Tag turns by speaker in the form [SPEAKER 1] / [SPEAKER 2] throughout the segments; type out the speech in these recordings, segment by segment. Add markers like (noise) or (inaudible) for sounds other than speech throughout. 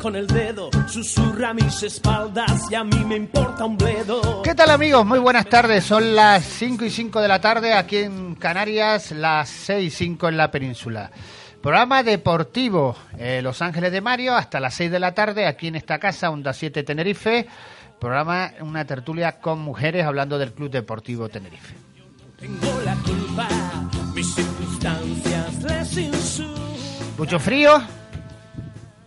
[SPEAKER 1] con el dedo, susurra a mis espaldas y a mí me importa un bledo.
[SPEAKER 2] ¿Qué tal amigos? Muy buenas tardes. Son las 5 y 5 de la tarde aquí en Canarias, las 6 y 5 en la península. Programa deportivo eh, Los Ángeles de Mario hasta las 6 de la tarde aquí en esta casa, Onda 7 Tenerife. Programa, una tertulia con mujeres hablando del Club Deportivo Tenerife.
[SPEAKER 1] Tengo la culpa, mis circunstancias les insultan.
[SPEAKER 2] Mucho frío,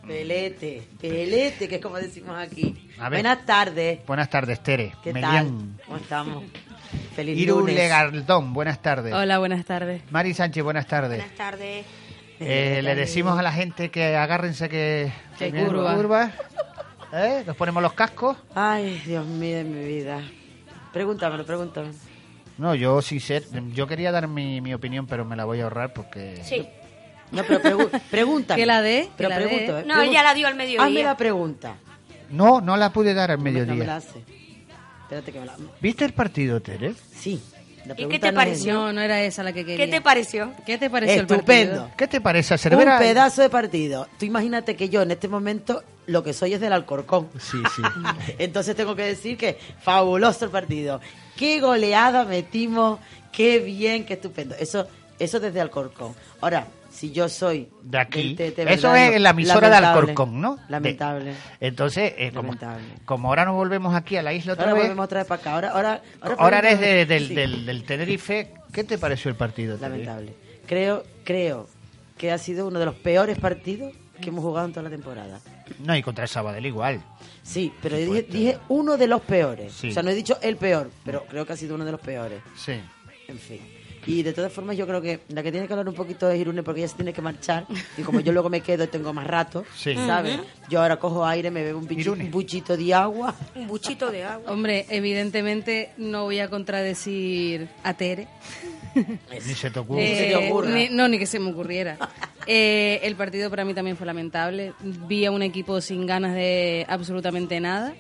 [SPEAKER 3] Pelete, pelete, que es como decimos aquí.
[SPEAKER 2] A ver.
[SPEAKER 3] Buenas tardes.
[SPEAKER 2] buenas tardes Tere.
[SPEAKER 3] ¿Qué
[SPEAKER 2] Melián.
[SPEAKER 3] tal? ¿Cómo estamos? Feliz
[SPEAKER 2] Irule
[SPEAKER 3] lunes.
[SPEAKER 2] Gardón, buenas tardes.
[SPEAKER 4] Hola, buenas tardes.
[SPEAKER 2] Mari Sánchez, buenas tardes.
[SPEAKER 5] Buenas tardes.
[SPEAKER 2] Eh, le decimos a la gente que agárrense que
[SPEAKER 4] Que
[SPEAKER 2] se vienen
[SPEAKER 4] curva.
[SPEAKER 2] curvas. ¿Eh? Nos ponemos los cascos.
[SPEAKER 3] Ay, Dios mío de mi vida. Pregúntamelo, pregúntame.
[SPEAKER 2] No, yo sí sé. Yo quería dar mi, mi opinión, pero me la voy a ahorrar porque.
[SPEAKER 5] Sí.
[SPEAKER 3] No, pero pregú- pregúntame.
[SPEAKER 4] Que la dé,
[SPEAKER 3] Pero
[SPEAKER 4] que la
[SPEAKER 3] pregunto,
[SPEAKER 4] dé.
[SPEAKER 3] ¿eh?
[SPEAKER 5] No,
[SPEAKER 3] Pregun-
[SPEAKER 5] ella la dio al
[SPEAKER 3] Hazme
[SPEAKER 5] mediodía.
[SPEAKER 3] la pregunta.
[SPEAKER 2] No, no la pude dar al
[SPEAKER 3] No me la
[SPEAKER 2] mediodía.
[SPEAKER 3] hace. Espérate que me la...
[SPEAKER 2] ¿Viste el partido, Tere?
[SPEAKER 3] Sí. La
[SPEAKER 5] qué
[SPEAKER 3] pregunta
[SPEAKER 5] te
[SPEAKER 3] no es-
[SPEAKER 5] pareció?
[SPEAKER 4] No, no era esa la que quería.
[SPEAKER 5] ¿Qué te pareció?
[SPEAKER 4] ¿Qué te pareció el
[SPEAKER 3] Estupendo.
[SPEAKER 4] partido?
[SPEAKER 2] ¿Qué te parece, Cervera?
[SPEAKER 3] Un pedazo de partido. Tú imagínate que yo en este momento lo que soy es del Alcorcón.
[SPEAKER 2] Sí, sí.
[SPEAKER 3] (laughs) Entonces tengo que decir que fabuloso el partido. Qué goleada metimos, qué bien, qué estupendo. Eso eso desde Alcorcón. Ahora, si yo soy
[SPEAKER 2] De aquí.
[SPEAKER 3] del TT,
[SPEAKER 2] Eso
[SPEAKER 3] ¿verdad?
[SPEAKER 2] es en la emisora de
[SPEAKER 3] Lamentable.
[SPEAKER 2] Alcorcón, ¿no?
[SPEAKER 3] Lamentable.
[SPEAKER 2] De- Entonces, eh, como,
[SPEAKER 3] Lamentable.
[SPEAKER 2] como ahora nos volvemos aquí a la isla otra
[SPEAKER 3] Ahora
[SPEAKER 2] vez.
[SPEAKER 3] volvemos otra vez para acá. Ahora ahora
[SPEAKER 2] Ahora, eres
[SPEAKER 3] pregunto-
[SPEAKER 2] de- del,
[SPEAKER 3] Sí,
[SPEAKER 2] del- del Tenerife. ¿Qué te pareció el partido? Tere?
[SPEAKER 3] lamentable. Creo creo que ha sido uno de los peores partidos que hemos jugado en toda la temporada.
[SPEAKER 2] No, y contra el Sabadell igual.
[SPEAKER 3] Sí, pero yo dije, dije uno de los peores.
[SPEAKER 2] Sí.
[SPEAKER 3] O sea, no he dicho el peor, pero creo que ha sido uno de los peores.
[SPEAKER 2] Sí.
[SPEAKER 3] En fin. Y de todas formas, yo creo que la que tiene que hablar un poquito es Irune porque ella se tiene que marchar. Y como yo luego me quedo y tengo más rato,
[SPEAKER 2] Sí.
[SPEAKER 3] ¿sabes? Yo ahora cojo aire, me bebo un, bichi-
[SPEAKER 2] Irune.
[SPEAKER 3] un buchito de agua.
[SPEAKER 5] Un buchito de agua.
[SPEAKER 4] Hombre, evidentemente no voy a contradecir a Tere. Eh,
[SPEAKER 2] Ni se te ocurre.
[SPEAKER 3] Ni se te ocurra.
[SPEAKER 4] ni- no, ni que se me
[SPEAKER 3] (laughs)
[SPEAKER 4] ocurriera. Eh, el partido para mí también fue lamentable. Vi a un equipo sin ganas de absolutamente nada.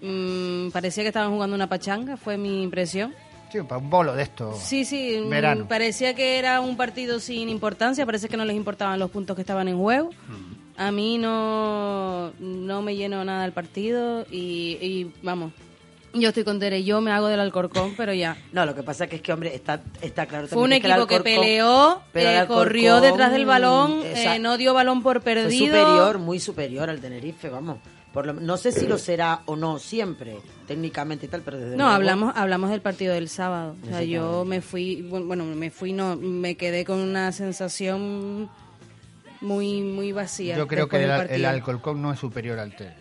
[SPEAKER 4] Mm, parecía que estaban jugando una pachanga, fue mi impresión.
[SPEAKER 2] Sí, para un bolo de esto.
[SPEAKER 4] Sí, sí, mm,
[SPEAKER 2] Verano.
[SPEAKER 4] parecía que era un partido sin importancia, parece que no les importaban los puntos que estaban en juego. A mí no, no me llenó nada el partido y, y, vamos, yo estoy con Tere, yo me hago del Alcorcón, pero ya.
[SPEAKER 3] No, lo que pasa que es que, hombre, está, está claro
[SPEAKER 4] Fue un
[SPEAKER 3] también el
[SPEAKER 4] equipo que
[SPEAKER 3] Alcorcón-
[SPEAKER 4] peleó,
[SPEAKER 3] pero el
[SPEAKER 4] eh, corrió
[SPEAKER 3] Alcorcón,
[SPEAKER 4] detrás del balón, eh,
[SPEAKER 3] exacto.
[SPEAKER 4] no dio balón por perdido.
[SPEAKER 3] Fue superior, muy superior al Tenerife, vamos. Por lo- no sé si lo será o no siempre, técnicamente y tal, pero desde
[SPEAKER 4] No,
[SPEAKER 3] luego-
[SPEAKER 4] hablamos hablamos del partido del sábado. O sea, yo
[SPEAKER 3] Exactamente.
[SPEAKER 4] me fui, bu- bueno, me fui, no, me quedé con una sensación muy muy vacía.
[SPEAKER 2] Yo creo
[SPEAKER 4] después
[SPEAKER 2] que el, al-
[SPEAKER 4] del
[SPEAKER 2] el
[SPEAKER 4] partido.
[SPEAKER 2] Alcorcón no es superior al Tenerife.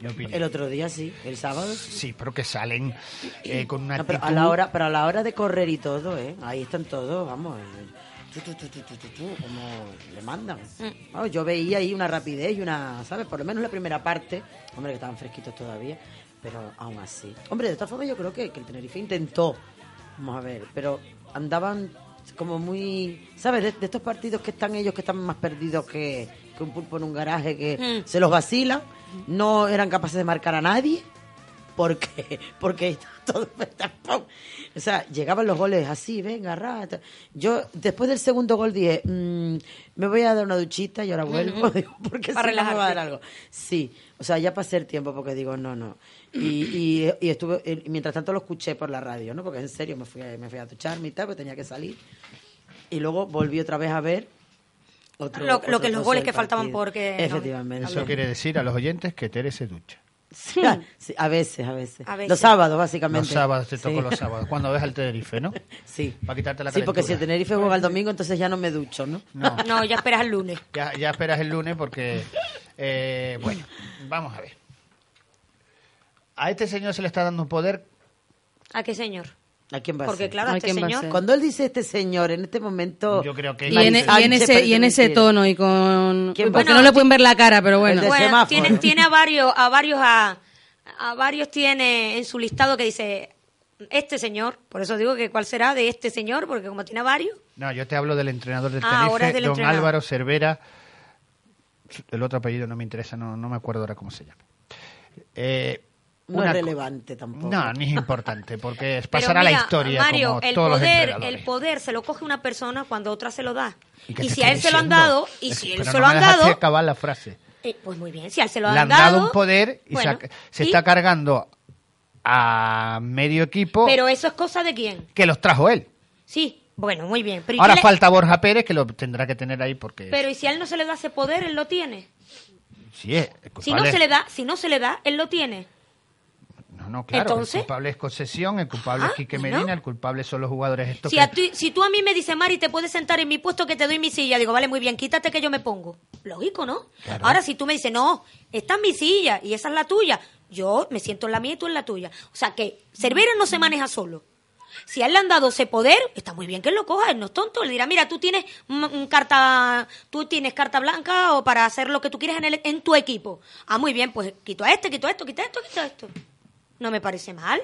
[SPEAKER 2] Mi opinión.
[SPEAKER 3] El otro día sí, el sábado.
[SPEAKER 2] Sí, pero que salen eh, con una
[SPEAKER 3] No, pero a
[SPEAKER 2] actitud-
[SPEAKER 3] la hora, pero a la hora de correr y todo, ¿eh? Ahí están todos, vamos. eh, tu, tu, tu, tu, tu, tu, tu, como le mandan.
[SPEAKER 2] Mm.
[SPEAKER 3] Vamos, yo veía ahí una rapidez y una, ¿sabes? Por lo menos la primera parte, hombre, que estaban fresquitos todavía, pero aún así. Hombre, de todas formas yo creo que, que el Tenerife intentó, vamos a ver, pero andaban como muy, ¿sabes? De, de estos partidos que están ellos que están más perdidos que, que un pulpo en un garaje, que
[SPEAKER 2] Mm.
[SPEAKER 3] se los vacilan, no eran capaces de marcar a nadie porque porque (laughs) todo tampoco o sea llegaban los goles así venga rata yo después del segundo gol dije mm, me voy a dar una duchita y ahora vuelvo (laughs) digo, porque
[SPEAKER 5] Para
[SPEAKER 3] si no me va a dar
[SPEAKER 5] relajarte.
[SPEAKER 3] algo sí o sea ya pasé el tiempo porque digo no no y, y- y estuve eh, y mientras tanto lo escuché por la radio no porque en serio me fui a, me fui a ducharme y tal porque tenía que salir y luego volví otra vez a ver otro,
[SPEAKER 5] Lo- lo
[SPEAKER 3] otro
[SPEAKER 5] que los
[SPEAKER 3] trozo
[SPEAKER 5] goles
[SPEAKER 3] del
[SPEAKER 5] que faltaban
[SPEAKER 3] partido.
[SPEAKER 5] porque no-
[SPEAKER 3] efectivamente
[SPEAKER 2] Eso quiere decir a los oyentes que Tere se ducha.
[SPEAKER 3] Sí, ah, sí, a veces, a veces.
[SPEAKER 5] A veces.
[SPEAKER 3] Los sábados, básicamente.
[SPEAKER 2] Los sábados, te
[SPEAKER 3] Sí.
[SPEAKER 2] tocó los sábados. Cuando ves al Tenerife,
[SPEAKER 3] (laughs)
[SPEAKER 2] ¿no?
[SPEAKER 3] Sí.
[SPEAKER 2] Para quitarte la
[SPEAKER 3] Sí, porque si el
[SPEAKER 2] calentura.
[SPEAKER 3] Tenerife juega el domingo, entonces ya no me ducho, ¿no?
[SPEAKER 2] No,
[SPEAKER 5] No, ya esperas el lunes.
[SPEAKER 2] ya, ya esperas el lunes porque... eh, bueno, vamos a ver. A este señor se le está dando un poder...
[SPEAKER 5] ¿A qué señor?
[SPEAKER 3] ¿A quién va a
[SPEAKER 5] Porque
[SPEAKER 3] ser?
[SPEAKER 5] claro, a
[SPEAKER 4] Ay,
[SPEAKER 5] este
[SPEAKER 4] ¿quién va a
[SPEAKER 5] señor.
[SPEAKER 4] ser?
[SPEAKER 3] Cuando él dice este señor, en este momento...
[SPEAKER 2] Yo creo que-
[SPEAKER 4] Y en,
[SPEAKER 2] Mari
[SPEAKER 4] y en ese,
[SPEAKER 3] parece
[SPEAKER 4] y en ese
[SPEAKER 3] mentira.
[SPEAKER 4] tono y con...
[SPEAKER 3] ¿Quién
[SPEAKER 4] Porque
[SPEAKER 3] va a
[SPEAKER 4] no
[SPEAKER 5] ser?
[SPEAKER 4] le pueden ver la cara, pero bueno.
[SPEAKER 3] El de-
[SPEAKER 5] Bueno,
[SPEAKER 3] semáforo.
[SPEAKER 5] tiene, tiene a varios, a varios, a, a varios tiene en su listado que dice este señor. Por eso digo que cuál será de este señor, porque como tiene a varios.
[SPEAKER 2] No, yo te hablo del entrenador del
[SPEAKER 5] Ah,
[SPEAKER 2] Tenerife,
[SPEAKER 5] ahora es del
[SPEAKER 2] don
[SPEAKER 5] entrenador.
[SPEAKER 2] Álvaro Cervera. El otro apellido no me interesa, no, no me acuerdo ahora cómo se llama. Eh,
[SPEAKER 3] No
[SPEAKER 2] una
[SPEAKER 3] es
[SPEAKER 2] co-
[SPEAKER 3] relevante tampoco.
[SPEAKER 2] No, ni es importante, porque es-
[SPEAKER 5] (laughs) Pero
[SPEAKER 2] pasará a la
[SPEAKER 5] mira,
[SPEAKER 2] historia
[SPEAKER 5] Mario,
[SPEAKER 2] como
[SPEAKER 5] el
[SPEAKER 2] todos los
[SPEAKER 5] poder,
[SPEAKER 2] entrenadores.
[SPEAKER 5] el poder se lo coge una persona cuando otra se lo da.
[SPEAKER 2] qué
[SPEAKER 5] Y
[SPEAKER 2] te
[SPEAKER 5] si a él
[SPEAKER 2] estoy
[SPEAKER 5] se lo han
[SPEAKER 2] diciendo?
[SPEAKER 5] dado, y
[SPEAKER 2] Es-
[SPEAKER 5] si él
[SPEAKER 2] pero
[SPEAKER 5] se
[SPEAKER 2] no
[SPEAKER 5] lo
[SPEAKER 2] me
[SPEAKER 5] han
[SPEAKER 2] dejaste
[SPEAKER 5] dado,
[SPEAKER 2] acabar la frase.
[SPEAKER 5] Eh, pues muy bien, si a él se lo
[SPEAKER 2] Le han dado un poder y se,
[SPEAKER 5] bueno,
[SPEAKER 2] ha- se
[SPEAKER 5] y-
[SPEAKER 2] está cargando a medio equipo
[SPEAKER 5] Pero eso es cosa de quién.
[SPEAKER 2] que los trajo él.
[SPEAKER 5] Sí, bueno, muy bien. Pero ¿y
[SPEAKER 2] Ahora
[SPEAKER 5] qué le-
[SPEAKER 2] falta Borja Pérez, que lo tendrá que tener ahí porque...
[SPEAKER 5] Pero ¿y si a él no se le da ese poder, él lo tiene?
[SPEAKER 2] sí, es- el
[SPEAKER 5] Si no
[SPEAKER 2] culpable-
[SPEAKER 5] se le da, si no se le da, él lo tiene.
[SPEAKER 2] No, no, claro.
[SPEAKER 5] Entonces-
[SPEAKER 2] El culpable es Concesión, el culpable es
[SPEAKER 5] Ah,
[SPEAKER 2] Quique
[SPEAKER 5] ¿no?
[SPEAKER 2] Medina, el culpable son los jugadores estos
[SPEAKER 5] Si,
[SPEAKER 2] que-
[SPEAKER 5] a ti- si tú a mí me dices, Mari, te puedes sentar en mi puesto que te doy mi silla, digo, vale, muy bien, quítate que yo me pongo. Lógico, ¿no? Ahora, si tú me dices, no, esta es mi silla y esa es la tuya, yo me siento en la mía y tú en la tuya. O sea que Cervera no se maneja solo. Si a él le han dado ese poder, está muy bien que él lo coja, él no es tonto. Le dirá, mira, tú tienes mm, mm, carta, tú tienes carta blanca o para hacer lo que tú quieres en, el, en tu equipo. Ah, muy bien, pues quito a este, quito esto, quita esto, quita esto. No me parece mal.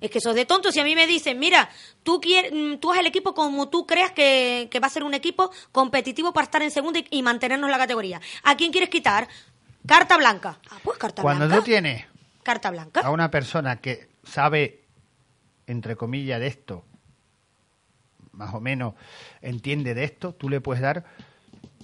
[SPEAKER 5] Es que sos de tonto. Si a mí me dicen, mira, tú, quieres, mm, tú haz el equipo como tú creas que, que va a ser un equipo competitivo para estar en segunda y, y mantenernos la categoría. ¿A quién quieres quitar? Carta blanca. Ah, pues carta
[SPEAKER 2] Cuando
[SPEAKER 5] blanca.
[SPEAKER 2] tú tienes
[SPEAKER 5] Carta blanca.
[SPEAKER 2] a una persona que sabe, entre comillas, de esto, más o menos entiende de esto, tú le puedes dar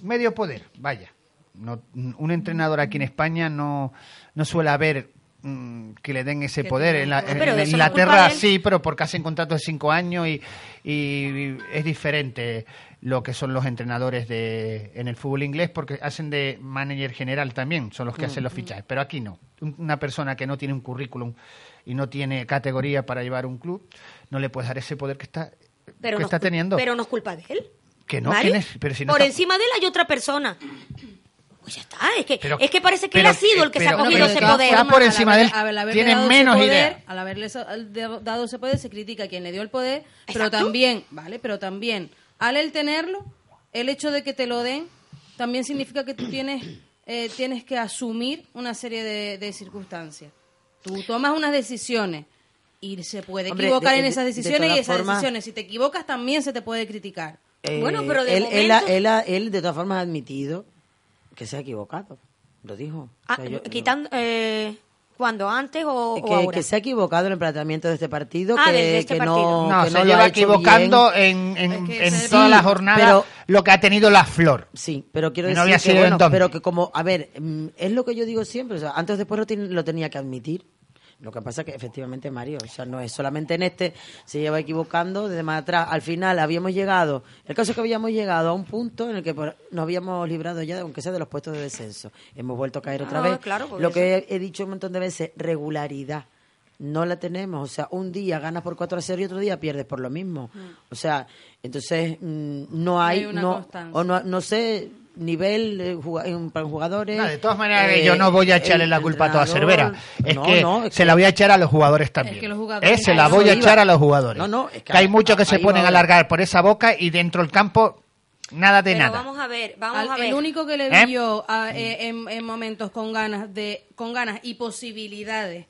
[SPEAKER 2] medio poder, vaya. No, un entrenador aquí en España no, no suele haber mm, que le den ese
[SPEAKER 4] Que
[SPEAKER 2] poder.
[SPEAKER 4] tenga
[SPEAKER 2] En, la-
[SPEAKER 4] un poder.
[SPEAKER 2] en-
[SPEAKER 5] Pero
[SPEAKER 2] en
[SPEAKER 5] eso no es culpa
[SPEAKER 2] Inglaterra
[SPEAKER 5] de él.
[SPEAKER 2] sí, pero porque hacen contratos de cinco años y, y es diferente lo que son los entrenadores de, en el fútbol inglés porque hacen de manager general también, son los que hacen los fichajes, pero aquí no. Un- Una persona que no tiene un currículum y no tiene categoría para llevar un club, no le puedes dar ese poder que está,
[SPEAKER 5] pero
[SPEAKER 2] que
[SPEAKER 5] no
[SPEAKER 2] está
[SPEAKER 5] es cul-
[SPEAKER 2] teniendo.
[SPEAKER 5] Pero no es culpa de él.
[SPEAKER 2] Que no,
[SPEAKER 5] Mari,
[SPEAKER 2] ¿quién es? Pero si no
[SPEAKER 5] Por
[SPEAKER 2] está-
[SPEAKER 5] encima de él hay otra persona. Pues ya está, es que,
[SPEAKER 2] Pero-
[SPEAKER 5] es que parece que
[SPEAKER 2] pero-
[SPEAKER 5] él ha sido el que se ha
[SPEAKER 2] pero-
[SPEAKER 5] cogido
[SPEAKER 2] pero
[SPEAKER 5] ese
[SPEAKER 2] está-
[SPEAKER 5] poder.
[SPEAKER 2] está por
[SPEAKER 4] al
[SPEAKER 2] encima
[SPEAKER 4] haber-
[SPEAKER 2] de él.
[SPEAKER 4] al haberle
[SPEAKER 2] Tienen
[SPEAKER 4] dado ese
[SPEAKER 2] menos
[SPEAKER 4] poder,
[SPEAKER 2] idea.
[SPEAKER 4] Al haberle so- al de- dado ese poder, se critica a quien le dio el poder, pero
[SPEAKER 5] Exacto.
[SPEAKER 4] también, ¿vale? Pero también, al él tenerlo, el hecho de que te lo den, también significa que tú tienes, eh, tienes que asumir una serie de, de circunstancias. Tú tomas unas decisiones y se puede
[SPEAKER 3] Hombre,
[SPEAKER 4] equivocar
[SPEAKER 3] de-
[SPEAKER 4] en
[SPEAKER 3] de-
[SPEAKER 4] esas
[SPEAKER 3] de
[SPEAKER 4] decisiones
[SPEAKER 3] todas
[SPEAKER 4] y esas
[SPEAKER 3] formas- Eh,
[SPEAKER 4] decisiones, si te equivocas, también se te puede criticar.
[SPEAKER 5] Bueno, pero de
[SPEAKER 3] él, él ha-
[SPEAKER 5] momento-
[SPEAKER 3] él ha- él, de todas formas ha admitido que se ha equivocado. Lo dijo.
[SPEAKER 5] Ah,
[SPEAKER 3] O sea, yo-
[SPEAKER 5] quitando, eh, ¿cuándo? ¿Antes o, o
[SPEAKER 3] que,
[SPEAKER 5] ahora?
[SPEAKER 3] que se ha equivocado en el planteamiento de este partido,
[SPEAKER 5] Ah,
[SPEAKER 3] que,
[SPEAKER 5] de- de este
[SPEAKER 3] que
[SPEAKER 5] partido.
[SPEAKER 3] no,
[SPEAKER 2] No,
[SPEAKER 3] que
[SPEAKER 2] se
[SPEAKER 3] no lo
[SPEAKER 2] lleva
[SPEAKER 3] ha hecho
[SPEAKER 2] equivocando
[SPEAKER 3] bien.
[SPEAKER 2] en, en,
[SPEAKER 4] Es que
[SPEAKER 2] en
[SPEAKER 4] se-
[SPEAKER 2] toda
[SPEAKER 4] Sí,
[SPEAKER 2] la jornada
[SPEAKER 3] pero-
[SPEAKER 2] lo que ha tenido la flor.
[SPEAKER 3] Sí, pero quiero
[SPEAKER 2] Que
[SPEAKER 3] decir
[SPEAKER 2] no había
[SPEAKER 3] que,
[SPEAKER 2] sido
[SPEAKER 3] bueno,
[SPEAKER 2] en dónde.
[SPEAKER 3] pero que como, a ver, mm, es lo que yo digo siempre, o sea, antes o después lo, ten- lo tenía que admitir. Lo que pasa que efectivamente, Mario, o sea, no es solamente en este, se lleva equivocando desde más atrás. Al final habíamos llegado, el caso es que habíamos llegado a un punto en el que por- nos habíamos librado ya, aunque sea de los puestos de descenso. Hemos vuelto a caer otra
[SPEAKER 5] Ah,
[SPEAKER 3] vez.
[SPEAKER 5] claro, por
[SPEAKER 3] lo
[SPEAKER 5] eso.
[SPEAKER 3] que he, he dicho un montón de veces, regularidad. No la tenemos, o sea, un día ganas por 4 a 0 y otro día pierdes por lo mismo.
[SPEAKER 5] Mm.
[SPEAKER 3] O sea, entonces mm, no hay,
[SPEAKER 4] hay una
[SPEAKER 3] no,
[SPEAKER 4] constancia.
[SPEAKER 3] o no, no sé, nivel eh, juga- en- para jugadores.
[SPEAKER 2] No, de todas maneras, que
[SPEAKER 3] eh,
[SPEAKER 2] yo no voy a echarle
[SPEAKER 3] el
[SPEAKER 2] la culpa a toda Cervera.
[SPEAKER 3] entrenador.
[SPEAKER 2] Es
[SPEAKER 3] No,
[SPEAKER 2] que
[SPEAKER 3] no, es
[SPEAKER 2] se la voy a echar a los jugadores también.
[SPEAKER 4] que los jugadores-
[SPEAKER 2] Eh, se
[SPEAKER 4] a
[SPEAKER 2] la
[SPEAKER 4] eso
[SPEAKER 2] voy a
[SPEAKER 3] iba.
[SPEAKER 2] echar a los jugadores.
[SPEAKER 3] No, no, es que
[SPEAKER 2] que hay
[SPEAKER 3] ahí-
[SPEAKER 2] muchos que se
[SPEAKER 3] ahí
[SPEAKER 2] ponen
[SPEAKER 3] va
[SPEAKER 2] a
[SPEAKER 3] ahora.
[SPEAKER 2] alargar por esa boca y dentro del campo nada de
[SPEAKER 5] Pero
[SPEAKER 2] nada.
[SPEAKER 5] vamos a ver, vamos
[SPEAKER 4] Al-
[SPEAKER 5] a ver.
[SPEAKER 4] El único que le vi
[SPEAKER 2] ¿Eh?
[SPEAKER 4] yo a- eh, en, en momentos con ganas de con ganas y posibilidades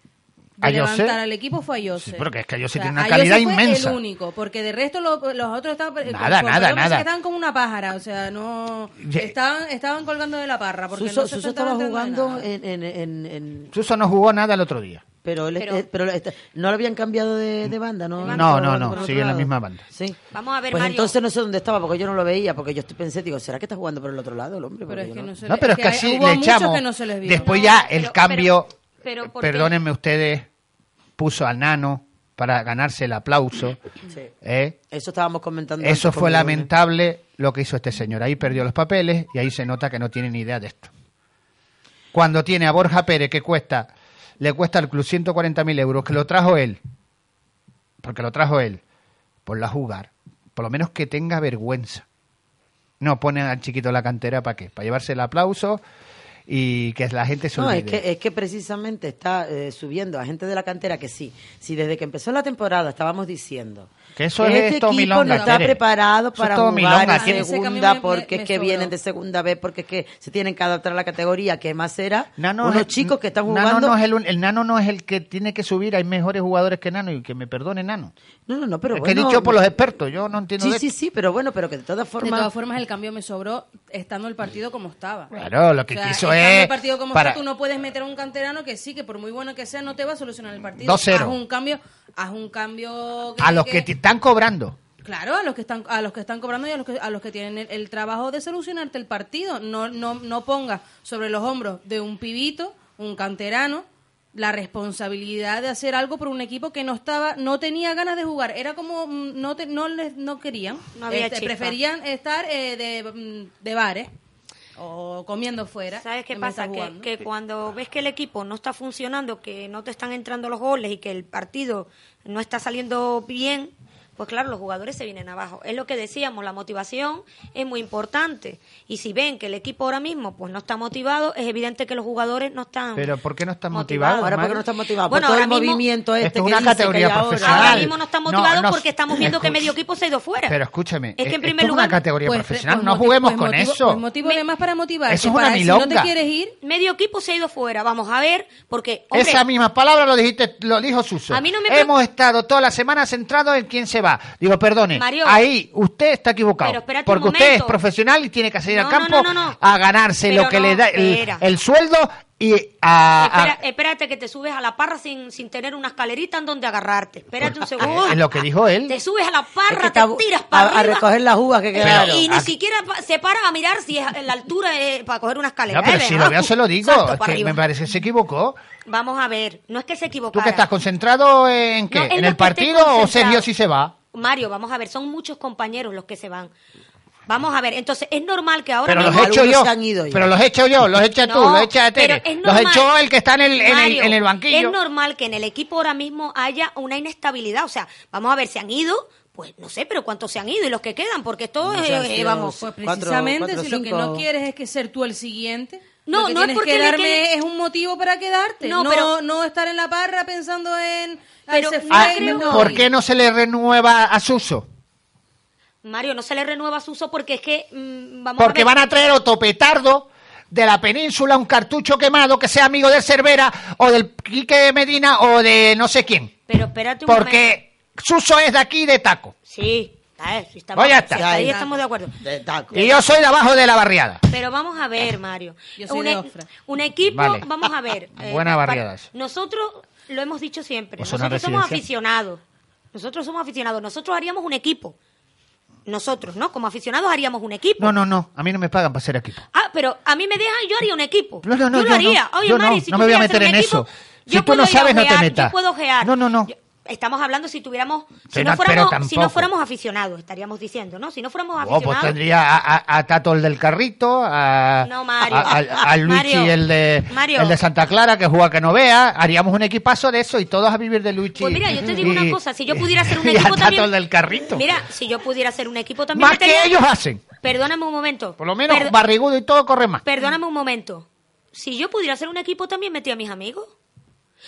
[SPEAKER 4] de
[SPEAKER 2] ¿A Jose?
[SPEAKER 4] levantar al equipo fue a Jose.
[SPEAKER 2] Sí, porque es que Jose tiene una
[SPEAKER 4] a
[SPEAKER 2] calidad
[SPEAKER 4] Jose fue
[SPEAKER 2] inmensa.
[SPEAKER 4] el único, porque de resto lo- los otros estaban eh,
[SPEAKER 2] Nada,
[SPEAKER 4] como-
[SPEAKER 2] nada,
[SPEAKER 4] yo pensé
[SPEAKER 2] nada.
[SPEAKER 4] que estaban como una pájara, o sea, no
[SPEAKER 2] Ye-
[SPEAKER 4] estaban estaban colgando de la parra porque
[SPEAKER 3] Suso,
[SPEAKER 4] no se
[SPEAKER 3] Suso
[SPEAKER 4] estaban
[SPEAKER 3] estaba
[SPEAKER 4] enterando de
[SPEAKER 3] jugando
[SPEAKER 4] nada.
[SPEAKER 3] en, en, en- en-
[SPEAKER 2] Suso no jugó nada el otro día.
[SPEAKER 3] pero, él-
[SPEAKER 5] Pero-
[SPEAKER 3] eh, pero él está- no lo habían cambiado de, de banda, ¿no?
[SPEAKER 2] No, no,
[SPEAKER 3] Estaba
[SPEAKER 2] no,
[SPEAKER 3] por otro
[SPEAKER 2] sigue en la
[SPEAKER 3] lado.
[SPEAKER 2] misma banda.
[SPEAKER 3] Sí.
[SPEAKER 5] Vamos a ver,
[SPEAKER 3] Pues
[SPEAKER 5] Mario.
[SPEAKER 3] entonces no sé dónde estaba porque yo no lo veía, porque yo estoy- pensé, digo, ¿será que está jugando por el otro lado el hombre?
[SPEAKER 4] pero
[SPEAKER 3] Porque
[SPEAKER 4] es
[SPEAKER 3] yo
[SPEAKER 4] que no se
[SPEAKER 2] No,
[SPEAKER 4] le-
[SPEAKER 2] pero es que
[SPEAKER 4] hay-
[SPEAKER 2] así
[SPEAKER 4] hubo
[SPEAKER 2] le
[SPEAKER 4] muchos
[SPEAKER 2] echamos.
[SPEAKER 4] que no se les vio.
[SPEAKER 2] Después ya
[SPEAKER 5] No,
[SPEAKER 2] el
[SPEAKER 5] pero-
[SPEAKER 2] cambio,
[SPEAKER 5] pero- pero ¿por qué?
[SPEAKER 2] perdónenme ustedes, puso al nano para ganarse el aplauso.
[SPEAKER 3] Sí.
[SPEAKER 2] ¿eh?
[SPEAKER 3] Eso estábamos comentando.
[SPEAKER 2] Eso fue
[SPEAKER 3] antes conmigo, ¿no?
[SPEAKER 2] lamentable lo que hizo este señor. Ahí perdió los papeles y ahí se nota que no tiene ni idea de esto. Cuando tiene a Borja Pérez, que cuesta, le cuesta al club 140.000 euros, que lo trajo él, porque lo trajo él, por la jugar, por lo menos que tenga vergüenza. No ponen al chiquito en la cantera para qué, para llevarse el aplauso y que la gente se
[SPEAKER 3] No, es
[SPEAKER 2] olvide.
[SPEAKER 3] que, eh, es que precisamente está eh, subiendo a gente de la cantera que sí. Si desde que empezó la temporada estábamos diciendo
[SPEAKER 2] Que eso es
[SPEAKER 3] este
[SPEAKER 2] todo
[SPEAKER 3] equipo
[SPEAKER 2] milonga,
[SPEAKER 3] no está
[SPEAKER 2] Tere.
[SPEAKER 3] preparado
[SPEAKER 2] Eso es
[SPEAKER 3] para
[SPEAKER 2] todo
[SPEAKER 3] jugar
[SPEAKER 2] milonga.
[SPEAKER 4] A mí
[SPEAKER 3] en
[SPEAKER 4] ese cambio
[SPEAKER 3] segunda
[SPEAKER 4] me- me-
[SPEAKER 3] porque
[SPEAKER 4] me
[SPEAKER 3] es que
[SPEAKER 4] sobró.
[SPEAKER 3] vienen de segunda vez, porque es que se tienen que adaptar a la categoría, que más era
[SPEAKER 2] Nano
[SPEAKER 3] unos
[SPEAKER 2] es-
[SPEAKER 3] chicos que están
[SPEAKER 2] Nano
[SPEAKER 3] jugando.
[SPEAKER 2] no es el, un- el Nano no es el que tiene que subir, hay mejores jugadores que Nano y que me perdone Nano.
[SPEAKER 3] no, no, no, pero
[SPEAKER 2] es que
[SPEAKER 3] bueno,
[SPEAKER 2] dicho por los expertos, yo no entiendo
[SPEAKER 3] Sí,
[SPEAKER 2] de
[SPEAKER 3] sí,
[SPEAKER 2] esto.
[SPEAKER 3] sí, pero bueno, pero que de todas formas...
[SPEAKER 4] De todas formas, el cambio me sobró estando el partido como estaba.
[SPEAKER 2] Claro, lo que quiso
[SPEAKER 4] el cambio
[SPEAKER 2] es
[SPEAKER 4] del partido como
[SPEAKER 2] para-
[SPEAKER 4] está, tú no puedes meter a un canterano que sí, que por muy bueno que sea, no te va a solucionar el partido.
[SPEAKER 2] 2-0.
[SPEAKER 4] Haz un cambio. Haz un cambio.
[SPEAKER 2] A los que te están cobrando.
[SPEAKER 4] Claro, a los que están, a los que están cobrando y a los que, a los que tienen el, el trabajo de solucionarte el partido. No, no, no pongas sobre los hombros de un pibito, un canterano, la responsabilidad de hacer algo por un equipo que no estaba, no tenía ganas de jugar. Era como mm, no te- no les no querían,
[SPEAKER 5] No había
[SPEAKER 4] Este,
[SPEAKER 5] chispa.
[SPEAKER 4] preferían estar eh, de, mm, de bares o comiendo fuera.
[SPEAKER 5] ¿Sabes qué
[SPEAKER 4] en vez de
[SPEAKER 5] pasa?
[SPEAKER 4] estar
[SPEAKER 5] Que,
[SPEAKER 4] jugando.
[SPEAKER 5] que cuando ves que el equipo no está funcionando, que no te están entrando los goles y que el partido no está saliendo bien, pues claro, los jugadores se vienen abajo. Es lo que decíamos, la motivación es muy importante. Y si ven que el equipo ahora mismo pues no está motivado, es evidente que los jugadores no están
[SPEAKER 2] Pero ¿por qué no están
[SPEAKER 5] motivados.
[SPEAKER 2] motivados?
[SPEAKER 3] Ahora, ¿por
[SPEAKER 2] Mar?
[SPEAKER 3] qué no están motivados?
[SPEAKER 5] Bueno,
[SPEAKER 3] Por todo
[SPEAKER 5] ahora
[SPEAKER 3] el
[SPEAKER 5] mismo-
[SPEAKER 3] movimiento este
[SPEAKER 2] Esto es
[SPEAKER 3] que
[SPEAKER 2] una
[SPEAKER 3] dice que
[SPEAKER 2] categoría
[SPEAKER 3] hay ahora.
[SPEAKER 2] profesional.
[SPEAKER 5] Ahora
[SPEAKER 2] Dale.
[SPEAKER 5] mismo no están
[SPEAKER 2] No,
[SPEAKER 5] motivados
[SPEAKER 2] no,
[SPEAKER 5] porque estamos viendo que
[SPEAKER 2] escucha.
[SPEAKER 5] medio equipo se ha ido fuera.
[SPEAKER 2] Pero escúchame,
[SPEAKER 5] Es que en
[SPEAKER 2] esto
[SPEAKER 5] primer
[SPEAKER 2] es una
[SPEAKER 5] lugar,
[SPEAKER 2] categoría
[SPEAKER 4] Pues,
[SPEAKER 2] profesional,
[SPEAKER 4] pues,
[SPEAKER 2] no
[SPEAKER 4] motivo-
[SPEAKER 2] juguemos
[SPEAKER 4] pues,
[SPEAKER 2] con
[SPEAKER 4] motivo-
[SPEAKER 2] eso.
[SPEAKER 4] pues, motivo de más para motivarte.
[SPEAKER 2] Eso es una
[SPEAKER 4] para, Si no
[SPEAKER 2] milonga.
[SPEAKER 4] te quieres ir,
[SPEAKER 5] medio equipo se ha ido fuera. Vamos a ver, porque hombre,
[SPEAKER 2] Esa misma palabra lo dijiste, lo dijo Suso.
[SPEAKER 5] A mí no me
[SPEAKER 2] Hemos estado toda la semana centrados en quién se va. Digo, perdone,
[SPEAKER 5] Mario.
[SPEAKER 2] ahí usted está equivocado.
[SPEAKER 5] Pero espérate un
[SPEAKER 2] porque usted es
[SPEAKER 5] momento.
[SPEAKER 2] profesional y tiene que salir
[SPEAKER 5] No,
[SPEAKER 2] al
[SPEAKER 5] no,
[SPEAKER 2] campo
[SPEAKER 5] no, no, no.
[SPEAKER 2] a ganarse
[SPEAKER 5] Pero
[SPEAKER 2] lo que
[SPEAKER 5] no,
[SPEAKER 2] le da el,
[SPEAKER 5] espera.
[SPEAKER 2] el sueldo y a... a-
[SPEAKER 5] espera- eh, espérate que te subes a la parra sin, sin tener una escalerita en donde agarrarte. Espérate un segundo.
[SPEAKER 2] Pues, eh, es lo que dijo él.
[SPEAKER 5] Te subes a la
[SPEAKER 3] Es que
[SPEAKER 5] parra,
[SPEAKER 3] está-
[SPEAKER 5] te tiras
[SPEAKER 3] a-
[SPEAKER 5] para
[SPEAKER 3] a,
[SPEAKER 5] arriba.
[SPEAKER 3] recoger las uvas que
[SPEAKER 5] Eh,
[SPEAKER 3] quedaron.
[SPEAKER 5] y ni
[SPEAKER 2] Aquí-
[SPEAKER 5] siquiera pa- se para a mirar si es a- la altura eh, para coger una escalera.
[SPEAKER 2] No, pero
[SPEAKER 5] ¿eh?
[SPEAKER 2] si
[SPEAKER 5] Venga,
[SPEAKER 2] lo veo se lo digo.
[SPEAKER 5] salto
[SPEAKER 2] Es
[SPEAKER 5] para
[SPEAKER 2] que me
[SPEAKER 5] arriba.
[SPEAKER 2] parece que se equivocó.
[SPEAKER 5] Vamos a ver, no es que se
[SPEAKER 2] ¿Tú
[SPEAKER 5] equivocara.
[SPEAKER 2] que estás concentrado en qué?
[SPEAKER 5] No, es
[SPEAKER 2] ¿En
[SPEAKER 5] lo
[SPEAKER 2] el
[SPEAKER 5] que estoy
[SPEAKER 2] partido o
[SPEAKER 5] concentrado.
[SPEAKER 2] Sergio si se va?
[SPEAKER 5] Mario, vamos a ver, son muchos compañeros los que se van. Vamos a ver, entonces es normal que ahora
[SPEAKER 2] pero los
[SPEAKER 5] mismo-
[SPEAKER 2] he hecho
[SPEAKER 3] algunos
[SPEAKER 2] yo.
[SPEAKER 3] se han ido ya.
[SPEAKER 2] Pero los he hecho yo, los he hecho tú,
[SPEAKER 5] No,
[SPEAKER 2] los he hecho a
[SPEAKER 5] pero
[SPEAKER 2] Tere.
[SPEAKER 5] es
[SPEAKER 2] Los he
[SPEAKER 5] normal.
[SPEAKER 2] hecho el que está en el, en el,
[SPEAKER 5] Mario,
[SPEAKER 2] en el banquillo.
[SPEAKER 5] Es normal que en el equipo ahora mismo haya una inestabilidad. O sea, vamos a ver, se han ido, pues no sé, pero cuántos se han ido y los que quedan, porque esto
[SPEAKER 3] No
[SPEAKER 5] es,
[SPEAKER 3] se han
[SPEAKER 5] eh,
[SPEAKER 3] sido-
[SPEAKER 5] vamos.
[SPEAKER 4] pues
[SPEAKER 3] Cuatro-
[SPEAKER 4] precisamente
[SPEAKER 3] cuatro,
[SPEAKER 4] si lo que
[SPEAKER 3] cinco.
[SPEAKER 4] no quieres es que ser tú el siguiente.
[SPEAKER 5] No,
[SPEAKER 4] lo que
[SPEAKER 5] no es
[SPEAKER 4] tienes
[SPEAKER 5] porque
[SPEAKER 4] que
[SPEAKER 5] le
[SPEAKER 4] darme
[SPEAKER 5] quede-
[SPEAKER 4] es un motivo para quedarte.
[SPEAKER 5] No,
[SPEAKER 4] No,
[SPEAKER 5] pero-
[SPEAKER 4] no estar en la parra pensando en.
[SPEAKER 5] Pero
[SPEAKER 4] "Ay, se
[SPEAKER 5] no
[SPEAKER 4] fue,
[SPEAKER 2] Ah,
[SPEAKER 5] Ay,
[SPEAKER 4] me
[SPEAKER 5] creo-
[SPEAKER 2] ¿Por
[SPEAKER 4] voy".
[SPEAKER 2] qué no se le renueva a Suso?
[SPEAKER 5] Mario, no se le renueva su uso porque es que mm, vamos
[SPEAKER 2] Porque
[SPEAKER 5] a ver.
[SPEAKER 2] van a traer otro petardo de la península, un cartucho quemado que sea amigo de Cervera o del Quique de Medina o de no sé quién.
[SPEAKER 5] Pero espérate un momento.
[SPEAKER 2] Porque Suso es de aquí de taco.
[SPEAKER 5] Sí, está, eh, sí, está-
[SPEAKER 2] Voy a estar.
[SPEAKER 5] sí, ahí
[SPEAKER 3] Ya, ya.
[SPEAKER 5] estamos de acuerdo.
[SPEAKER 3] De taco.
[SPEAKER 2] Y yo soy de abajo de la barriada.
[SPEAKER 5] Pero vamos a ver, Mario.
[SPEAKER 4] (laughs) Yo soy
[SPEAKER 5] un,
[SPEAKER 4] de
[SPEAKER 5] e-
[SPEAKER 4] Ofra.
[SPEAKER 5] un equipo,
[SPEAKER 2] Vale.
[SPEAKER 5] vamos a ver.
[SPEAKER 2] (laughs)
[SPEAKER 5] eh,
[SPEAKER 2] Buena
[SPEAKER 5] para-
[SPEAKER 2] barriada eso.
[SPEAKER 5] Nosotros lo hemos dicho siempre.
[SPEAKER 2] ¿O zona
[SPEAKER 5] Nosotros somos
[SPEAKER 2] residencial?
[SPEAKER 5] aficionados. Nosotros somos aficionados. Nosotros haríamos un equipo. Nosotros, ¿no? Como aficionados haríamos un equipo.
[SPEAKER 2] No, no, no. A mí no me pagan para ser equipo.
[SPEAKER 5] Ah, pero a mí me dejan, yo haría un equipo.
[SPEAKER 2] No, no, no,
[SPEAKER 5] yo lo
[SPEAKER 2] yo
[SPEAKER 5] haría.
[SPEAKER 2] no,
[SPEAKER 5] Oye,
[SPEAKER 2] yo
[SPEAKER 5] Mari,
[SPEAKER 2] no,
[SPEAKER 5] si
[SPEAKER 2] no
[SPEAKER 5] tú
[SPEAKER 2] me voy a
[SPEAKER 5] quieres hacer
[SPEAKER 2] meter
[SPEAKER 5] un
[SPEAKER 2] en
[SPEAKER 5] equipo,
[SPEAKER 2] eso. Si tú
[SPEAKER 5] yo
[SPEAKER 2] no
[SPEAKER 5] puedo ir a
[SPEAKER 2] sabes, no te
[SPEAKER 5] ojear,
[SPEAKER 2] metas.
[SPEAKER 5] Yo puedo ojear.
[SPEAKER 2] No, no, no.
[SPEAKER 5] Yo- estamos hablando si tuviéramos. Si
[SPEAKER 2] Pero
[SPEAKER 5] no,
[SPEAKER 2] no- pero
[SPEAKER 5] fuéramos, si no
[SPEAKER 2] tampoco.
[SPEAKER 5] fuéramos aficionados, estaríamos diciendo, ¿no? Si no fuéramos
[SPEAKER 2] Oh, pues
[SPEAKER 5] aficionados.
[SPEAKER 2] tendría a, a- a Tato el del carrito, a,
[SPEAKER 5] No, Mario.
[SPEAKER 2] a- a- a Luigi
[SPEAKER 5] Mario.
[SPEAKER 2] el de
[SPEAKER 5] Mario.
[SPEAKER 2] el de Santa Clara que juega que no vea, haríamos un equipazo de eso y todos a vivir de Luigi.
[SPEAKER 5] Pues mira, yo te digo
[SPEAKER 2] y-
[SPEAKER 5] una cosa, si yo
[SPEAKER 3] (laughs)
[SPEAKER 5] pudiera hacer
[SPEAKER 2] (laughs)
[SPEAKER 5] un
[SPEAKER 2] y a
[SPEAKER 5] equipo
[SPEAKER 2] Tato
[SPEAKER 5] también-
[SPEAKER 2] el del carrito.
[SPEAKER 5] Mira, si yo pudiera hacer un equipo también.
[SPEAKER 2] Más que
[SPEAKER 5] metería-
[SPEAKER 2] ellos hacen.
[SPEAKER 5] Perdóname un momento.
[SPEAKER 2] Por lo menos
[SPEAKER 5] Perdo-
[SPEAKER 2] barrigudo y todo corre más.
[SPEAKER 5] Perdóname un momento. Si yo pudiera hacer un equipo también metía a mis amigos.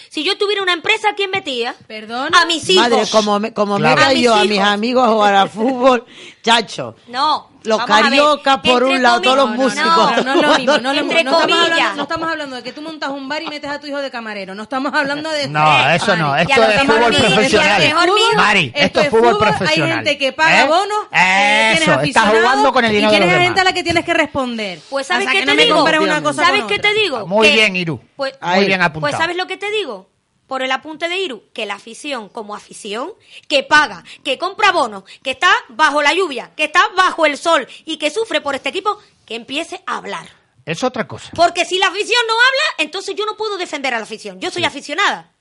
[SPEAKER 5] Si yo tuviera una empresa, ¿a quién metía?
[SPEAKER 4] Perdón.
[SPEAKER 5] A mis hijos.
[SPEAKER 3] Madre, como, me- como
[SPEAKER 2] Claro.
[SPEAKER 3] meta
[SPEAKER 5] A mis
[SPEAKER 3] yo a
[SPEAKER 5] hijos.
[SPEAKER 3] mis amigos a jugar al fútbol, (laughs) chacho.
[SPEAKER 5] No.
[SPEAKER 3] Los
[SPEAKER 5] vamos a ver.
[SPEAKER 3] cariocas por
[SPEAKER 5] Entre
[SPEAKER 3] un lado, todos los
[SPEAKER 5] comi-
[SPEAKER 3] músicos.
[SPEAKER 5] No,
[SPEAKER 4] No, no es lo mismo, no es lo
[SPEAKER 5] (laughs)
[SPEAKER 4] mismo.
[SPEAKER 5] Entre
[SPEAKER 4] No estamos,
[SPEAKER 5] comillas.
[SPEAKER 4] hablando, no estamos hablando de que tú montas un bar y metes a tu hijo de camarero. No estamos hablando de
[SPEAKER 2] No, eso no.
[SPEAKER 4] Mari.
[SPEAKER 2] Esto
[SPEAKER 5] ya lo
[SPEAKER 2] es
[SPEAKER 5] estamos
[SPEAKER 2] fútbol
[SPEAKER 5] viendo,
[SPEAKER 2] profesional.
[SPEAKER 5] esto es mejor mío.
[SPEAKER 2] Mari, esto, es fútbol profesional.
[SPEAKER 4] Hay gente que paga
[SPEAKER 2] ¿Eh?
[SPEAKER 4] bonos, eh,
[SPEAKER 2] Eso,
[SPEAKER 4] tienes
[SPEAKER 2] estás
[SPEAKER 4] aficionados
[SPEAKER 2] jugando con el dinero de los
[SPEAKER 4] y tienes a
[SPEAKER 2] demás.
[SPEAKER 4] gente a la que tienes que responder.
[SPEAKER 5] Pues sabes
[SPEAKER 4] O sea,
[SPEAKER 5] qué
[SPEAKER 4] que no
[SPEAKER 5] te
[SPEAKER 4] me
[SPEAKER 5] digo.
[SPEAKER 4] compares una cosa
[SPEAKER 5] ¿Sabes
[SPEAKER 4] con
[SPEAKER 5] qué
[SPEAKER 4] otra.
[SPEAKER 5] te digo?
[SPEAKER 2] Muy
[SPEAKER 5] Que-
[SPEAKER 2] bien, Irú.
[SPEAKER 5] Pues,
[SPEAKER 2] Muy bien apuntado.
[SPEAKER 5] Pues ¿sabes lo que te digo? Por el apunte de Iru, que la afición, como afición, que paga, que compra bonos, que está bajo la lluvia, que está bajo el sol y que sufre por este equipo, que empiece a hablar.
[SPEAKER 2] Es otra cosa.
[SPEAKER 5] Porque si la afición no habla, entonces yo no puedo defender a la afición. Yo soy aficionada.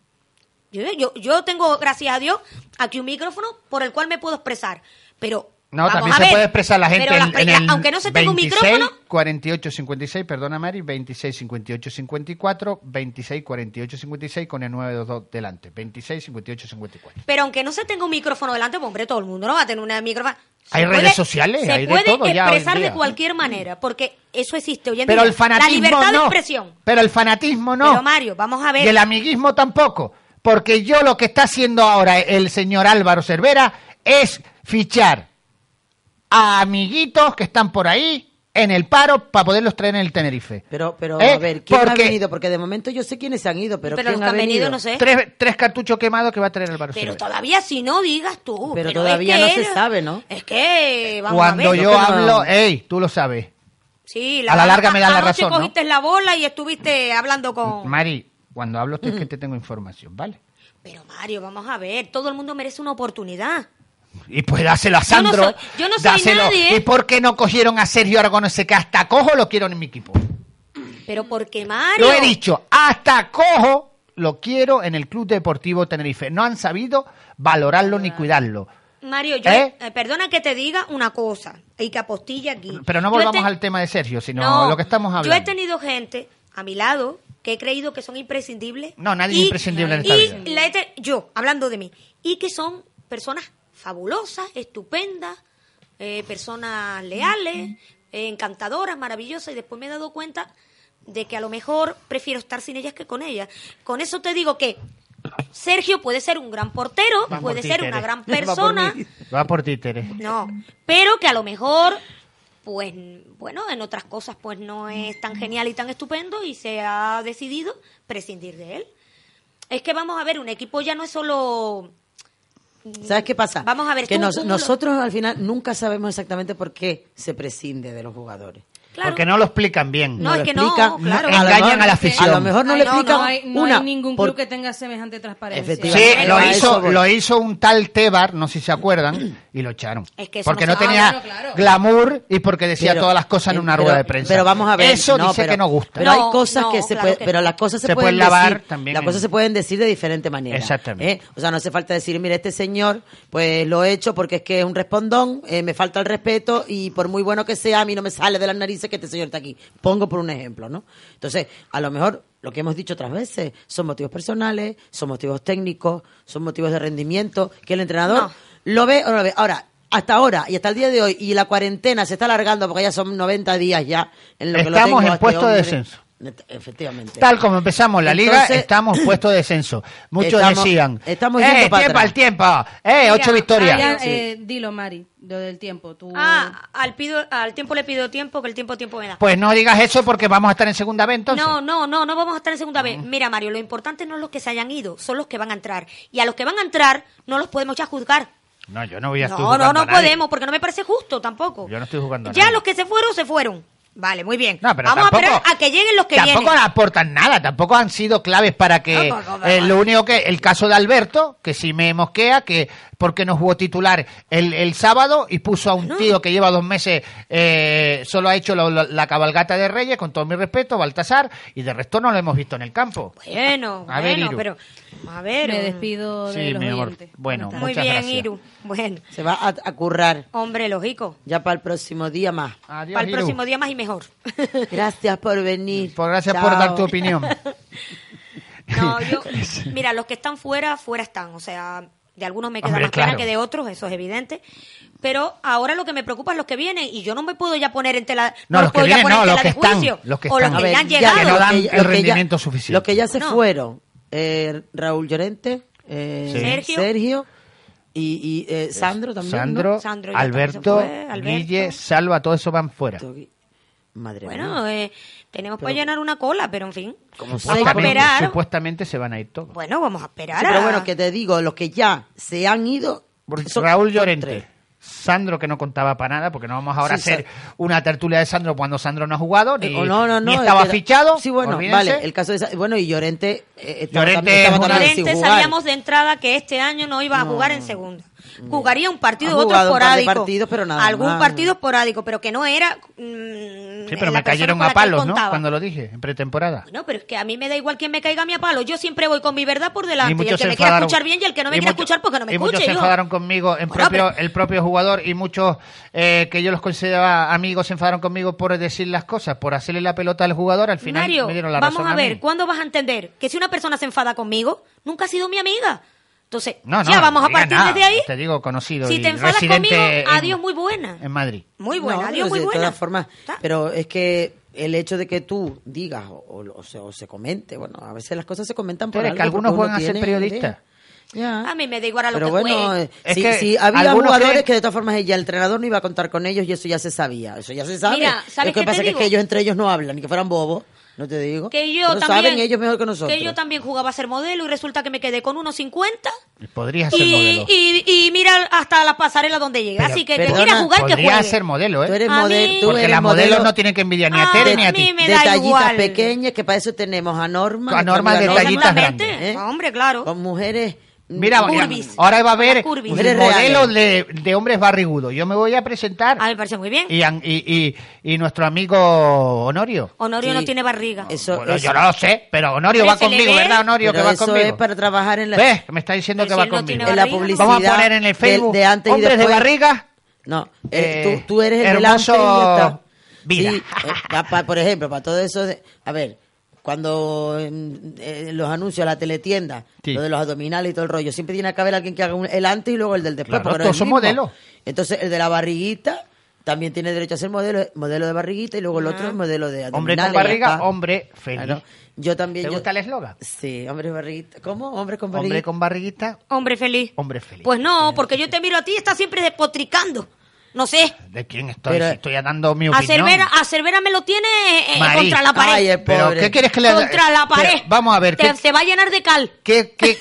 [SPEAKER 5] Yo, yo, yo tengo, gracias a Dios, aquí un micrófono por el cual me puedo expresar. Pero.
[SPEAKER 2] No,
[SPEAKER 5] vamos
[SPEAKER 2] también
[SPEAKER 5] a
[SPEAKER 2] se
[SPEAKER 5] ver,
[SPEAKER 2] puede expresar la gente
[SPEAKER 5] pero las
[SPEAKER 2] en,
[SPEAKER 5] pre-
[SPEAKER 2] en el
[SPEAKER 5] Aunque no se tenga un
[SPEAKER 2] 26,
[SPEAKER 5] micrófono,
[SPEAKER 2] 48, 56, perdona Mari, 26, 58, 54, 26, 48, 56 con el 922 delante. 26, 58, 54.
[SPEAKER 5] Pero aunque no se tenga un micrófono delante, pues hombre, todo el mundo no va a tener una micrófono. Se
[SPEAKER 2] Hay redes sociales,
[SPEAKER 5] se
[SPEAKER 2] hay de
[SPEAKER 5] puede
[SPEAKER 2] todo ya hoy en
[SPEAKER 5] expresar
[SPEAKER 2] día.
[SPEAKER 5] de cualquier manera, porque eso existe hoy en
[SPEAKER 2] Pero
[SPEAKER 5] día.
[SPEAKER 2] el fanatismo
[SPEAKER 5] La libertad
[SPEAKER 2] no.
[SPEAKER 5] de expresión.
[SPEAKER 2] Pero el fanatismo no.
[SPEAKER 5] Pero Mario, vamos a ver.
[SPEAKER 2] Y el amiguismo tampoco. Porque yo lo que está haciendo ahora el señor Álvaro Cervera es fichar a amiguitos que están por ahí en el paro para poderlos traer en el Tenerife.
[SPEAKER 3] Pero, pero
[SPEAKER 2] ¿Eh?
[SPEAKER 3] a ver, ¿quién ha
[SPEAKER 2] Porque
[SPEAKER 3] venido? Porque de momento yo sé quiénes se han ido, pero,
[SPEAKER 5] Pero los
[SPEAKER 3] ¿quién
[SPEAKER 5] que
[SPEAKER 3] ha
[SPEAKER 5] han
[SPEAKER 3] (laughs)
[SPEAKER 5] venido, no sé.
[SPEAKER 2] Tres, tres cartuchos quemados que va a traer Álvaro
[SPEAKER 5] Pero
[SPEAKER 2] Cervera.
[SPEAKER 5] todavía si no digas tú.
[SPEAKER 3] Pero todavía
[SPEAKER 5] es que
[SPEAKER 3] no se sabe, ¿no?
[SPEAKER 5] Es que vamos a
[SPEAKER 2] Cuando
[SPEAKER 5] ver.
[SPEAKER 2] yo
[SPEAKER 3] Creo que no.
[SPEAKER 2] hablo, ey, tú lo sabes.
[SPEAKER 5] Sí,
[SPEAKER 2] a la larga me dan la
[SPEAKER 5] anoche
[SPEAKER 2] razón, ¿no?
[SPEAKER 5] cogiste la bola y estuviste hablando con.
[SPEAKER 2] Mari, cuando hablo
[SPEAKER 5] Mm.
[SPEAKER 2] estoy que te tengo información, ¿vale?
[SPEAKER 5] Pero Mario, vamos a ver. Todo el mundo merece una oportunidad.
[SPEAKER 2] Y pues dáselo a
[SPEAKER 5] Yo no
[SPEAKER 2] Sandro.
[SPEAKER 5] soy- yo no soy nadie.
[SPEAKER 2] ¿Y por qué no cogieron a Sergio Aragón ese que hasta cojo lo quiero en mi equipo?
[SPEAKER 5] Pero porque Mario.
[SPEAKER 2] Lo he dicho, hasta cojo lo quiero en el Club Deportivo Tenerife. No han sabido valorarlo ni cuidarlo.
[SPEAKER 5] Mario, yo,
[SPEAKER 2] ¿Eh?
[SPEAKER 5] eh, perdona que te diga una cosa y que apostille aquí.
[SPEAKER 2] Pero no
[SPEAKER 5] Yo he
[SPEAKER 2] volvamos
[SPEAKER 5] te-
[SPEAKER 2] al tema de Sergio, sino
[SPEAKER 5] No,
[SPEAKER 2] lo que estamos hablando.
[SPEAKER 5] Yo he tenido gente a mi lado que he creído que son imprescindibles.
[SPEAKER 2] No, nadie es imprescindible en esta
[SPEAKER 5] y
[SPEAKER 2] vida.
[SPEAKER 5] la he te- yo, hablando de mí, y que son personas fabulosas, estupendas, eh, personas leales, eh, encantadoras, maravillosas, y después me he dado cuenta de que a lo mejor prefiero estar sin ellas que con ellas. Con eso te digo que Sergio puede ser un gran portero,
[SPEAKER 2] Va por
[SPEAKER 5] puede
[SPEAKER 2] ti,
[SPEAKER 5] ser
[SPEAKER 2] Tere.
[SPEAKER 3] (laughs)
[SPEAKER 5] una gran
[SPEAKER 3] por
[SPEAKER 5] persona.
[SPEAKER 3] mí.
[SPEAKER 2] Va por ti, Tere.
[SPEAKER 5] No, pero que a lo mejor, pues, bueno, en otras cosas, pues no es tan genial y tan estupendo y se ha decidido prescindir de él. Es que vamos a ver, un equipo ya no es solo.
[SPEAKER 3] ¿Sabes qué pasa?
[SPEAKER 5] Vamos a ver,
[SPEAKER 3] que
[SPEAKER 5] tú-
[SPEAKER 3] nos-
[SPEAKER 5] tú lo-
[SPEAKER 3] nosotros al final nunca sabemos exactamente por qué se prescinde de los jugadores.
[SPEAKER 5] Claro,
[SPEAKER 2] Porque no lo explican bien.
[SPEAKER 5] No, es que no, claro.
[SPEAKER 3] lo
[SPEAKER 2] Engañan
[SPEAKER 3] mejor-
[SPEAKER 2] a la afición.
[SPEAKER 3] Eh, A lo mejor no
[SPEAKER 5] Ay,
[SPEAKER 3] le
[SPEAKER 5] no,
[SPEAKER 3] explican
[SPEAKER 5] no
[SPEAKER 4] hay, no
[SPEAKER 3] una.
[SPEAKER 4] hay ningún
[SPEAKER 3] por-
[SPEAKER 4] club que tenga semejante transparencia.
[SPEAKER 3] Efectivamente.
[SPEAKER 2] Sí,
[SPEAKER 5] Bueno,
[SPEAKER 2] lo
[SPEAKER 5] a
[SPEAKER 2] hizo,
[SPEAKER 3] eso voy.
[SPEAKER 2] lo hizo un tal Tebar, no sé si se acuerdan, y lo echaron.
[SPEAKER 5] Es que eso
[SPEAKER 2] porque no,
[SPEAKER 5] no se-
[SPEAKER 2] tenía
[SPEAKER 4] Ah, bueno, claro.
[SPEAKER 2] glamour y porque decía
[SPEAKER 3] Pero-
[SPEAKER 2] todas las cosas en una
[SPEAKER 3] pero-
[SPEAKER 2] rueda de prensa.
[SPEAKER 3] Pero vamos a ver.
[SPEAKER 2] Eso
[SPEAKER 3] no,
[SPEAKER 2] dice
[SPEAKER 3] pero-
[SPEAKER 2] que no gusta.
[SPEAKER 3] Pero
[SPEAKER 5] No,
[SPEAKER 3] hay cosas
[SPEAKER 5] no,
[SPEAKER 3] que se
[SPEAKER 5] claro
[SPEAKER 3] pueden.
[SPEAKER 5] que
[SPEAKER 3] Pero
[SPEAKER 5] no.
[SPEAKER 3] las cosas se,
[SPEAKER 2] Se
[SPEAKER 3] pueden
[SPEAKER 2] pueden lavar
[SPEAKER 3] decir,
[SPEAKER 2] también
[SPEAKER 3] Las
[SPEAKER 2] en-
[SPEAKER 3] cosas se pueden decir de diferente manera.
[SPEAKER 2] Exactamente.
[SPEAKER 3] ¿eh? O sea, no hace falta decir, mire, este señor, pues lo he hecho porque es que es un respondón, eh, me falta el respeto y por muy bueno que sea, a mí no me sale de las narices que este señor está aquí. Pongo por un ejemplo, ¿no? Entonces, a lo mejor lo que hemos dicho otras veces son motivos personales, son motivos técnicos, son motivos de rendimiento, que el entrenador
[SPEAKER 5] No.
[SPEAKER 3] lo ve o no lo ve. Ahora, hasta ahora y hasta el día de hoy, y la cuarentena se está alargando porque ya son 90 días ya en lo que lo
[SPEAKER 2] Estamos
[SPEAKER 3] tengo
[SPEAKER 2] en
[SPEAKER 3] a este
[SPEAKER 2] puesto de
[SPEAKER 3] hombre.
[SPEAKER 2] descenso.
[SPEAKER 3] Efectivamente.
[SPEAKER 2] Tal como empezamos la liga,
[SPEAKER 3] Entonces- (clears throat)
[SPEAKER 2] estamos puesto de descenso. Muchos
[SPEAKER 3] Estamos-
[SPEAKER 2] decían,
[SPEAKER 3] estamos
[SPEAKER 2] eh,
[SPEAKER 3] yendo para
[SPEAKER 2] tiempo
[SPEAKER 3] atrás".
[SPEAKER 2] al tiempo, eh,
[SPEAKER 5] Mira,
[SPEAKER 2] ocho victorias.
[SPEAKER 4] Ah, ya,
[SPEAKER 3] Sí.
[SPEAKER 4] eh, dilo, Mari, lo del tiempo. Tú,
[SPEAKER 5] ah, al, pido, al tiempo le pido tiempo, que el tiempo tiempo me da.
[SPEAKER 2] Pues no digas eso porque vamos a estar en segunda B entonces.
[SPEAKER 5] No, no, no, no vamos a estar en segunda vez. Mira, Mario, lo importante no es los que se hayan ido, son los que van a entrar. Y a los que van a entrar no los podemos ya juzgar.
[SPEAKER 2] No, yo no voy a estar
[SPEAKER 5] No,
[SPEAKER 2] jugando
[SPEAKER 5] no,
[SPEAKER 2] a
[SPEAKER 5] no
[SPEAKER 2] nadie.
[SPEAKER 5] podemos, porque no me parece justo tampoco.
[SPEAKER 2] Yo no estoy jugando a
[SPEAKER 5] Ya
[SPEAKER 2] nadie.
[SPEAKER 5] los que se fueron, se fueron. Vale, muy bien.
[SPEAKER 2] No, pero
[SPEAKER 5] Vamos
[SPEAKER 2] tampoco-
[SPEAKER 5] a esperar a que lleguen los que
[SPEAKER 2] tampoco
[SPEAKER 5] vienen.
[SPEAKER 2] aportan nada, tampoco han sido claves para que
[SPEAKER 5] No, no, no,
[SPEAKER 2] eh,
[SPEAKER 5] no.
[SPEAKER 2] lo único que el caso de Alberto, que si me mosquea, que porque no jugó titular el, el sábado y puso a un tío que lleva dos meses eh, solo ha hecho lo- lo- la cabalgata de Reyes, con todo mi respeto, Baltasar, y de resto no lo hemos visto en el campo.
[SPEAKER 5] Bueno,
[SPEAKER 2] (laughs) A ver,
[SPEAKER 5] bueno,
[SPEAKER 2] Iru.
[SPEAKER 5] pero a ver.
[SPEAKER 4] me
[SPEAKER 5] um,
[SPEAKER 4] despido de
[SPEAKER 2] Sí,
[SPEAKER 4] los
[SPEAKER 2] mi amor.
[SPEAKER 4] oyentes.
[SPEAKER 2] Bueno,
[SPEAKER 5] Muy
[SPEAKER 2] muchas
[SPEAKER 5] bien,
[SPEAKER 2] gracias.
[SPEAKER 5] Iru. Bueno,
[SPEAKER 3] Se va a, a currar
[SPEAKER 5] hombre, lógico.
[SPEAKER 3] ya para el próximo día más.
[SPEAKER 2] Adiós,
[SPEAKER 5] Para el
[SPEAKER 2] Iru.
[SPEAKER 5] próximo día más y
[SPEAKER 2] (laughs)
[SPEAKER 5] mejor.
[SPEAKER 3] Gracias por venir.
[SPEAKER 2] Por- gracias por dar
[SPEAKER 3] Chao.
[SPEAKER 2] tu
[SPEAKER 5] (laughs)
[SPEAKER 2] opinión.
[SPEAKER 5] No, yo, mira, los que están fuera, fuera están. O sea, de algunos me queda
[SPEAKER 2] Hombre,
[SPEAKER 5] más pena
[SPEAKER 2] claro.
[SPEAKER 5] que de otros, eso es evidente. Pero ahora lo que me preocupa es los que vienen y yo no me puedo ya poner en tela,
[SPEAKER 2] No, los que
[SPEAKER 5] puedo ya
[SPEAKER 2] vienen
[SPEAKER 5] poner
[SPEAKER 2] no,
[SPEAKER 5] en
[SPEAKER 2] los
[SPEAKER 5] tela
[SPEAKER 2] que
[SPEAKER 5] de
[SPEAKER 2] están,
[SPEAKER 5] juicio.
[SPEAKER 2] los que
[SPEAKER 5] o los
[SPEAKER 2] están.
[SPEAKER 5] que
[SPEAKER 2] A ver,
[SPEAKER 5] ya han
[SPEAKER 2] ya
[SPEAKER 5] llegado.
[SPEAKER 2] que no dan el
[SPEAKER 3] los los que ya-
[SPEAKER 2] rendimiento suficiente.
[SPEAKER 3] Los que ya se
[SPEAKER 5] No.
[SPEAKER 3] fueron, eh, Raúl Llorente, eh,
[SPEAKER 2] Sí.
[SPEAKER 5] Sergio.
[SPEAKER 3] Sergio y, y, eh, Sandro también.
[SPEAKER 2] Sandro,
[SPEAKER 5] Sandro ya
[SPEAKER 2] Alberto,
[SPEAKER 5] también se fue, Alberto.
[SPEAKER 2] Guille, Salva, todo eso van fuera.
[SPEAKER 3] ¿no? Madre mía.
[SPEAKER 5] Bueno, eh, tenemos para llenar una cola, pero en fin. Vamos a
[SPEAKER 2] Supuestamente,
[SPEAKER 5] esperar.
[SPEAKER 2] supuestamente se van a ir todos.
[SPEAKER 5] Bueno, vamos a esperar.
[SPEAKER 3] Sí, pero
[SPEAKER 5] a-
[SPEAKER 3] bueno, que te digo, los que ya se han ido.
[SPEAKER 2] Por-
[SPEAKER 3] son-
[SPEAKER 2] Raúl
[SPEAKER 3] son tres.
[SPEAKER 2] Llorente. Sandro que no contaba para nada, porque no vamos ahora
[SPEAKER 3] Sí,
[SPEAKER 2] a hacer una tertulia de Sandro cuando Sandro no ha jugado, ni,
[SPEAKER 3] Eh,
[SPEAKER 5] oh,
[SPEAKER 3] o no, no, no,
[SPEAKER 2] ni estaba
[SPEAKER 3] es que-
[SPEAKER 2] fichado.
[SPEAKER 3] Sí, bueno,
[SPEAKER 2] olvídense.
[SPEAKER 3] vale. El caso de. esa- Bueno, y Llorente. eh, estaba
[SPEAKER 2] Llorente
[SPEAKER 3] también- estaba
[SPEAKER 2] es una-
[SPEAKER 3] también sin
[SPEAKER 5] Llorente
[SPEAKER 3] jugar.
[SPEAKER 5] sabíamos de entrada que este año no iba a jugar en segunda. Jugaría un partido
[SPEAKER 3] Mm. Ha
[SPEAKER 5] u otro
[SPEAKER 3] jugado un par de
[SPEAKER 5] esporádico.
[SPEAKER 3] partidos, pero nada
[SPEAKER 5] Algún
[SPEAKER 3] más.
[SPEAKER 5] partido esporádico, pero que no era. mm,
[SPEAKER 2] Sí, pero
[SPEAKER 5] la persona
[SPEAKER 2] me cayeron
[SPEAKER 5] con la
[SPEAKER 2] a
[SPEAKER 5] que él
[SPEAKER 2] palos, ¿no?
[SPEAKER 5] contaba.
[SPEAKER 2] Cuando lo dije, en pretemporada.
[SPEAKER 5] Bueno, pero es que a mí me da igual quién me caiga a mí a palo. Yo siempre voy con mi verdad por
[SPEAKER 2] Y
[SPEAKER 5] delante. Y, el
[SPEAKER 2] muchos
[SPEAKER 5] que
[SPEAKER 2] se
[SPEAKER 5] me quiera
[SPEAKER 2] enfadaron-
[SPEAKER 5] escuchar bien y el que no me
[SPEAKER 2] y
[SPEAKER 5] quiera
[SPEAKER 2] muchos-
[SPEAKER 5] escuchar, porque no me
[SPEAKER 2] Y muchos
[SPEAKER 5] escuche.
[SPEAKER 2] se
[SPEAKER 5] yo.
[SPEAKER 2] enfadaron conmigo, en
[SPEAKER 5] Bueno,
[SPEAKER 2] propio,
[SPEAKER 5] pero-
[SPEAKER 2] el propio jugador y muchos eh, que yo los consideraba amigos se enfadaron conmigo por decir las cosas, por hacerle la pelota al jugador. Al final
[SPEAKER 5] Mario,
[SPEAKER 2] me dieron la
[SPEAKER 5] vamos
[SPEAKER 2] razón
[SPEAKER 5] a
[SPEAKER 2] mí.
[SPEAKER 5] ver, ¿cuándo vas a entender que si una persona se enfada conmigo, nunca ha sido mi amiga? Entonces,
[SPEAKER 2] No, no,
[SPEAKER 5] ya vamos
[SPEAKER 2] no
[SPEAKER 5] a
[SPEAKER 2] digas
[SPEAKER 5] partir
[SPEAKER 2] nada,
[SPEAKER 5] desde ahí.
[SPEAKER 2] Te digo, conocido.
[SPEAKER 5] Si
[SPEAKER 2] y
[SPEAKER 5] te enfadas
[SPEAKER 2] residente
[SPEAKER 5] conmigo,
[SPEAKER 2] en-
[SPEAKER 5] adiós, muy buena.
[SPEAKER 2] En Madrid.
[SPEAKER 5] Muy buena,
[SPEAKER 3] No,
[SPEAKER 5] adiós,
[SPEAKER 3] pero
[SPEAKER 5] muy
[SPEAKER 3] de
[SPEAKER 5] buena.
[SPEAKER 3] todas formas,
[SPEAKER 5] Está.
[SPEAKER 3] pero es que el hecho de que tú digas o, o- o se, o se comente, bueno, a veces las cosas se comentan por
[SPEAKER 2] Pero es
[SPEAKER 3] algo
[SPEAKER 2] que algunos
[SPEAKER 3] porque uno
[SPEAKER 2] juegan a ser
[SPEAKER 3] tiene
[SPEAKER 2] periodistas.
[SPEAKER 3] idea. Ya.
[SPEAKER 5] A mí me da igual a Ah, lo
[SPEAKER 3] Pero
[SPEAKER 5] que
[SPEAKER 3] bueno,
[SPEAKER 5] juegue.
[SPEAKER 3] eh,
[SPEAKER 2] Es
[SPEAKER 3] sí,
[SPEAKER 2] que
[SPEAKER 3] sí, había
[SPEAKER 2] algunos
[SPEAKER 3] jugadores
[SPEAKER 2] creen-
[SPEAKER 3] que de todas formas ella, el entrenador no iba a contar con ellos y eso ya se sabía, eso ya se sabe.
[SPEAKER 5] Mira, ¿sabes
[SPEAKER 3] lo que
[SPEAKER 5] qué te
[SPEAKER 3] pasa es
[SPEAKER 5] digo?
[SPEAKER 3] que ellos entre ellos no hablan, ni que fueran bobos, no te digo.
[SPEAKER 5] Que yo
[SPEAKER 3] eh, Pero
[SPEAKER 5] también.
[SPEAKER 3] saben ellos mejor que nosotros.
[SPEAKER 5] que yo también jugaba a ser modelo y resulta que me quedé con unos 50.
[SPEAKER 2] Podría ser
[SPEAKER 5] Y,
[SPEAKER 2] modelo.
[SPEAKER 5] y, y mira hasta la pasarela donde llega.
[SPEAKER 2] Pero-
[SPEAKER 5] Así que
[SPEAKER 3] perdona,
[SPEAKER 5] que quiera jugar, que
[SPEAKER 2] Podría
[SPEAKER 5] juegue.
[SPEAKER 2] ser modelo, ¿eh?
[SPEAKER 3] Tú eres
[SPEAKER 5] A
[SPEAKER 3] modelo,
[SPEAKER 5] mí-
[SPEAKER 3] tú
[SPEAKER 2] Porque
[SPEAKER 3] eres
[SPEAKER 2] las modelos
[SPEAKER 3] modelo-
[SPEAKER 2] no tienen que envidiar ni a
[SPEAKER 5] Ah,
[SPEAKER 2] Tere ni
[SPEAKER 5] a
[SPEAKER 2] a
[SPEAKER 5] mí
[SPEAKER 2] ti.
[SPEAKER 5] me da
[SPEAKER 3] detallitas
[SPEAKER 5] igual.
[SPEAKER 3] pequeñas que para eso tenemos a Norma
[SPEAKER 2] A
[SPEAKER 3] nuestra
[SPEAKER 2] Norma
[SPEAKER 3] amiga
[SPEAKER 2] detallitas
[SPEAKER 5] Exactamente.
[SPEAKER 2] grandes.
[SPEAKER 3] ¿eh?
[SPEAKER 5] Hombre, claro.
[SPEAKER 3] con mujeres
[SPEAKER 2] Mira, mira,
[SPEAKER 5] Curvis.
[SPEAKER 2] ahora va a haber
[SPEAKER 5] Curvis.
[SPEAKER 2] un
[SPEAKER 3] Mujeres
[SPEAKER 2] modelo
[SPEAKER 3] reales.
[SPEAKER 2] de, de hombres barrigudos. Yo me voy a presentar
[SPEAKER 5] Ah, me parece muy bien.
[SPEAKER 2] y, an- y, y, y nuestro amigo Honorio.
[SPEAKER 5] Honorio no
[SPEAKER 3] Sí.
[SPEAKER 5] tiene barriga.
[SPEAKER 3] Eso,
[SPEAKER 2] Bueno,
[SPEAKER 3] eso-
[SPEAKER 2] yo no lo sé, pero Honorio
[SPEAKER 5] Pero
[SPEAKER 2] va
[SPEAKER 5] se le
[SPEAKER 2] conmigo,
[SPEAKER 5] ve.
[SPEAKER 2] ¿verdad, Honorio?
[SPEAKER 3] pero
[SPEAKER 2] que va
[SPEAKER 3] eso
[SPEAKER 2] conmigo.
[SPEAKER 3] es para trabajar en la,
[SPEAKER 2] ¿Ves? Me está diciendo
[SPEAKER 5] Pero
[SPEAKER 2] que
[SPEAKER 5] si
[SPEAKER 2] va
[SPEAKER 5] él no
[SPEAKER 2] conmigo.
[SPEAKER 5] tiene
[SPEAKER 3] en la
[SPEAKER 5] Barriga.
[SPEAKER 3] publicidad.
[SPEAKER 2] Vamos a poner en el
[SPEAKER 3] del-
[SPEAKER 2] Facebook
[SPEAKER 3] De, antes y
[SPEAKER 2] hombres de
[SPEAKER 3] después.
[SPEAKER 2] barriga.
[SPEAKER 3] No, eh,
[SPEAKER 2] Eh,
[SPEAKER 3] tú, tú eres el
[SPEAKER 2] hermoso
[SPEAKER 3] delante y ya está.
[SPEAKER 2] vida.
[SPEAKER 3] Sí, eh, pa- pa- por ejemplo, para todo eso, de- a ver, cuando en, en los anuncios, la teletienda,
[SPEAKER 2] Sí.
[SPEAKER 3] lo de los abdominales y todo el rollo, siempre tiene que haber alguien que haga un- el antes y luego el del después.
[SPEAKER 2] Claro,
[SPEAKER 3] porque no
[SPEAKER 2] todos
[SPEAKER 3] es
[SPEAKER 2] son
[SPEAKER 3] el mismo.
[SPEAKER 2] modelos.
[SPEAKER 3] Entonces, el de la barriguita también tiene derecho a ser modelo, modelo de barriguita y luego el otro es modelo de abdominales.
[SPEAKER 2] Hombre con
[SPEAKER 3] ya
[SPEAKER 2] barriga,
[SPEAKER 3] está.
[SPEAKER 2] hombre feliz.
[SPEAKER 3] Claro. Yo también.
[SPEAKER 2] ¿Te
[SPEAKER 3] yo-
[SPEAKER 2] gusta el eslogan?
[SPEAKER 3] Sí, hombre barriguita. ¿Cómo? Hombre con barriguita.
[SPEAKER 2] Hombre con barriguita,
[SPEAKER 5] Hombre feliz.
[SPEAKER 2] hombre feliz.
[SPEAKER 5] Pues no, porque yo te miro a ti y estás siempre despotricando. No sé.
[SPEAKER 2] ¿De quién estoy?
[SPEAKER 3] Pero-
[SPEAKER 2] Si estoy dando mi
[SPEAKER 5] A
[SPEAKER 2] opinión.
[SPEAKER 5] Cervera, a Cervera me lo tiene eh, eh,
[SPEAKER 2] Marí.
[SPEAKER 5] contra la pared.
[SPEAKER 3] Ay, el
[SPEAKER 2] Pero,
[SPEAKER 3] pobre.
[SPEAKER 2] ¿qué quieres que le haga?
[SPEAKER 5] Contra la
[SPEAKER 2] Pero,
[SPEAKER 5] pared.
[SPEAKER 2] vamos a ver,
[SPEAKER 5] Te-
[SPEAKER 2] ¿qué,
[SPEAKER 5] se va a llenar de cal.
[SPEAKER 2] qué,
[SPEAKER 5] (laughs)
[SPEAKER 2] qué-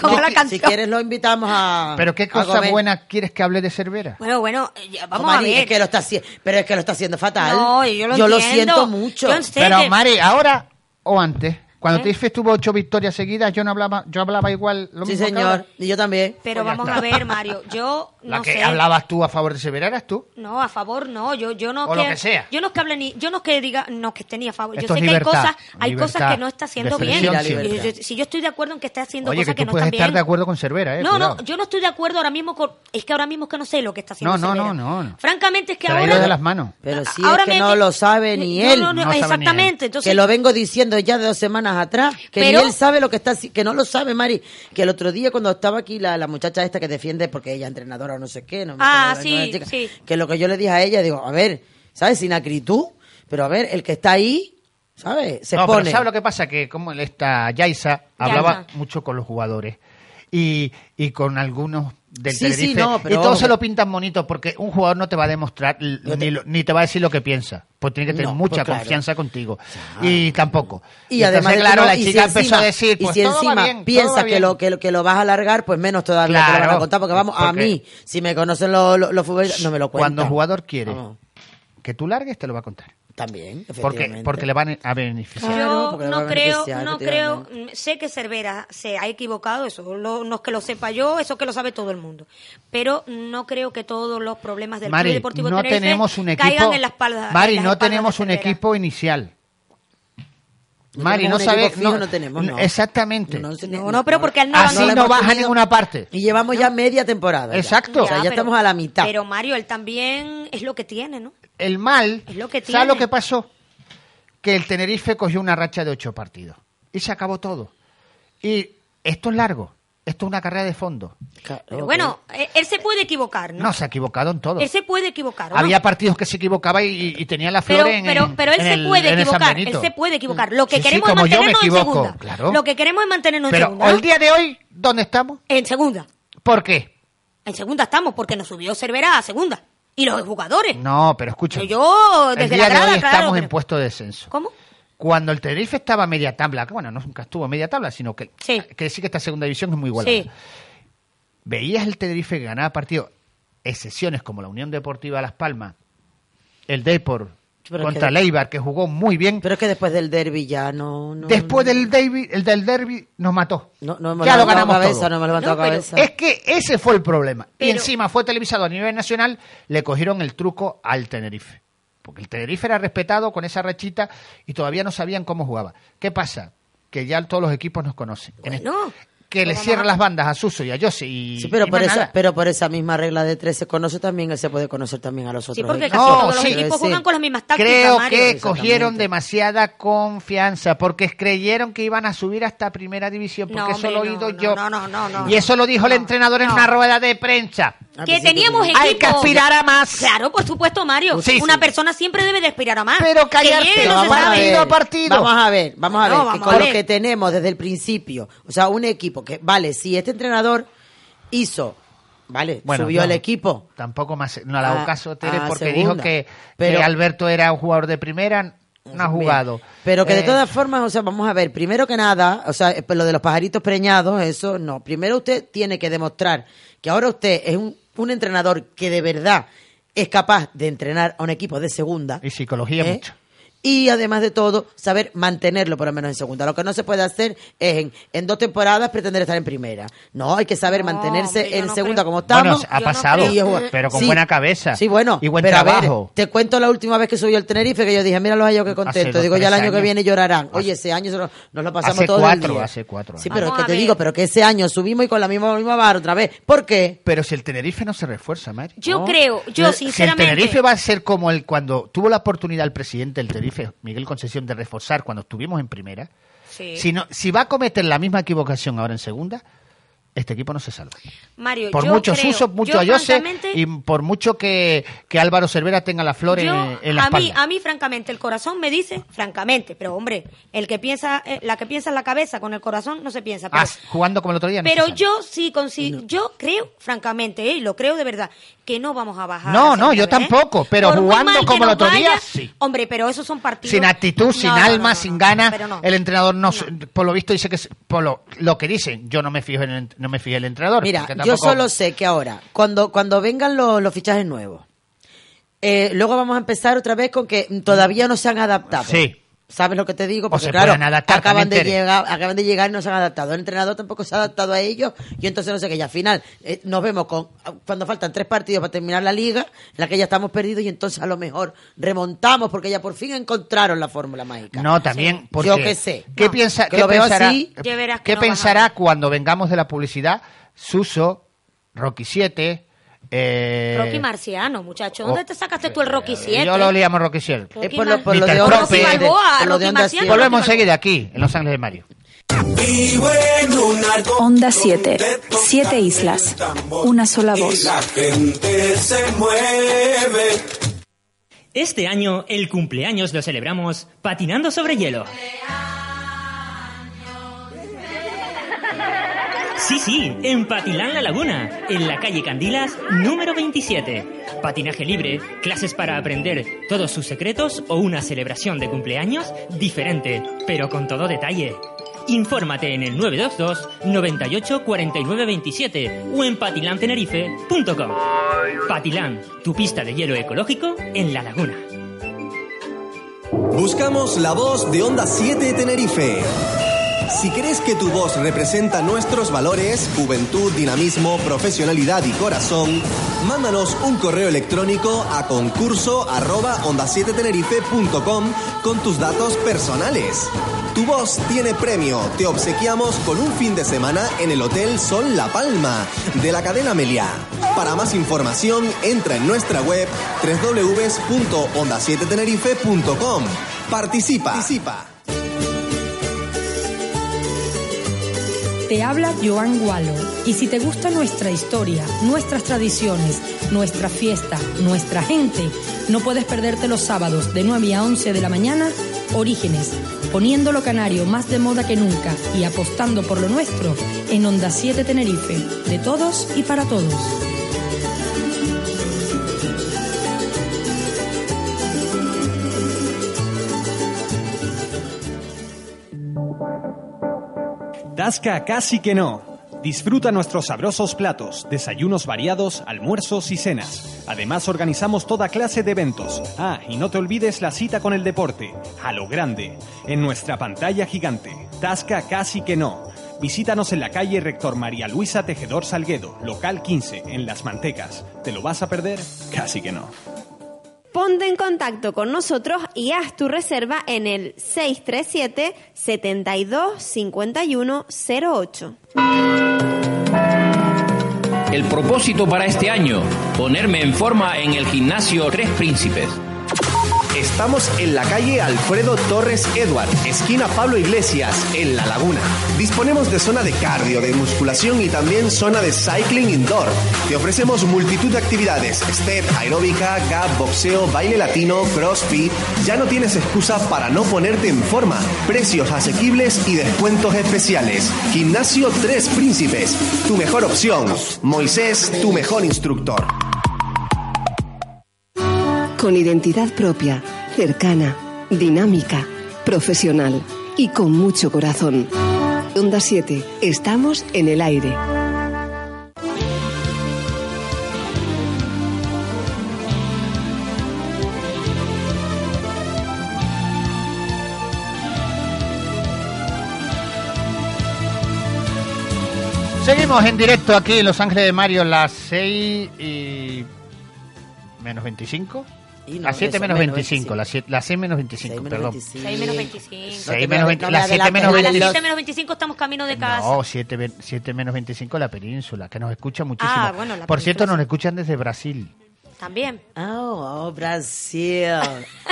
[SPEAKER 5] Como
[SPEAKER 3] No,
[SPEAKER 5] la
[SPEAKER 3] si-
[SPEAKER 5] canción.
[SPEAKER 3] Si quieres lo invitamos
[SPEAKER 5] Ah,
[SPEAKER 3] a.
[SPEAKER 2] pero qué
[SPEAKER 3] a
[SPEAKER 2] cosa
[SPEAKER 3] comer.
[SPEAKER 2] buena quieres que hable de Cervera?
[SPEAKER 5] Bueno, bueno, eh, ya, vamos
[SPEAKER 3] Mari,
[SPEAKER 5] a ver.
[SPEAKER 3] Es que lo está haci- pero es que lo está haciendo fatal.
[SPEAKER 5] No, yo lo entiendo.
[SPEAKER 3] siento mucho.
[SPEAKER 5] Yo en serio. sé
[SPEAKER 2] Pero,
[SPEAKER 5] que- ¿Eh?
[SPEAKER 2] Mari, ahora o antes, cuando Tifes tuvo ocho victorias seguidas, yo no hablaba, yo hablaba igual lo
[SPEAKER 3] sí,
[SPEAKER 2] mismo que
[SPEAKER 3] señor.
[SPEAKER 2] ahora.
[SPEAKER 3] Y yo también.
[SPEAKER 5] Pero
[SPEAKER 2] Pues ya
[SPEAKER 5] vamos
[SPEAKER 2] está.
[SPEAKER 5] a ver, Mario. Yo
[SPEAKER 2] (laughs) La
[SPEAKER 5] no
[SPEAKER 2] que
[SPEAKER 5] sé.
[SPEAKER 2] hablabas tú a favor de Cervera eras tú.
[SPEAKER 5] No, a favor no, yo yo no
[SPEAKER 2] O lo que sea.
[SPEAKER 5] Yo no es que hable ni yo no es que diga no es que esté ni a favor.
[SPEAKER 2] Esto
[SPEAKER 5] yo sé
[SPEAKER 2] es
[SPEAKER 5] que hay
[SPEAKER 2] libertad.
[SPEAKER 5] cosas, hay cosas
[SPEAKER 2] Libertad
[SPEAKER 5] que no está haciendo
[SPEAKER 2] de
[SPEAKER 5] bien.
[SPEAKER 2] expresión,
[SPEAKER 5] Yo-
[SPEAKER 3] libertad.
[SPEAKER 5] yo- si yo estoy de acuerdo en que está haciendo
[SPEAKER 2] Oye, que
[SPEAKER 5] cosas que,
[SPEAKER 2] tú
[SPEAKER 5] no
[SPEAKER 2] puedes
[SPEAKER 5] están
[SPEAKER 2] estar
[SPEAKER 5] bien.
[SPEAKER 2] de acuerdo con Cervera, ¿eh?
[SPEAKER 5] no,
[SPEAKER 2] Cuidado.
[SPEAKER 5] no, yo no estoy de acuerdo ahora mismo con es que ahora mismo es que no sé lo que está haciendo.
[SPEAKER 2] No, no,
[SPEAKER 5] Cervera.
[SPEAKER 2] no, no.
[SPEAKER 5] Francamente es que
[SPEAKER 2] Se le ha ido
[SPEAKER 5] ahora Ah,
[SPEAKER 2] de las manos.
[SPEAKER 3] Pero sí,
[SPEAKER 5] ahora
[SPEAKER 3] es que
[SPEAKER 5] me-
[SPEAKER 3] no lo sabe ni
[SPEAKER 5] No,
[SPEAKER 3] él.
[SPEAKER 5] no,
[SPEAKER 2] No
[SPEAKER 5] no,
[SPEAKER 2] sabe ni él.
[SPEAKER 5] exactamente. Entonces,
[SPEAKER 3] que lo vengo diciendo ya de dos semanas atrás, que
[SPEAKER 5] Pero-
[SPEAKER 3] ni él sabe lo que está, haci- que no lo sabe, Mari, que el otro día cuando estaba aquí la, la muchacha esta que defiende, porque ella es entrenadora o no sé qué, no me
[SPEAKER 5] Ah,
[SPEAKER 3] acuerdo la
[SPEAKER 5] sí,
[SPEAKER 3] la chica,
[SPEAKER 5] sí.
[SPEAKER 3] que lo que yo le dije a ella, digo, a ver, ¿sabes? Sin acritud, pero a ver, el que está ahí, ¿sabes? Se
[SPEAKER 2] no,
[SPEAKER 3] pone.
[SPEAKER 2] pero ¿sabes lo que pasa? Que como esta Yaisa hablaba mucho con los jugadores y, y con algunos del
[SPEAKER 3] Sí, sí,
[SPEAKER 2] Tenerife.
[SPEAKER 3] no, pero
[SPEAKER 2] y todos
[SPEAKER 3] ojo.
[SPEAKER 2] se lo pintan bonito porque un jugador no te va a demostrar l-
[SPEAKER 3] Yo te-
[SPEAKER 2] ni, lo- ni te va a decir lo que piensa. Pues tiene que tener
[SPEAKER 3] No,
[SPEAKER 2] mucha
[SPEAKER 3] pues claro.
[SPEAKER 2] confianza contigo. Y tampoco.
[SPEAKER 3] Y, además,
[SPEAKER 2] entonces,
[SPEAKER 3] de que
[SPEAKER 2] claro,
[SPEAKER 3] no-
[SPEAKER 2] la
[SPEAKER 3] y si
[SPEAKER 2] chica empezó
[SPEAKER 3] encima-
[SPEAKER 2] a decir,
[SPEAKER 3] y
[SPEAKER 2] pues
[SPEAKER 3] si
[SPEAKER 2] todo va
[SPEAKER 3] encima
[SPEAKER 2] bien, todo
[SPEAKER 3] piensa
[SPEAKER 2] va
[SPEAKER 3] que,
[SPEAKER 2] bien.
[SPEAKER 3] lo, que, lo, que lo vas a alargar, pues menos todavía te lo van
[SPEAKER 2] Claro,
[SPEAKER 3] a contar, porque vamos, a
[SPEAKER 2] porque-
[SPEAKER 3] mí, si me conocen los, los, los futbolistas, no me lo cuentan.
[SPEAKER 2] Cuando el jugador quiere
[SPEAKER 3] Vamos,
[SPEAKER 2] que tú largues, te lo va a contar.
[SPEAKER 3] también,
[SPEAKER 2] Porque,
[SPEAKER 3] efectivamente.
[SPEAKER 2] porque le van a beneficiar.
[SPEAKER 3] Claro,
[SPEAKER 5] yo
[SPEAKER 3] porque le va
[SPEAKER 5] no
[SPEAKER 3] a
[SPEAKER 5] creo,
[SPEAKER 3] beneficiar,
[SPEAKER 5] no creo,
[SPEAKER 3] efectivamente.
[SPEAKER 5] mm, sé que Cervera se ha equivocado, eso lo- no es que lo sepa yo, eso que lo sabe todo el mundo. Pero no creo que todos los problemas del
[SPEAKER 2] Mari,
[SPEAKER 5] Club Deportivo
[SPEAKER 2] no
[SPEAKER 5] Tenerife
[SPEAKER 2] tenemos un equipo.
[SPEAKER 5] caigan en la espalda.
[SPEAKER 2] Mari,
[SPEAKER 5] en las
[SPEAKER 2] no
[SPEAKER 5] espaldas de
[SPEAKER 2] tenemos un
[SPEAKER 5] Cervera.
[SPEAKER 2] equipo inicial.
[SPEAKER 3] No
[SPEAKER 2] Mari, no
[SPEAKER 3] tenemos un
[SPEAKER 2] sabes.
[SPEAKER 3] equipo fijo, no tenemos, no.
[SPEAKER 2] Exactamente.
[SPEAKER 3] No, se-
[SPEAKER 5] No, no, pero porque al no
[SPEAKER 2] Así
[SPEAKER 5] lo
[SPEAKER 2] no,
[SPEAKER 5] hemos
[SPEAKER 2] vas a
[SPEAKER 5] tenido.
[SPEAKER 2] ninguna parte.
[SPEAKER 3] Y llevamos ya media temporada. ya.
[SPEAKER 2] Exacto.
[SPEAKER 3] O sea, ya
[SPEAKER 5] pero-
[SPEAKER 3] estamos a la mitad.
[SPEAKER 5] Pero Mario, él también es lo que tiene, ¿no?
[SPEAKER 2] El mal.
[SPEAKER 5] Es lo que
[SPEAKER 2] ¿Sabes
[SPEAKER 5] tiene.
[SPEAKER 2] lo que pasó? Que el Tenerife cogió una racha de ocho partidos. Y se acabó todo. Y esto es largo. Esto es una carrera de fondo.
[SPEAKER 3] Claro,
[SPEAKER 5] Pero bueno, eh, él se puede equivocar, ¿no?
[SPEAKER 2] No, se ha equivocado en todo.
[SPEAKER 5] Él se puede equivocar. ¿no?
[SPEAKER 2] Había partidos que se equivocaba y, y- y tenía la flor
[SPEAKER 5] pero,
[SPEAKER 2] en
[SPEAKER 5] pero, pero él
[SPEAKER 2] en
[SPEAKER 5] se
[SPEAKER 2] el-
[SPEAKER 5] puede
[SPEAKER 2] en el San
[SPEAKER 5] equivocar, él
[SPEAKER 2] Benito.
[SPEAKER 5] se puede equivocar. Lo que
[SPEAKER 2] Sí, sí,
[SPEAKER 5] queremos
[SPEAKER 2] como
[SPEAKER 5] es
[SPEAKER 2] yo me
[SPEAKER 5] mantenernos en
[SPEAKER 2] equivoco,
[SPEAKER 5] segunda.
[SPEAKER 2] claro.
[SPEAKER 5] Lo que queremos es mantenernos en
[SPEAKER 2] Pero
[SPEAKER 5] segunda.
[SPEAKER 2] el día de hoy, ¿dónde estamos?
[SPEAKER 5] En segunda.
[SPEAKER 2] ¿Por qué?
[SPEAKER 5] En segunda estamos porque nos subió Cervera a segunda. Y los jugadores.
[SPEAKER 2] No, pero escucha.
[SPEAKER 5] Pero yo,
[SPEAKER 2] el
[SPEAKER 5] desde
[SPEAKER 2] día
[SPEAKER 5] la grada,
[SPEAKER 2] de hoy
[SPEAKER 5] claro,
[SPEAKER 2] estamos
[SPEAKER 5] pero-
[SPEAKER 2] en puesto de descenso.
[SPEAKER 5] ¿Cómo?
[SPEAKER 2] Cuando el Tenerife estaba a media tabla, que bueno, no nunca estuvo a media tabla, sino que
[SPEAKER 5] Sí.
[SPEAKER 2] que, sí que esta segunda división es muy igualada.
[SPEAKER 5] Sí.
[SPEAKER 2] Veías el Tenerife que ganaba partidos, excepciones como la Unión Deportiva Las Palmas, el Depor
[SPEAKER 3] Pero es
[SPEAKER 2] contra
[SPEAKER 3] que-
[SPEAKER 2] el Eibar, que jugó muy bien.
[SPEAKER 3] Pero es que después del derby ya no. no-
[SPEAKER 2] Después
[SPEAKER 3] no-
[SPEAKER 2] del, derbi, el del derby nos mató.
[SPEAKER 3] No, no hemos
[SPEAKER 2] ya lo
[SPEAKER 3] levantado
[SPEAKER 2] ganamos
[SPEAKER 3] cabeza,
[SPEAKER 2] todo.
[SPEAKER 3] No hemos levantado
[SPEAKER 5] No, pero-
[SPEAKER 3] cabeza.
[SPEAKER 2] Es que ese fue el problema. y
[SPEAKER 5] Pero-
[SPEAKER 2] encima fue televisado a nivel nacional, le cogieron el truco al Tenerife. Porque el Tenerife era respetado con esa rachita y todavía no sabían cómo jugaba. ¿Qué pasa? Que ya todos los equipos nos conocen. En
[SPEAKER 5] Bueno,
[SPEAKER 2] este- que le
[SPEAKER 5] pero
[SPEAKER 2] cierran
[SPEAKER 5] vamos.
[SPEAKER 2] las bandas a Suso y a Yossi. Y,
[SPEAKER 3] Sí, pero
[SPEAKER 2] y
[SPEAKER 3] por,
[SPEAKER 2] más
[SPEAKER 3] esa,
[SPEAKER 2] nada.
[SPEAKER 3] pero por esa misma regla de tres se conoce también, él se puede conocer también a los otros.
[SPEAKER 5] Sí, porque
[SPEAKER 3] equipos.
[SPEAKER 2] No,
[SPEAKER 5] casi este todos los
[SPEAKER 2] sí.
[SPEAKER 5] equipos
[SPEAKER 3] Sí.
[SPEAKER 5] juegan con las mismas tácticas,
[SPEAKER 2] Creo
[SPEAKER 5] Mario.
[SPEAKER 2] que
[SPEAKER 3] Exactamente.
[SPEAKER 2] cogieron demasiada confianza porque creyeron que iban a subir hasta primera división porque eso
[SPEAKER 5] No, hombre,
[SPEAKER 2] lo he
[SPEAKER 5] no,
[SPEAKER 2] oído
[SPEAKER 5] no,
[SPEAKER 2] yo.
[SPEAKER 5] no, no, no, no,
[SPEAKER 2] y eso lo dijo el
[SPEAKER 5] no,
[SPEAKER 2] entrenador en
[SPEAKER 5] no.
[SPEAKER 2] una rueda de prensa.
[SPEAKER 3] Al
[SPEAKER 5] Que
[SPEAKER 3] principio
[SPEAKER 5] teníamos
[SPEAKER 3] tenía-
[SPEAKER 5] equipo.
[SPEAKER 2] Hay que aspirar a más.
[SPEAKER 5] Claro, por supuesto, Mario.
[SPEAKER 2] Sí,
[SPEAKER 5] Una
[SPEAKER 2] sí.
[SPEAKER 5] persona siempre debe de aspirar a más.
[SPEAKER 2] Pero
[SPEAKER 5] Que
[SPEAKER 2] callarte,
[SPEAKER 5] llegue, no
[SPEAKER 2] vamos
[SPEAKER 5] se
[SPEAKER 2] a
[SPEAKER 5] sabe.
[SPEAKER 2] ver. partido a partido.
[SPEAKER 3] Vamos a ver, vamos a
[SPEAKER 5] No,
[SPEAKER 3] ver, que
[SPEAKER 5] vamos
[SPEAKER 3] con
[SPEAKER 5] a
[SPEAKER 3] lo
[SPEAKER 5] ver.
[SPEAKER 3] que tenemos desde el principio, o sea, un equipo que, vale, si este entrenador hizo, vale, subió
[SPEAKER 2] no,
[SPEAKER 3] el equipo,
[SPEAKER 2] Tampoco más. No le hago
[SPEAKER 3] A-
[SPEAKER 2] caso, Tere,
[SPEAKER 3] a
[SPEAKER 2] porque
[SPEAKER 3] segunda.
[SPEAKER 2] dijo que,
[SPEAKER 3] Pero-
[SPEAKER 2] que Alberto era un jugador de primera, no ha jugado.
[SPEAKER 3] Bien. Pero que de
[SPEAKER 2] Eh,
[SPEAKER 3] todas formas, o sea, vamos a ver, primero que nada, o sea, eh, lo de los pajaritos preñados, eso no. Primero usted tiene que demostrar que ahora usted es un, un entrenador que de verdad es capaz de entrenar a un equipo de segunda. ¿eh?
[SPEAKER 2] Y psicología mucho.
[SPEAKER 3] y además de todo, saber mantenerlo por lo menos en segunda. Lo que no se puede hacer es en, en dos temporadas pretender estar en primera. No, hay que saber
[SPEAKER 5] No,
[SPEAKER 3] mantenerse
[SPEAKER 5] hombre, yo
[SPEAKER 3] en
[SPEAKER 5] no
[SPEAKER 3] segunda
[SPEAKER 5] creo.
[SPEAKER 3] como
[SPEAKER 2] Bueno,
[SPEAKER 3] estamos.
[SPEAKER 2] ha
[SPEAKER 5] yo no
[SPEAKER 2] pasado,
[SPEAKER 5] creo.
[SPEAKER 3] Y yo-
[SPEAKER 2] pero con
[SPEAKER 3] Sí.
[SPEAKER 2] buena cabeza.
[SPEAKER 3] Sí, bueno.
[SPEAKER 2] Y buen
[SPEAKER 3] pero a ver,
[SPEAKER 2] trabajo.
[SPEAKER 3] te cuento la última vez que subió el Tenerife, que yo dije, mira los años que contento.
[SPEAKER 2] dos,
[SPEAKER 3] Digo, ya el
[SPEAKER 2] tres
[SPEAKER 3] año que
[SPEAKER 2] años.
[SPEAKER 3] viene llorarán.
[SPEAKER 2] Hace-
[SPEAKER 3] Oye, ese año se lo- nos lo pasamos
[SPEAKER 2] hace
[SPEAKER 3] todo
[SPEAKER 2] cuatro,
[SPEAKER 3] el día.
[SPEAKER 2] hace cuatro
[SPEAKER 3] Sí,
[SPEAKER 2] años.
[SPEAKER 3] pero es
[SPEAKER 5] Vamos
[SPEAKER 3] que
[SPEAKER 5] a
[SPEAKER 3] te
[SPEAKER 5] ver.
[SPEAKER 3] digo, pero que ese año subimos y con la misma, misma barra otra vez. ¿Por qué?
[SPEAKER 2] Pero si el Tenerife no se refuerza, Mari.
[SPEAKER 5] Yo
[SPEAKER 3] No.
[SPEAKER 5] creo, yo
[SPEAKER 2] Si el
[SPEAKER 5] sinceramente.
[SPEAKER 2] Tenerife va a ser como el cuando tuvo la oportunidad el presidente del Tenerife, Miguel Concesión, de reforzar cuando estuvimos en primera.
[SPEAKER 5] Sí.
[SPEAKER 2] Si, no, si va a cometer la misma equivocación ahora en segunda, este equipo no se salva.
[SPEAKER 5] Mario,
[SPEAKER 2] Por
[SPEAKER 5] yo
[SPEAKER 2] muchos
[SPEAKER 5] creo-
[SPEAKER 2] usos, mucho
[SPEAKER 5] yo,
[SPEAKER 2] ayose
[SPEAKER 5] francamente,
[SPEAKER 2] y por mucho que, que Álvaro Cervera tenga la flor en-
[SPEAKER 5] yo-
[SPEAKER 2] en la
[SPEAKER 5] a mí,
[SPEAKER 2] espalda.
[SPEAKER 5] a mí, francamente, el corazón me dice, francamente, pero hombre, el que piensa, eh, la que piensa en la cabeza con el corazón no se piensa. Pero,
[SPEAKER 2] Ah, jugando como el otro día. no
[SPEAKER 5] pero
[SPEAKER 2] se salva.
[SPEAKER 5] yo sí consigo, yo creo, francamente, eh, y lo creo de verdad, que no vamos a bajar.
[SPEAKER 2] No,
[SPEAKER 5] a
[SPEAKER 2] no, yo
[SPEAKER 5] segunda vez, ¿eh?
[SPEAKER 2] tampoco, pero
[SPEAKER 5] Por muy
[SPEAKER 2] jugando
[SPEAKER 5] mal que
[SPEAKER 2] como el
[SPEAKER 5] nos
[SPEAKER 2] otro día,
[SPEAKER 5] vaya,
[SPEAKER 2] sí.
[SPEAKER 5] Hombre, pero esos son partidos.
[SPEAKER 2] sin actitud, sin
[SPEAKER 5] No, no,
[SPEAKER 2] alma,
[SPEAKER 5] no, no,
[SPEAKER 2] sin
[SPEAKER 5] no,
[SPEAKER 2] ganas.
[SPEAKER 5] pero no.
[SPEAKER 2] El entrenador no, se- por lo visto dice que es- por lo, lo que dicen, yo no me fijo en el, no me fijé en el entrenador.
[SPEAKER 3] Mira,
[SPEAKER 2] porque
[SPEAKER 3] yo
[SPEAKER 2] tampoco-
[SPEAKER 3] solo sé que ahora, cuando, cuando vengan los, los fichajes nuevos, eh, luego vamos a empezar otra vez con que todavía no se han adaptado.
[SPEAKER 2] Sí.
[SPEAKER 3] ¿Sabes lo que te digo?
[SPEAKER 2] O
[SPEAKER 3] Porque
[SPEAKER 2] se
[SPEAKER 3] claro,
[SPEAKER 2] pueden adaptar,
[SPEAKER 3] acaban de
[SPEAKER 2] también, Tere.
[SPEAKER 3] llegar, acaban de llegar y no se han adaptado. El entrenador tampoco se ha adaptado a ellos y entonces no sé qué. Ya al final eh, nos vemos con cuando faltan tres partidos para terminar la liga, en la que ya estamos perdidos y entonces a lo mejor remontamos porque ya por fin encontraron la fórmula mágica.
[SPEAKER 2] No, también porque
[SPEAKER 3] Yo qué sé.
[SPEAKER 2] ¿Qué
[SPEAKER 3] No,
[SPEAKER 2] piensa?
[SPEAKER 3] que
[SPEAKER 2] qué
[SPEAKER 3] lo veo
[SPEAKER 2] pensará? eh,
[SPEAKER 3] así,
[SPEAKER 5] ya verás que
[SPEAKER 2] ¿Qué
[SPEAKER 5] no
[SPEAKER 2] pensará
[SPEAKER 5] bajamos.
[SPEAKER 2] cuando vengamos de la publicidad? Suso, Rocky 7, eh,
[SPEAKER 5] Rocky Marciano, muchacho, ¿dónde
[SPEAKER 2] oh,
[SPEAKER 5] te sacaste tú el Rocky 7?
[SPEAKER 2] Yo lo olíamos Rocky 7.
[SPEAKER 5] Rocky
[SPEAKER 3] Es por lo- por
[SPEAKER 2] lo de
[SPEAKER 5] Mar-
[SPEAKER 2] Once.
[SPEAKER 5] Rocky Balboa,
[SPEAKER 3] eh, Por lo de
[SPEAKER 5] Rocky
[SPEAKER 3] Onda
[SPEAKER 5] Marciano.
[SPEAKER 3] Cero.
[SPEAKER 2] Volvemos
[SPEAKER 5] Rocky
[SPEAKER 2] enseguida aquí en Los Ángeles de Mario.
[SPEAKER 6] Vivo en un arco
[SPEAKER 7] Onda 7,
[SPEAKER 6] donde
[SPEAKER 7] siete
[SPEAKER 6] tocan
[SPEAKER 7] islas,
[SPEAKER 6] el tambor
[SPEAKER 7] una sola
[SPEAKER 6] Y
[SPEAKER 7] voz.
[SPEAKER 6] la gente se mueve.
[SPEAKER 8] Este año el cumpleaños lo celebramos patinando sobre hielo. Sí, sí, en Patilán La Laguna, en la calle Candilas, número 27. Patinaje libre, clases para aprender todos sus secretos o una celebración de cumpleaños diferente, pero con todo detalle. Infórmate en el 922 98 49 27 o en patilantenerife.com. Patilán, tu pista de hielo ecológico en La Laguna.
[SPEAKER 9] Buscamos la voz de Onda 7 de Tenerife. Si crees que tu voz representa nuestros valores, juventud, dinamismo, profesionalidad y corazón, mándanos un correo electrónico a concurso arroba onda7tenerife.com con tus datos personales. Tu voz tiene premio. Te obsequiamos con un fin de semana en el Hotel Sol La Palma de la cadena Meliá. Para más información, entra en nuestra web www.onda7tenerife.com. Participa. Participa.
[SPEAKER 10] Te habla Joan Gualo y si te gusta nuestra historia, nuestras tradiciones, nuestra fiesta, nuestra gente, no puedes perderte los sábados de 9 a 11 de la mañana Orígenes, poniendo lo canario más de moda que nunca y apostando por lo nuestro en Onda 7 Tenerife, de todos y para todos.
[SPEAKER 11] Tasca casi que no. Disfruta nuestros sabrosos platos, desayunos variados, almuerzos y cenas. Además organizamos toda clase de eventos. Ah, y no te olvides la cita con el deporte, a lo grande, en nuestra pantalla gigante. Tasca casi que no. Visítanos en la calle Rector María Luisa Tejedor Salguedo, local 15, en Las Mantecas. ¿Te lo vas a perder? Casi que no.
[SPEAKER 12] Ponte en contacto con nosotros y haz tu reserva en el 637 72 51 08.
[SPEAKER 13] El propósito para este año, ponerme en forma en el gimnasio Tres Príncipes.
[SPEAKER 9] Estamos en la calle Alfredo Torres Edward, esquina Pablo Iglesias, en La Laguna. Disponemos de zona de cardio, de musculación y también zona de cycling indoor. Te ofrecemos multitud de actividades, step, aeróbica, gap, boxeo, baile latino, crossfit. Ya no tienes excusa para no ponerte en forma. Precios asequibles y descuentos especiales. Gimnasio Tres Príncipes, tu mejor opción. Moisés, tu mejor instructor.
[SPEAKER 10] Con identidad propia, cercana, dinámica, profesional y con mucho corazón. Onda 7, estamos en el aire.
[SPEAKER 2] Seguimos en directo aquí en Los Ángeles de Mario, las 6 y. menos 25.
[SPEAKER 3] Y no,
[SPEAKER 2] las 7
[SPEAKER 3] eso,
[SPEAKER 2] menos
[SPEAKER 3] menos
[SPEAKER 2] 25, las 7 las 6 menos 25, perdón.
[SPEAKER 5] 6 menos 25.
[SPEAKER 2] Seis menos veinte- las
[SPEAKER 5] A
[SPEAKER 2] 7 menos
[SPEAKER 5] las
[SPEAKER 2] 25.
[SPEAKER 5] 7 menos 25 estamos camino de casa.
[SPEAKER 2] No, 7, menos 25 la península, que nos escucha muchísimo.
[SPEAKER 5] Ah, bueno, la
[SPEAKER 2] Por cierto,
[SPEAKER 5] península.
[SPEAKER 2] nos escuchan desde Brasil.
[SPEAKER 5] También.
[SPEAKER 3] Oh, oh, Brasil.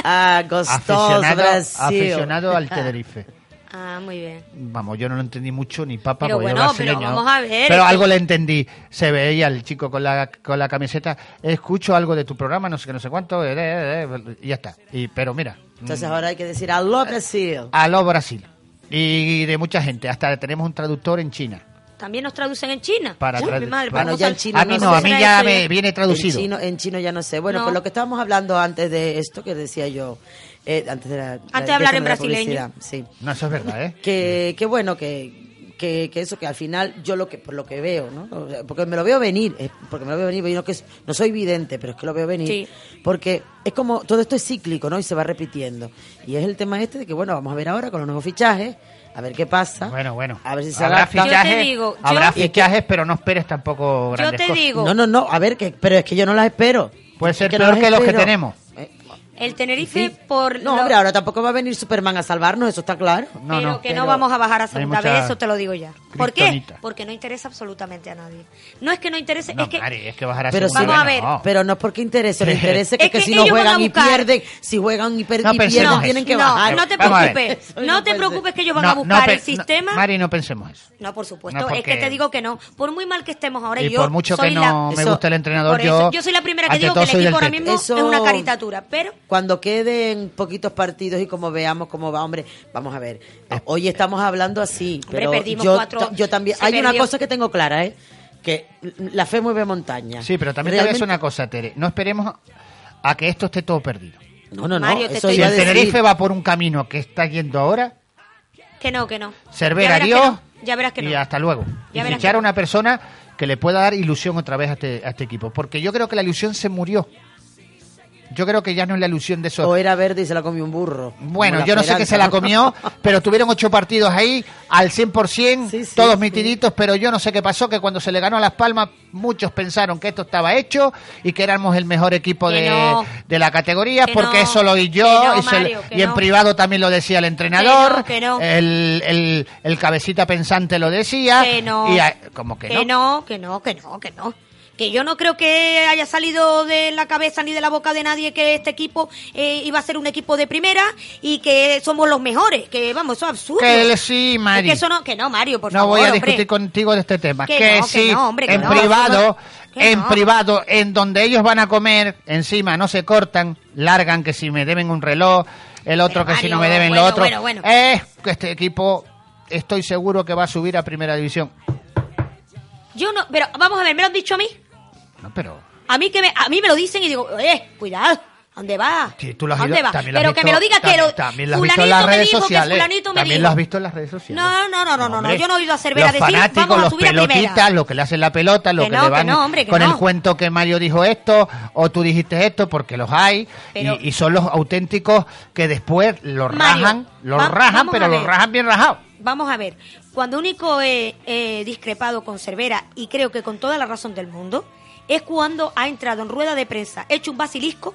[SPEAKER 3] Ah, gostoso
[SPEAKER 2] Aficionado,
[SPEAKER 3] Brasil.
[SPEAKER 2] aficionado
[SPEAKER 5] (laughs)
[SPEAKER 2] al Tenerife.
[SPEAKER 5] Ah, muy bien.
[SPEAKER 2] Vamos, yo no lo entendí mucho ni papa
[SPEAKER 5] Pero
[SPEAKER 2] porque yo
[SPEAKER 5] bueno,
[SPEAKER 2] brasileño.
[SPEAKER 5] pero vamos a ver, este-
[SPEAKER 2] Pero
[SPEAKER 5] es que-
[SPEAKER 2] algo le entendí. Se veía el chico con la, con la camiseta. Escucho algo de tu programa, no sé qué, no sé cuánto. eh, eh, eh, y ya está. Y, pero mira.
[SPEAKER 3] (laughs) Entonces
[SPEAKER 2] mm,
[SPEAKER 3] ahora hay que decir aló Brasil.
[SPEAKER 2] Aló Brasil. Y de mucha gente. Hasta tenemos un traductor en China.
[SPEAKER 5] También nos traducen en China.
[SPEAKER 2] Para
[SPEAKER 5] Uy,
[SPEAKER 2] tradu-
[SPEAKER 5] mi madre,
[SPEAKER 2] para-
[SPEAKER 5] ¿cómo
[SPEAKER 2] ya en
[SPEAKER 5] tan-
[SPEAKER 2] China A mí no, a mí
[SPEAKER 5] será
[SPEAKER 2] ya
[SPEAKER 5] eso
[SPEAKER 2] me viene traducido.
[SPEAKER 3] En chino, en chino ya no sé. Bueno,
[SPEAKER 5] No.
[SPEAKER 3] por lo que estábamos hablando antes de esto que decía yo, eh, antes de la-
[SPEAKER 5] Antes de
[SPEAKER 3] la-
[SPEAKER 5] hablar en
[SPEAKER 3] de la
[SPEAKER 5] brasileño.
[SPEAKER 3] publicidad, Sí.
[SPEAKER 2] No, eso es verdad, ¿eh?
[SPEAKER 3] Que, que bueno, que, que, que eso, que al final yo lo que por lo que veo, ¿no? O sea, Porque me lo veo venir, eh, porque me lo veo venir, porque yo no, que, es- no soy vidente, pero es que lo veo venir.
[SPEAKER 5] Sí.
[SPEAKER 3] Porque es como, todo esto es cíclico, ¿no? Y se va repitiendo. Y es el tema este de que, bueno, vamos a ver ahora con los nuevos fichajes, a ver qué pasa.
[SPEAKER 2] Bueno, bueno.
[SPEAKER 3] A ver si se
[SPEAKER 2] Habrá
[SPEAKER 3] adapta.
[SPEAKER 2] fichajes,
[SPEAKER 5] digo, yo-
[SPEAKER 2] habrá fichajes, pero no esperes tampoco
[SPEAKER 5] Yo
[SPEAKER 2] grandes
[SPEAKER 5] te
[SPEAKER 2] cosas.
[SPEAKER 5] digo,
[SPEAKER 3] No, no, no, a ver, que, pero es que yo no las espero.
[SPEAKER 2] Puede ser
[SPEAKER 3] que no
[SPEAKER 2] peor
[SPEAKER 3] las
[SPEAKER 2] que los que
[SPEAKER 3] espero.
[SPEAKER 2] tenemos.
[SPEAKER 5] el Tenerife por...
[SPEAKER 3] No,
[SPEAKER 5] lo-
[SPEAKER 3] hombre, ahora tampoco va a venir Superman a salvarnos, eso está claro.
[SPEAKER 2] No,
[SPEAKER 5] pero
[SPEAKER 2] no,
[SPEAKER 5] que
[SPEAKER 2] pero
[SPEAKER 5] no vamos a bajar
[SPEAKER 2] hay
[SPEAKER 5] a segunda
[SPEAKER 2] mucha
[SPEAKER 5] vez, eso te lo digo ya. ¿Por qué?
[SPEAKER 2] kriptonita.
[SPEAKER 5] Porque no interesa absolutamente a nadie. No es que no interese,
[SPEAKER 2] No,
[SPEAKER 5] es que...
[SPEAKER 2] Mari, es que bajar a
[SPEAKER 3] Pero sí,
[SPEAKER 2] segunda
[SPEAKER 5] Vamos a
[SPEAKER 2] vez,
[SPEAKER 5] ver.
[SPEAKER 2] no.
[SPEAKER 3] Pero no es porque
[SPEAKER 2] (laughs)
[SPEAKER 3] interese, le interesa que,
[SPEAKER 5] Es que
[SPEAKER 3] si no
[SPEAKER 5] ellos van a
[SPEAKER 3] juegan y
[SPEAKER 5] buscar.
[SPEAKER 3] pierden, si juegan y, per-
[SPEAKER 2] No
[SPEAKER 3] y
[SPEAKER 2] pensemos
[SPEAKER 3] pierden,
[SPEAKER 2] eso.
[SPEAKER 3] tienen que
[SPEAKER 5] no,
[SPEAKER 3] bajar.
[SPEAKER 5] no te
[SPEAKER 2] Vamos a ver.
[SPEAKER 5] preocupes.
[SPEAKER 3] Eso
[SPEAKER 5] No
[SPEAKER 3] no
[SPEAKER 5] te
[SPEAKER 3] puede
[SPEAKER 5] preocupes que ellos van
[SPEAKER 2] No,
[SPEAKER 5] a
[SPEAKER 2] no
[SPEAKER 5] buscar
[SPEAKER 2] pe-
[SPEAKER 5] el
[SPEAKER 2] no,
[SPEAKER 5] sistema.
[SPEAKER 2] Mari, no pensemos eso.
[SPEAKER 5] No, por supuesto.
[SPEAKER 2] No,
[SPEAKER 5] Es que
[SPEAKER 2] porque-
[SPEAKER 5] te digo que no. Por muy mal que estemos ahora,
[SPEAKER 2] Y
[SPEAKER 5] yo
[SPEAKER 2] por mucho
[SPEAKER 5] soy
[SPEAKER 2] que
[SPEAKER 5] la-
[SPEAKER 2] no me
[SPEAKER 3] Eso-
[SPEAKER 2] gusta el entrenador,
[SPEAKER 5] por eso,
[SPEAKER 2] yo...
[SPEAKER 5] yo soy la primera que
[SPEAKER 2] ante
[SPEAKER 5] digo que
[SPEAKER 2] todo
[SPEAKER 5] el
[SPEAKER 2] soy del
[SPEAKER 5] equipo ahora
[SPEAKER 2] Tete.
[SPEAKER 5] mismo
[SPEAKER 3] Eso-
[SPEAKER 5] es una caricatura, pero
[SPEAKER 3] Cuando queden poquitos partidos y como veamos cómo va, hombre, vamos a ver.
[SPEAKER 2] Ah.
[SPEAKER 3] Hoy estamos hablando así,
[SPEAKER 5] Hombre,
[SPEAKER 3] pero
[SPEAKER 5] perdimos
[SPEAKER 3] yo,
[SPEAKER 5] cuatro,
[SPEAKER 3] ta- yo también.
[SPEAKER 5] se
[SPEAKER 3] Hay una
[SPEAKER 5] perdió.
[SPEAKER 3] cosa que tengo clara, ¿eh? Que la fe mueve montaña.
[SPEAKER 2] Sí, pero también te voy a decir una cosa, Tere. No esperemos a que esto esté todo perdido.
[SPEAKER 3] No, no, no.
[SPEAKER 5] Mario, te
[SPEAKER 3] eso
[SPEAKER 5] estoy-
[SPEAKER 2] Si
[SPEAKER 3] iba a
[SPEAKER 2] el
[SPEAKER 3] decir.
[SPEAKER 2] Tenerife va por un camino que está yendo ahora,
[SPEAKER 5] que no, que no.
[SPEAKER 2] Cervera,
[SPEAKER 5] ya verás que
[SPEAKER 2] adiós.
[SPEAKER 5] no, Ya verás que no.
[SPEAKER 2] y hasta luego.
[SPEAKER 5] Ya
[SPEAKER 2] y
[SPEAKER 5] verás
[SPEAKER 2] fichar
[SPEAKER 5] que
[SPEAKER 2] a
[SPEAKER 5] no.
[SPEAKER 2] una persona que le pueda dar ilusión otra vez a este, a este equipo. Porque yo creo que la ilusión se murió. Yo creo que ya no es la ilusión de esos
[SPEAKER 3] O era verde y se la comió un burro.
[SPEAKER 2] Bueno,
[SPEAKER 3] Como
[SPEAKER 2] yo no sé qué se la
[SPEAKER 3] esperanza, ¿no?
[SPEAKER 2] comió, pero tuvieron ocho partidos ahí, al 100%,
[SPEAKER 3] Sí, sí,
[SPEAKER 2] todos
[SPEAKER 3] sí.
[SPEAKER 2] mitiditos, pero yo no sé qué pasó, que cuando se le ganó a Las Palmas, muchos pensaron que esto estaba hecho y que éramos el mejor equipo
[SPEAKER 5] Que
[SPEAKER 2] de,
[SPEAKER 5] no.
[SPEAKER 2] de la categoría,
[SPEAKER 5] Que
[SPEAKER 2] porque
[SPEAKER 5] no.
[SPEAKER 2] eso lo oí yo,
[SPEAKER 5] Que no,
[SPEAKER 2] y, se-
[SPEAKER 5] Mario, que
[SPEAKER 2] y en
[SPEAKER 5] no.
[SPEAKER 2] privado también lo decía el entrenador,
[SPEAKER 5] Que no, que no.
[SPEAKER 2] El, el- el cabecita pensante lo decía,
[SPEAKER 5] Que no.
[SPEAKER 2] y a- como que,
[SPEAKER 5] Que no, que no, que no, que no. Que yo no creo que haya salido de la cabeza ni de la boca de nadie que este equipo eh, iba a ser un equipo de primera y que somos los mejores. Que vamos, eso es absurdo.
[SPEAKER 2] Que le- sí, Mari.
[SPEAKER 5] Es que eso no, que no, Mario, por
[SPEAKER 2] no
[SPEAKER 5] favor.
[SPEAKER 2] voy a
[SPEAKER 5] hombre.
[SPEAKER 2] discutir contigo de este tema.
[SPEAKER 5] Que
[SPEAKER 2] Que,
[SPEAKER 5] no, que
[SPEAKER 2] sí,
[SPEAKER 5] no, hombre, que
[SPEAKER 2] en
[SPEAKER 5] no.
[SPEAKER 2] privado,
[SPEAKER 5] Que
[SPEAKER 2] en
[SPEAKER 5] no.
[SPEAKER 2] privado, en donde ellos van a comer, encima no se cortan, largan que si me deben un reloj, el otro
[SPEAKER 5] Pero,
[SPEAKER 2] que si no me
[SPEAKER 5] Mario,
[SPEAKER 2] deben
[SPEAKER 5] bueno,
[SPEAKER 2] lo otro.
[SPEAKER 5] bueno, bueno.
[SPEAKER 2] Eh, que este equipo estoy seguro que va a subir a primera división.
[SPEAKER 5] Yo no, pero vamos a ver, me lo han dicho a mí.
[SPEAKER 2] No, pero
[SPEAKER 5] A mí que me, a mí me lo dicen y digo, eh, cuidado, ¿a ¿dónde va?
[SPEAKER 2] Sí, tú lo has
[SPEAKER 5] ¿A ¿Dónde
[SPEAKER 2] ido-
[SPEAKER 5] va?
[SPEAKER 2] también lo has
[SPEAKER 5] Pero que
[SPEAKER 2] visto-
[SPEAKER 5] me lo diga que
[SPEAKER 2] también-
[SPEAKER 5] lo
[SPEAKER 2] también lo has visto en
[SPEAKER 5] fulanito
[SPEAKER 2] las
[SPEAKER 5] me
[SPEAKER 2] redes
[SPEAKER 5] dijo que
[SPEAKER 2] sociales.
[SPEAKER 5] fulanito me
[SPEAKER 2] También
[SPEAKER 5] dijo.
[SPEAKER 2] lo has visto en las redes sociales.
[SPEAKER 5] No, no, no, no, no, no,
[SPEAKER 2] Hombre,
[SPEAKER 5] yo no he ido a Cervera
[SPEAKER 2] los
[SPEAKER 5] decir,
[SPEAKER 2] fanáticos,
[SPEAKER 5] vamos a
[SPEAKER 2] los
[SPEAKER 5] subir a
[SPEAKER 2] pelotitas,
[SPEAKER 5] primera.
[SPEAKER 2] lo que le hacen la pelota, lo
[SPEAKER 5] Que
[SPEAKER 2] que,
[SPEAKER 5] no,
[SPEAKER 2] le
[SPEAKER 5] que
[SPEAKER 2] van
[SPEAKER 5] no, hombre, que
[SPEAKER 2] con el
[SPEAKER 5] no.
[SPEAKER 2] cuento que Mario dijo esto o tú dijiste esto porque los hay
[SPEAKER 5] Pero-
[SPEAKER 2] y, y son los auténticos que después lo
[SPEAKER 5] Mario,
[SPEAKER 2] rajan, lo
[SPEAKER 5] va-
[SPEAKER 2] rajan,
[SPEAKER 5] vamos
[SPEAKER 2] pero
[SPEAKER 5] a
[SPEAKER 2] lo
[SPEAKER 5] ver.
[SPEAKER 2] rajan bien rajado.
[SPEAKER 5] Vamos a ver, cuando único he he discrepado con Cervera, y creo que con toda la razón del mundo, es cuando ha entrado en rueda de prensa, hecho un basilisco,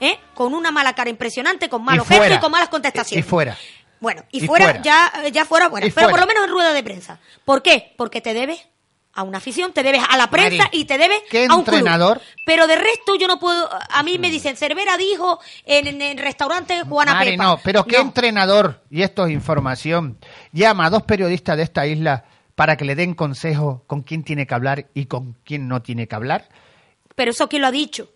[SPEAKER 5] ¿eh? con una mala cara impresionante, con malos gestos y con malas contestaciones.
[SPEAKER 2] Y fuera.
[SPEAKER 5] Bueno, y,
[SPEAKER 2] Y
[SPEAKER 5] fuera,
[SPEAKER 2] fuera.
[SPEAKER 5] ya eh, ya fuera, bueno,
[SPEAKER 2] Y
[SPEAKER 5] pero por
[SPEAKER 2] fuera.
[SPEAKER 5] lo menos en rueda de prensa. ¿Por qué? Porque te debes a una afición, te debes a la prensa
[SPEAKER 2] Mari,
[SPEAKER 5] y te debes
[SPEAKER 2] ¿qué
[SPEAKER 5] a un club.
[SPEAKER 2] entrenador? Mm.
[SPEAKER 5] Pero de resto yo no puedo, a mí me dicen, Cervera dijo en, en el restaurante Juana
[SPEAKER 2] Mari,
[SPEAKER 5] Pepa.
[SPEAKER 2] no, pero qué
[SPEAKER 5] No.
[SPEAKER 2] entrenador, y esto es información, llama a dos periodistas de esta isla para que le den consejo con quién tiene que hablar y con quién no tiene que hablar.
[SPEAKER 5] Pero eso quién lo ha dicho.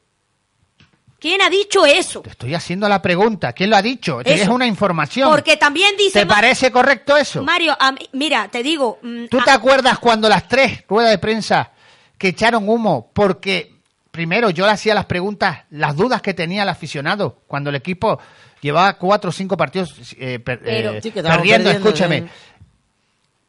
[SPEAKER 5] ¿Quién ha dicho eso?
[SPEAKER 2] Te estoy haciendo la pregunta. ¿Quién lo ha dicho?
[SPEAKER 5] Eso.
[SPEAKER 2] Es una información.
[SPEAKER 5] Porque también dice
[SPEAKER 2] ¿Te
[SPEAKER 5] Ma-
[SPEAKER 2] parece correcto eso?
[SPEAKER 5] Mario, a mí- mira, te digo, mm,
[SPEAKER 2] ¿Tú
[SPEAKER 5] a-
[SPEAKER 2] te acuerdas cuando las tres ruedas de prensa que echaron humo? Porque primero yo le hacía las preguntas, las dudas que tenía el aficionado cuando el equipo llevaba cuatro o cinco partidos eh, per-
[SPEAKER 5] Pero-
[SPEAKER 2] eh,
[SPEAKER 3] Sí, que estábamos
[SPEAKER 2] perdiendo,
[SPEAKER 3] perdiendo,
[SPEAKER 2] escúchame.
[SPEAKER 3] ¿no?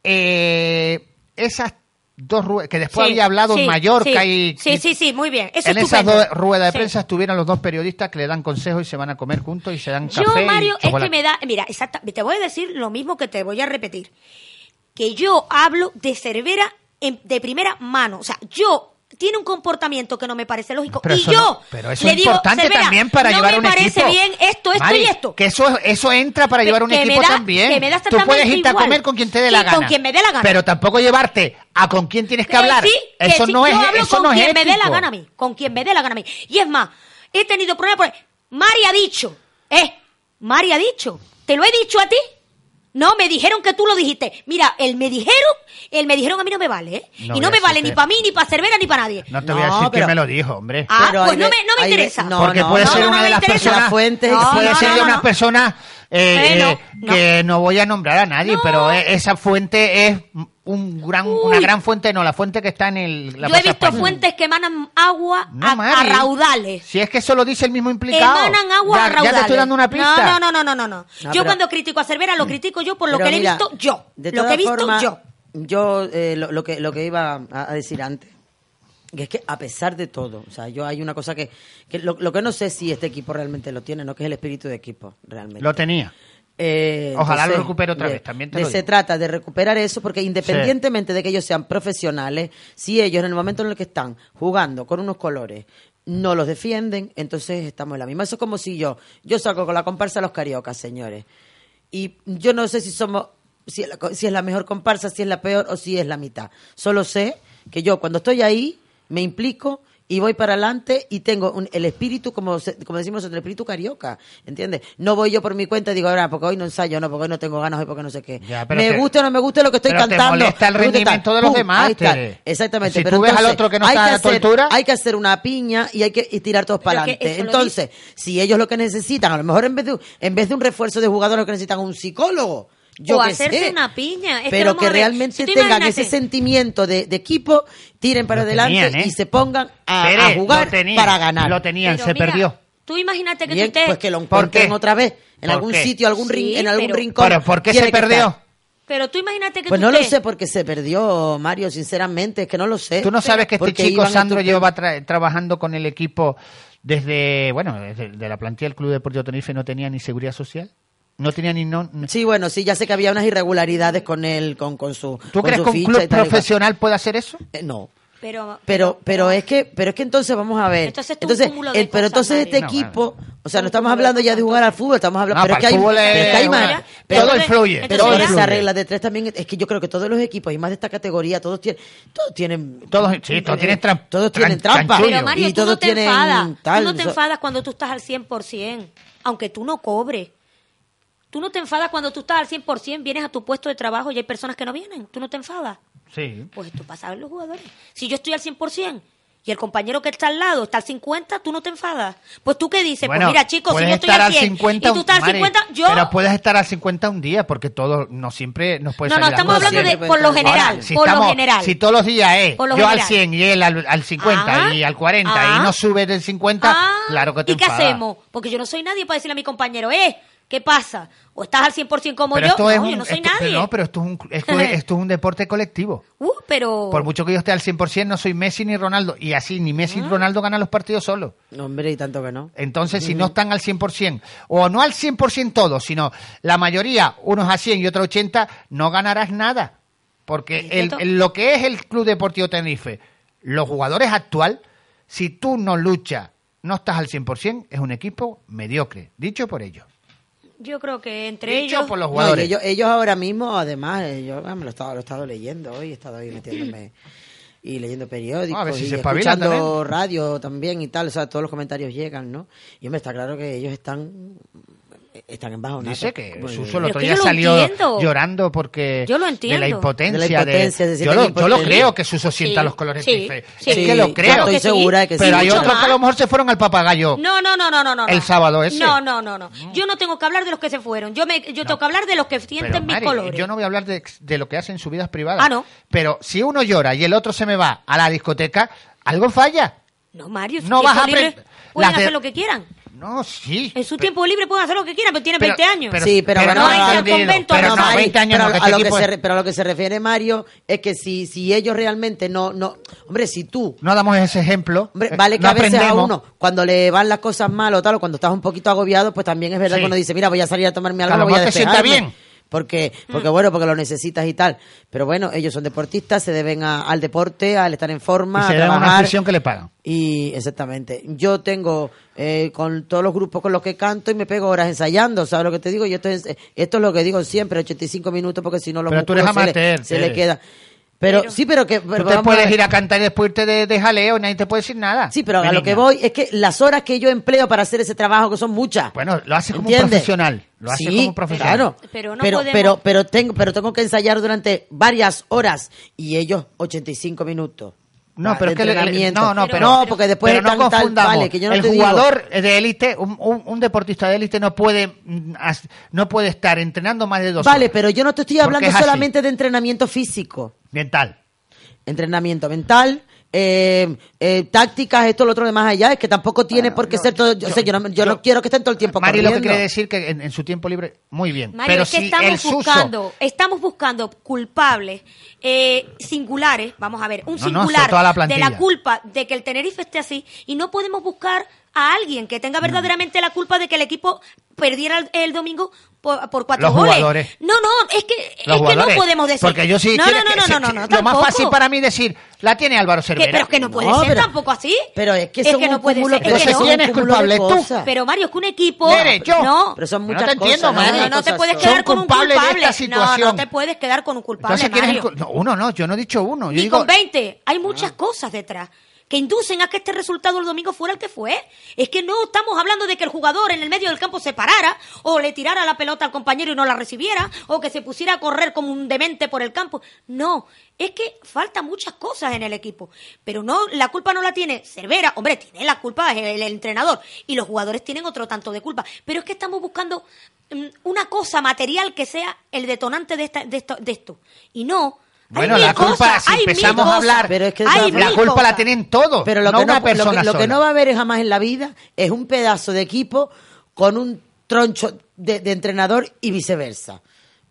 [SPEAKER 2] Eh, esas dos ruedas, que después
[SPEAKER 5] sí,
[SPEAKER 2] había hablado
[SPEAKER 5] sí,
[SPEAKER 2] en Mallorca
[SPEAKER 5] sí,
[SPEAKER 2] y...
[SPEAKER 5] Sí, sí, sí, muy bien. Eso
[SPEAKER 2] en
[SPEAKER 5] es
[SPEAKER 2] esas
[SPEAKER 5] estupendo.
[SPEAKER 2] dos ruedas de
[SPEAKER 5] Sí.
[SPEAKER 2] prensa estuvieron los dos periodistas que le dan consejos y se van a comer juntos y se dan café.
[SPEAKER 5] Yo,
[SPEAKER 2] y
[SPEAKER 5] Mario, este es que
[SPEAKER 2] chocolate.
[SPEAKER 5] me da. Mira, exacta, te voy a decir lo mismo que te voy a repetir. Que yo hablo de Cervera en- de primera mano. O sea, yo tiene un comportamiento que no me parece lógico.
[SPEAKER 2] Pero
[SPEAKER 5] y
[SPEAKER 2] eso
[SPEAKER 5] yo
[SPEAKER 2] no- pero eso
[SPEAKER 5] le
[SPEAKER 2] es
[SPEAKER 5] digo,
[SPEAKER 2] importante
[SPEAKER 5] Cervera,
[SPEAKER 2] también para
[SPEAKER 5] no
[SPEAKER 2] llevar
[SPEAKER 5] me
[SPEAKER 2] un
[SPEAKER 5] parece
[SPEAKER 2] equipo.
[SPEAKER 5] bien esto, esto
[SPEAKER 2] Mari,
[SPEAKER 5] y esto.
[SPEAKER 2] Que eso, eso entra para
[SPEAKER 5] Pe-
[SPEAKER 2] llevar un
[SPEAKER 5] que me
[SPEAKER 2] equipo
[SPEAKER 5] da-
[SPEAKER 2] también.
[SPEAKER 5] que me da
[SPEAKER 2] Tú
[SPEAKER 5] exactamente
[SPEAKER 2] puedes irte a
[SPEAKER 5] igual.
[SPEAKER 2] comer con quien te dé
[SPEAKER 5] Y
[SPEAKER 2] la
[SPEAKER 5] con
[SPEAKER 2] gana.
[SPEAKER 5] quien me dé la gana.
[SPEAKER 2] Pero tampoco llevarte a con quien tienes que
[SPEAKER 5] Que
[SPEAKER 2] hablar.
[SPEAKER 5] sí, que
[SPEAKER 2] eso
[SPEAKER 5] sí.
[SPEAKER 2] no es
[SPEAKER 5] Yo hablo
[SPEAKER 2] eso
[SPEAKER 5] con
[SPEAKER 2] no es
[SPEAKER 5] quien me dé la
[SPEAKER 2] ético.
[SPEAKER 5] gana a mí. Con quien me dé la gana a mí. Y es más, he tenido problemas porque Mari ha dicho, eh, Mari ha dicho, ¿te lo he dicho a ti? No, me dijeron que tú lo dijiste. Mira, el me dijeron, el me dijeron a mí no me vale, ¿eh?
[SPEAKER 2] No
[SPEAKER 5] y
[SPEAKER 2] voy
[SPEAKER 5] no
[SPEAKER 2] a
[SPEAKER 5] me vale
[SPEAKER 2] decirte-
[SPEAKER 5] ni para mí, ni para Cervera, ni para nadie.
[SPEAKER 2] No te voy a decir que me lo dijo, hombre.
[SPEAKER 5] Ah,
[SPEAKER 3] Pero
[SPEAKER 5] pues
[SPEAKER 3] hay
[SPEAKER 5] no
[SPEAKER 3] ve-
[SPEAKER 5] me, no me
[SPEAKER 3] hay ve-
[SPEAKER 5] interesa.
[SPEAKER 3] no,
[SPEAKER 2] Porque puede ser una de las personas.
[SPEAKER 3] fuente-
[SPEAKER 5] No,
[SPEAKER 2] puede
[SPEAKER 5] no,
[SPEAKER 2] ser
[SPEAKER 5] no,
[SPEAKER 2] de
[SPEAKER 5] no,
[SPEAKER 2] unas
[SPEAKER 5] no.
[SPEAKER 2] personas eh,
[SPEAKER 5] Eh, no,
[SPEAKER 2] eh, que no voy a nombrar a nadie, pero eh, esa fuente es un gran, una gran fuente, no, la fuente que está en el. La
[SPEAKER 5] Yo
[SPEAKER 2] Plaza
[SPEAKER 5] he visto
[SPEAKER 2] España.
[SPEAKER 5] fuentes que emanan agua
[SPEAKER 2] No,
[SPEAKER 5] a, a
[SPEAKER 2] Mari.
[SPEAKER 5] raudales.
[SPEAKER 2] Si es que eso lo dice el mismo implicado.
[SPEAKER 5] Emanan agua
[SPEAKER 2] ya,
[SPEAKER 5] a raudales.
[SPEAKER 2] Ya te estoy dando una pista.
[SPEAKER 5] No, no, no, no, no. no. yo
[SPEAKER 3] Ah, pero- Mm.
[SPEAKER 5] cuando critico a Cervera, lo critico yo por lo
[SPEAKER 3] Pero
[SPEAKER 5] que le he
[SPEAKER 3] mira,
[SPEAKER 5] visto yo.
[SPEAKER 3] de
[SPEAKER 5] Lo que
[SPEAKER 3] todas
[SPEAKER 5] he visto
[SPEAKER 3] formas,
[SPEAKER 5] yo.
[SPEAKER 3] Yo eh, lo, lo que, lo que iba a, a decir antes, que es que a pesar de todo, o sea, yo hay una cosa que, que lo, lo que no sé si este equipo realmente lo tiene, no que es el espíritu de equipo, realmente.
[SPEAKER 2] Lo tenía.
[SPEAKER 3] Eh,
[SPEAKER 2] Ojalá
[SPEAKER 3] entonces,
[SPEAKER 2] lo recupere otra
[SPEAKER 3] de-
[SPEAKER 2] vez, también te
[SPEAKER 3] de-
[SPEAKER 2] lo
[SPEAKER 3] se
[SPEAKER 2] digo.
[SPEAKER 3] trata de recuperar eso porque independientemente de que ellos sean profesionales, si ellos en el momento en el que están jugando con unos colores no los defienden, entonces estamos en la misma. Eso es como si yo, yo salgo con la comparsa de los cariocas, señores. Y yo no sé si somos, si es, la, co- si es la mejor comparsa, si es la peor o si es la mitad. Solo sé que yo cuando estoy ahí me implico y voy para adelante y tengo un- el espíritu, como, se- como decimos nosotros, el espíritu carioca, ¿entiendes? No voy yo por mi cuenta y digo, ahora, porque hoy no ensayo, no, porque hoy no tengo ganas, hoy porque no sé qué.
[SPEAKER 2] Ya, pero
[SPEAKER 3] me
[SPEAKER 2] te-
[SPEAKER 3] gusta o no me gusta lo que estoy
[SPEAKER 2] pero te
[SPEAKER 3] cantando.
[SPEAKER 2] molesta el
[SPEAKER 3] me gusta tal.
[SPEAKER 2] rendimiento de los
[SPEAKER 3] Pum,
[SPEAKER 2] demás,
[SPEAKER 3] ahí está.
[SPEAKER 2] Tere.
[SPEAKER 3] Exactamente.
[SPEAKER 2] Si
[SPEAKER 3] pero
[SPEAKER 2] tú ves al
[SPEAKER 3] entonces,
[SPEAKER 2] otro que no
[SPEAKER 3] hay
[SPEAKER 2] está a tu
[SPEAKER 3] hacer-
[SPEAKER 2] altura,
[SPEAKER 3] hay que hacer una piña y hay que y tirar todos para
[SPEAKER 5] Pero que
[SPEAKER 3] adelante.
[SPEAKER 5] eso lo
[SPEAKER 3] Entonces, si ellos lo que necesitan, a lo mejor en vez de en vez de un refuerzo de jugadores lo que necesitan es un psicólogo. Yo
[SPEAKER 5] o
[SPEAKER 3] qué
[SPEAKER 5] hacerse
[SPEAKER 3] sé.
[SPEAKER 5] una piña. Es
[SPEAKER 3] pero
[SPEAKER 5] vamos
[SPEAKER 3] que
[SPEAKER 5] a ver,
[SPEAKER 3] realmente
[SPEAKER 5] si tú
[SPEAKER 3] tengan
[SPEAKER 5] imagínate,
[SPEAKER 3] ese sentimiento de, de equipo, tiren para
[SPEAKER 2] Lo
[SPEAKER 3] adelante
[SPEAKER 2] tenían, ¿eh?
[SPEAKER 3] y se pongan a,
[SPEAKER 2] Tere,
[SPEAKER 3] a jugar
[SPEAKER 2] lo tenían,
[SPEAKER 3] para ganar.
[SPEAKER 2] Lo tenían,
[SPEAKER 5] pero
[SPEAKER 2] se
[SPEAKER 5] mira,
[SPEAKER 2] perdió.
[SPEAKER 5] Tú imagínate que
[SPEAKER 3] Bien,
[SPEAKER 5] tú estés...
[SPEAKER 3] pues que lo
[SPEAKER 2] ¿Por
[SPEAKER 3] encuentren
[SPEAKER 2] qué?
[SPEAKER 3] otra vez, en
[SPEAKER 2] ¿Por
[SPEAKER 3] algún
[SPEAKER 2] qué?
[SPEAKER 3] sitio, algún
[SPEAKER 5] Sí,
[SPEAKER 3] rin- en algún
[SPEAKER 5] pero-
[SPEAKER 3] rincón.
[SPEAKER 2] Pero, ¿por qué
[SPEAKER 3] tiene
[SPEAKER 2] se
[SPEAKER 3] que
[SPEAKER 2] perdió?
[SPEAKER 3] estar.
[SPEAKER 5] Pero tú imagínate que
[SPEAKER 3] Pues
[SPEAKER 5] tú
[SPEAKER 3] no lo
[SPEAKER 5] estés-
[SPEAKER 3] sé porque se perdió, Mario, sinceramente, es que no lo sé.
[SPEAKER 2] Tú no sabes que este
[SPEAKER 3] Eh, Porque
[SPEAKER 2] chico
[SPEAKER 3] iban
[SPEAKER 2] Sandro
[SPEAKER 3] estupendos.
[SPEAKER 2] lleva tra- trabajando con el equipo desde, bueno, desde de la plantilla del Club Deportivo Tenerife no tenía ni seguridad social, no tenía ni no.
[SPEAKER 3] Sí, bueno, sí, ya sé que había unas irregularidades con él, con, con su.
[SPEAKER 2] ¿Tú
[SPEAKER 3] con
[SPEAKER 2] crees
[SPEAKER 3] su
[SPEAKER 2] que un
[SPEAKER 3] ficha
[SPEAKER 2] club
[SPEAKER 3] y tal y cual.
[SPEAKER 2] profesional puede hacer eso?
[SPEAKER 3] Eh, no.
[SPEAKER 5] Pero,
[SPEAKER 3] Pero, pero es que, pero es que entonces vamos a ver.
[SPEAKER 5] Entonces tú un
[SPEAKER 3] entonces,
[SPEAKER 5] cúmulo de
[SPEAKER 3] el- pero
[SPEAKER 5] cosas,
[SPEAKER 3] entonces este
[SPEAKER 5] Mario.
[SPEAKER 2] No,
[SPEAKER 3] equipo, o sea, no estamos hablando ya de jugar al fútbol, estamos hablando,
[SPEAKER 2] No,
[SPEAKER 3] pero es
[SPEAKER 2] para el
[SPEAKER 3] que hay,
[SPEAKER 2] fútbol
[SPEAKER 3] pero es que hay
[SPEAKER 2] es
[SPEAKER 3] más.
[SPEAKER 2] una-
[SPEAKER 3] pero-
[SPEAKER 2] todo influye.
[SPEAKER 5] entonces
[SPEAKER 3] Pero
[SPEAKER 5] era-
[SPEAKER 3] esa
[SPEAKER 2] influye.
[SPEAKER 3] regla de tres también es que yo creo que todos los equipos y más de esta categoría, todos tienen, todos tienen, eh,
[SPEAKER 2] Todos- sí, todos tienen tram-
[SPEAKER 3] todos
[SPEAKER 2] tran-
[SPEAKER 3] tienen trampa
[SPEAKER 2] chanchullo.
[SPEAKER 5] Pero Mario,
[SPEAKER 3] y
[SPEAKER 5] tú
[SPEAKER 3] todos
[SPEAKER 5] no te
[SPEAKER 3] tienen
[SPEAKER 5] enfadas.
[SPEAKER 3] tal,
[SPEAKER 5] tú no te
[SPEAKER 3] so-
[SPEAKER 5] enfadas cuando tú estás al 100%, aunque tú no cobres. Tú no te enfadas cuando tú estás al 100%, vienes a tu puesto de trabajo y hay personas que no vienen. Tú no te enfadas.
[SPEAKER 2] Sí.
[SPEAKER 5] Pues esto pasa en los jugadores. Si yo estoy al 100% y el compañero que está al lado está al 50, tú no te enfadas. Pues tú qué dices,
[SPEAKER 2] Bueno,
[SPEAKER 5] pues mira, chicos, si
[SPEAKER 2] puedes
[SPEAKER 5] yo estoy
[SPEAKER 2] estar
[SPEAKER 5] al 100
[SPEAKER 2] 50
[SPEAKER 5] y tú estás al
[SPEAKER 2] Mari,
[SPEAKER 5] 50, yo
[SPEAKER 2] Pero puedes estar al 50 un día, porque todo, no siempre nos puede
[SPEAKER 5] No, no,
[SPEAKER 2] salir las
[SPEAKER 5] estamos
[SPEAKER 2] cosas.
[SPEAKER 5] hablando de
[SPEAKER 3] siempre
[SPEAKER 5] por lo
[SPEAKER 3] puede
[SPEAKER 5] general,
[SPEAKER 2] Ahora, si
[SPEAKER 5] por
[SPEAKER 2] estamos-
[SPEAKER 5] lo general.
[SPEAKER 2] Si todos los días es
[SPEAKER 5] Por lo
[SPEAKER 2] yo al
[SPEAKER 5] general.
[SPEAKER 2] 100 y él al, al 50
[SPEAKER 5] Ajá,
[SPEAKER 2] y al 40 y
[SPEAKER 5] ajá.
[SPEAKER 2] no sube del 50,
[SPEAKER 5] Ah,
[SPEAKER 2] claro que te
[SPEAKER 5] ¿Y qué
[SPEAKER 2] enfadas.
[SPEAKER 5] hacemos? Porque yo no soy nadie para decirle a mi compañero, eh, ¿qué pasa? ¿O estás al 100% como
[SPEAKER 2] Pero
[SPEAKER 5] yo?
[SPEAKER 2] esto
[SPEAKER 5] no,
[SPEAKER 2] es
[SPEAKER 5] yo
[SPEAKER 2] un,
[SPEAKER 5] no soy
[SPEAKER 2] esto-
[SPEAKER 5] nadie.
[SPEAKER 2] pero no, pero esto es, un, esto,
[SPEAKER 5] (laughs)
[SPEAKER 2] es- esto es un deporte colectivo.
[SPEAKER 5] Uh, pero...
[SPEAKER 2] Por mucho que yo esté al 100%, no soy Messi ni Ronaldo. Y así, ni Messi ni
[SPEAKER 5] Ah.
[SPEAKER 2] Ronaldo ganan los partidos solos.
[SPEAKER 3] Hombre, y tanto que no.
[SPEAKER 2] Entonces, si no están al 100%, o no al 100% todos, sino la mayoría, unos a 100 y otros a 80, no ganarás nada. Porque el-
[SPEAKER 5] cierto.
[SPEAKER 2] el- lo que es el Club Deportivo Tenerife, los jugadores actual, si tú no luchas, no estás al 100%, es un equipo mediocre. Dicho por ellos.
[SPEAKER 5] Yo creo que entre
[SPEAKER 2] Dicho
[SPEAKER 5] ellos.
[SPEAKER 2] por los
[SPEAKER 3] No,
[SPEAKER 2] jugadores.
[SPEAKER 3] y ellos, ellos ahora mismo, además, eh, yo ah, me lo he estado, lo he estado leyendo hoy, he estado ahí metiéndome y leyendo periódicos
[SPEAKER 2] A ver si
[SPEAKER 3] y
[SPEAKER 2] se espabilan
[SPEAKER 3] escuchando radio también y tal, o sea, todos los comentarios llegan, ¿no? Y me está claro que ellos están están en bajo
[SPEAKER 2] Dice que Suso el
[SPEAKER 5] Pero
[SPEAKER 2] otro día
[SPEAKER 5] es que Pues, yo lo
[SPEAKER 2] salió
[SPEAKER 5] entiendo.
[SPEAKER 2] llorando porque
[SPEAKER 5] Yo lo
[SPEAKER 2] de
[SPEAKER 5] entiendo.
[SPEAKER 2] la impotencia.
[SPEAKER 3] De la impotencia, se
[SPEAKER 2] yo,
[SPEAKER 3] siente
[SPEAKER 2] lo,
[SPEAKER 3] impotente.
[SPEAKER 2] yo lo creo que Suso sienta
[SPEAKER 5] Sí,
[SPEAKER 2] los colores
[SPEAKER 5] sí,
[SPEAKER 2] de
[SPEAKER 5] sí.
[SPEAKER 2] Es que
[SPEAKER 5] Sí,
[SPEAKER 2] lo creo.
[SPEAKER 5] claro que sí.
[SPEAKER 3] segura de que
[SPEAKER 2] Pero
[SPEAKER 3] sí.
[SPEAKER 2] hay
[SPEAKER 5] Mucho
[SPEAKER 2] otros que a
[SPEAKER 5] más.
[SPEAKER 2] lo mejor se fueron al papagayo.
[SPEAKER 5] No, no, no, no, no, no.
[SPEAKER 2] El sábado ese.
[SPEAKER 5] No, no, no, no. Yo no tengo que hablar de los que se fueron. Yo me, yo tengo que hablar de los que sienten
[SPEAKER 2] Pero,
[SPEAKER 5] mis
[SPEAKER 2] Mari,
[SPEAKER 5] colores.
[SPEAKER 2] Yo no voy a hablar de, de lo que hacen en sus vidas privadas.
[SPEAKER 5] Ah, no.
[SPEAKER 2] Pero si uno llora y el otro se me va a la discoteca, algo falla.
[SPEAKER 5] No, Mario, en
[SPEAKER 2] No
[SPEAKER 5] su
[SPEAKER 2] vas
[SPEAKER 5] tiempo
[SPEAKER 2] a
[SPEAKER 5] libre
[SPEAKER 2] aprend-
[SPEAKER 5] pueden
[SPEAKER 2] las de-
[SPEAKER 5] hacer lo que quieran.
[SPEAKER 2] No, sí.
[SPEAKER 5] En su
[SPEAKER 2] Pe-
[SPEAKER 5] tiempo libre pueden hacer lo que quieran, pero tienen
[SPEAKER 2] Pero-
[SPEAKER 5] 20 años.
[SPEAKER 2] pero-
[SPEAKER 3] sí, pero,
[SPEAKER 2] pero
[SPEAKER 3] bueno,
[SPEAKER 5] no hay
[SPEAKER 3] ahora-
[SPEAKER 5] que convento,
[SPEAKER 3] pero
[SPEAKER 5] no,
[SPEAKER 3] no,
[SPEAKER 5] Mari,
[SPEAKER 2] 20 años,
[SPEAKER 3] pero
[SPEAKER 2] no, que
[SPEAKER 3] a
[SPEAKER 2] este
[SPEAKER 3] lo que
[SPEAKER 2] equipo
[SPEAKER 3] se
[SPEAKER 2] es-
[SPEAKER 3] re- pero a lo que se refiere Mario es que si si ellos realmente no no, hombre, si tú
[SPEAKER 2] No damos ese ejemplo.
[SPEAKER 3] Hombre,
[SPEAKER 2] eh,
[SPEAKER 3] vale que
[SPEAKER 2] no
[SPEAKER 3] a veces
[SPEAKER 2] aprendemos.
[SPEAKER 3] a uno, cuando le van las cosas mal o tal, o cuando estás un poquito agobiado, pues también es verdad
[SPEAKER 2] Sí.
[SPEAKER 3] que uno dice, mira, voy a salir a tomarme
[SPEAKER 2] Que
[SPEAKER 3] algo,
[SPEAKER 2] a lo
[SPEAKER 3] voy a
[SPEAKER 2] mejor te sienta
[SPEAKER 3] despejarme.
[SPEAKER 2] bien. Mm.
[SPEAKER 3] porque, porque bueno, porque lo necesitas y tal. Pero bueno, ellos son deportistas, se deben a- al deporte, al estar en forma,
[SPEAKER 2] Y
[SPEAKER 3] a
[SPEAKER 2] se da una
[SPEAKER 3] trabajar.
[SPEAKER 2] sesión que le pagan.
[SPEAKER 3] Y exactamente. Yo tengo eh, con todos los grupos con los que canto y me pego horas ensayando, ¿sabes lo que te digo? Yo estoy ens- esto es lo que digo siempre, 85 minutos, porque si no los
[SPEAKER 2] Pero tú
[SPEAKER 3] músculos
[SPEAKER 2] eres
[SPEAKER 3] se le-
[SPEAKER 2] amateur,
[SPEAKER 3] se le,
[SPEAKER 2] Tere.
[SPEAKER 3] queda. Pero, sí, pero que...
[SPEAKER 2] Tú
[SPEAKER 3] pero
[SPEAKER 2] te
[SPEAKER 3] vamos
[SPEAKER 2] puedes
[SPEAKER 3] ver.
[SPEAKER 2] ir a cantar y después irte de, de jaleo, nadie te puede decir nada.
[SPEAKER 3] Sí, pero a lo que voy es que las horas que yo empleo para hacer ese trabajo, que son muchas. Bueno,
[SPEAKER 2] lo haces como un profesional, lo haces como un profesional.
[SPEAKER 3] Claro,
[SPEAKER 5] Pero
[SPEAKER 3] pero,
[SPEAKER 5] no
[SPEAKER 3] pero,
[SPEAKER 5] podemos-
[SPEAKER 3] pero, tengo, pero tengo que ensayar durante varias horas y ellos 85 minutos.
[SPEAKER 2] No,
[SPEAKER 3] Ah,
[SPEAKER 2] pero
[SPEAKER 3] de
[SPEAKER 2] es que le- le-
[SPEAKER 3] entrenamiento.
[SPEAKER 2] no, no, pero,
[SPEAKER 3] no, porque después
[SPEAKER 2] pero no
[SPEAKER 3] están tal,
[SPEAKER 2] confundamos.
[SPEAKER 3] vale, que yo no
[SPEAKER 2] el
[SPEAKER 3] te digo-
[SPEAKER 2] jugador de élite, un, un- un deportista de élite no puede mm, as- no puede estar entrenando más de dos.
[SPEAKER 3] Vale,
[SPEAKER 2] horas.
[SPEAKER 3] pero yo no te estoy
[SPEAKER 2] Porque
[SPEAKER 3] hablando
[SPEAKER 2] es así.
[SPEAKER 3] solamente de entrenamiento físico.
[SPEAKER 2] mental.
[SPEAKER 3] Entrenamiento mental, eh, eh, tácticas, esto, lo otro, demás allá. Es que tampoco tiene por qué ser todo. Yo, o sea, yo no, yo no quiero que estén todo el tiempo
[SPEAKER 2] Mari lo que
[SPEAKER 3] corriendo.
[SPEAKER 2] quiere decir que en, en su tiempo libre muy bien,
[SPEAKER 5] Mario,
[SPEAKER 2] pero
[SPEAKER 5] es que
[SPEAKER 2] si el
[SPEAKER 5] estamos
[SPEAKER 2] suso
[SPEAKER 5] buscando, estamos buscando culpables eh, singulares, vamos a ver, un
[SPEAKER 2] No, no,
[SPEAKER 5] singular
[SPEAKER 2] son toda la
[SPEAKER 5] de
[SPEAKER 2] plantilla.
[SPEAKER 5] la culpa de que el Tenerife esté así y no podemos buscar a alguien que
[SPEAKER 2] Mm.
[SPEAKER 5] tenga verdaderamente la culpa de que el equipo perdiera el, el domingo por, por cuatro
[SPEAKER 2] Los
[SPEAKER 5] goles.
[SPEAKER 2] jugadores.
[SPEAKER 5] No, no, es que, es
[SPEAKER 2] los
[SPEAKER 5] que no
[SPEAKER 2] jugadores,
[SPEAKER 5] podemos decir.
[SPEAKER 2] Porque yo sí
[SPEAKER 5] no, no,
[SPEAKER 2] quiero
[SPEAKER 5] no,
[SPEAKER 2] que-
[SPEAKER 5] no,
[SPEAKER 2] si-
[SPEAKER 5] no, no,
[SPEAKER 2] si-
[SPEAKER 5] no,
[SPEAKER 2] lo más
[SPEAKER 5] tampoco.
[SPEAKER 2] fácil para mí decir, la tiene Álvaro
[SPEAKER 5] Que-
[SPEAKER 2] Cervera.
[SPEAKER 5] pero es que no puede ser
[SPEAKER 2] pero-
[SPEAKER 5] tampoco así.
[SPEAKER 3] Pero es que
[SPEAKER 5] es
[SPEAKER 3] son
[SPEAKER 5] que
[SPEAKER 3] un
[SPEAKER 5] no puede
[SPEAKER 3] cúmulo-
[SPEAKER 5] ser. Es
[SPEAKER 2] Entonces,
[SPEAKER 5] que no.
[SPEAKER 2] ¿quién es culpable?
[SPEAKER 3] de
[SPEAKER 2] ¿Tú?
[SPEAKER 3] cosas.
[SPEAKER 5] Pero Mario, es que un equipo.
[SPEAKER 2] Mire, yo.
[SPEAKER 5] No,
[SPEAKER 3] Pero son
[SPEAKER 2] No
[SPEAKER 3] muchas
[SPEAKER 2] te entiendo,
[SPEAKER 3] cosas,
[SPEAKER 2] Mari.
[SPEAKER 5] no, no, no te
[SPEAKER 3] Cosas
[SPEAKER 5] puedes
[SPEAKER 3] son.
[SPEAKER 5] quedar con un
[SPEAKER 2] culpables de
[SPEAKER 5] culpable.
[SPEAKER 2] esta situación.
[SPEAKER 5] No, no te puedes quedar con un culpable.
[SPEAKER 2] Entonces, ¿quién es el
[SPEAKER 5] Mario.
[SPEAKER 2] cul- no, uno no, yo no he dicho uno. Yo
[SPEAKER 5] Ni
[SPEAKER 2] digo, Ah.
[SPEAKER 5] con 20. Hay muchas cosas detrás que inducen a que este resultado el domingo fuera el que fue. Es que no estamos hablando de que el jugador en el medio del campo se parara o le tirara la pelota al compañero y no la recibiera o que se pusiera a correr como un demente por el campo. No, es que faltan muchas cosas en el equipo. Pero no, la culpa no la tiene Cervera. Hombre, tiene la culpa el, el entrenador y los jugadores tienen otro tanto de culpa. Pero es que estamos buscando mm, una cosa material que sea el detonante de, esta- de esto, de esto. Y no...
[SPEAKER 2] Bueno,
[SPEAKER 5] Hay mil
[SPEAKER 2] la culpa,
[SPEAKER 5] cosas,
[SPEAKER 2] si
[SPEAKER 5] hay mil
[SPEAKER 2] empezamos a
[SPEAKER 5] cosas.
[SPEAKER 2] hablar,
[SPEAKER 3] Pero es que
[SPEAKER 5] Hay
[SPEAKER 3] esa-
[SPEAKER 5] mil
[SPEAKER 2] la culpa
[SPEAKER 5] cosas.
[SPEAKER 2] la tienen todos,
[SPEAKER 3] Pero lo,
[SPEAKER 2] no
[SPEAKER 3] que,
[SPEAKER 2] una
[SPEAKER 3] no,
[SPEAKER 2] persona
[SPEAKER 3] lo, que, lo que
[SPEAKER 2] sola.
[SPEAKER 3] no va a haber es jamás en la vida es un pedazo de equipo con un troncho de, de entrenador y viceversa.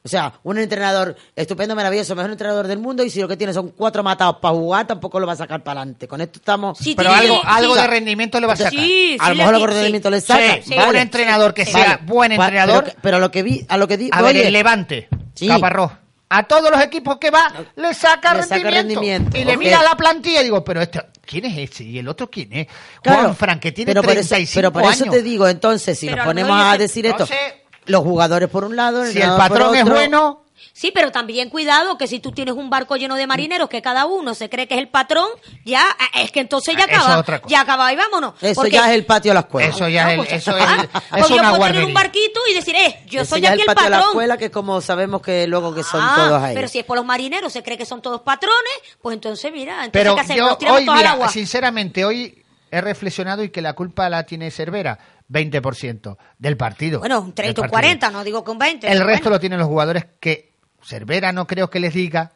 [SPEAKER 3] O sea, un entrenador estupendo, maravilloso, mejor entrenador del mundo y si lo que tiene son cuatro matados para jugar, tampoco lo va a sacar para adelante. Con esto estamos...
[SPEAKER 5] Sí,
[SPEAKER 2] Pero
[SPEAKER 5] tiene-
[SPEAKER 2] algo,
[SPEAKER 5] sí,
[SPEAKER 2] algo
[SPEAKER 5] sí.
[SPEAKER 2] de rendimiento le va a sacar.
[SPEAKER 5] Pues Sí,
[SPEAKER 3] a
[SPEAKER 5] sí,
[SPEAKER 3] lo mejor
[SPEAKER 5] la-
[SPEAKER 3] los rendimientos le
[SPEAKER 2] Sí,
[SPEAKER 3] sacan.
[SPEAKER 2] sí, un entrenador que sea buen
[SPEAKER 3] Pa-
[SPEAKER 2] entrenador.
[SPEAKER 3] Pero, que- pero lo que vi, a lo que di,
[SPEAKER 2] A
[SPEAKER 3] voy
[SPEAKER 2] ver,
[SPEAKER 3] es-
[SPEAKER 2] el Levante,
[SPEAKER 3] Sí.
[SPEAKER 2] Caparrós. A todos los equipos que va, le saca,
[SPEAKER 3] Le saca
[SPEAKER 2] rendimiento.
[SPEAKER 3] rendimiento,
[SPEAKER 2] Y le
[SPEAKER 3] ok.
[SPEAKER 2] mira la plantilla y digo, pero este, ¿quién es este? ¿Y el otro quién es?
[SPEAKER 3] Claro,
[SPEAKER 2] Juan Fran, que tiene
[SPEAKER 3] pero por eso-
[SPEAKER 2] 35
[SPEAKER 3] Pero por eso
[SPEAKER 2] años.
[SPEAKER 3] te digo, entonces, si
[SPEAKER 5] Pero
[SPEAKER 3] nos
[SPEAKER 5] a lo mejor
[SPEAKER 3] ponemos a
[SPEAKER 5] dice-
[SPEAKER 3] decir esto,
[SPEAKER 2] Entonces,
[SPEAKER 3] los jugadores por un lado,
[SPEAKER 2] si el
[SPEAKER 3] entrenador por
[SPEAKER 2] patrón es
[SPEAKER 3] otro,
[SPEAKER 2] bueno,
[SPEAKER 5] Sí, pero también cuidado que si tú tienes un barco lleno de marineros que cada uno se cree que es el patrón, ya ah, es que entonces ya
[SPEAKER 2] Ah, eso
[SPEAKER 5] acaba,
[SPEAKER 2] es otra cosa.
[SPEAKER 5] ya acaba y vámonos.
[SPEAKER 3] Eso
[SPEAKER 5] Porque-
[SPEAKER 3] ya es el patio de la escuela.
[SPEAKER 2] eso ya es,
[SPEAKER 5] pues ya
[SPEAKER 2] eso es,
[SPEAKER 5] está. Porque
[SPEAKER 2] es
[SPEAKER 5] yo
[SPEAKER 2] una
[SPEAKER 5] puedo tener un
[SPEAKER 2] guardería.
[SPEAKER 5] barquito y decir, eh, yo
[SPEAKER 3] Ese
[SPEAKER 5] soy
[SPEAKER 3] ya es
[SPEAKER 5] aquí el
[SPEAKER 3] patio de la
[SPEAKER 5] patrón.
[SPEAKER 3] escuela que como sabemos que luego que son
[SPEAKER 5] Ah,
[SPEAKER 3] todos ahí.
[SPEAKER 5] Pero si es por los marineros, se cree que son todos patrones, pues entonces mira, entonces
[SPEAKER 2] Pero
[SPEAKER 5] ¿qué hacemos?
[SPEAKER 2] yo
[SPEAKER 5] Nos tiramos
[SPEAKER 2] hoy,
[SPEAKER 5] todos
[SPEAKER 2] mira,
[SPEAKER 5] al agua.
[SPEAKER 2] sinceramente, hoy he reflexionado y que la culpa la tiene Cervera, 20% del partido.
[SPEAKER 5] Bueno, un 30
[SPEAKER 2] Del partido.
[SPEAKER 5] o 40, no digo que un 20.
[SPEAKER 2] El
[SPEAKER 5] pero
[SPEAKER 2] resto
[SPEAKER 5] bueno.
[SPEAKER 2] lo tienen los jugadores que Cervera no creo que les diga,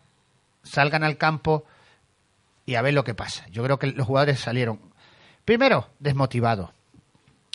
[SPEAKER 2] salgan al campo y a ver lo que pasa. Yo creo que los jugadores salieron, primero, desmotivados.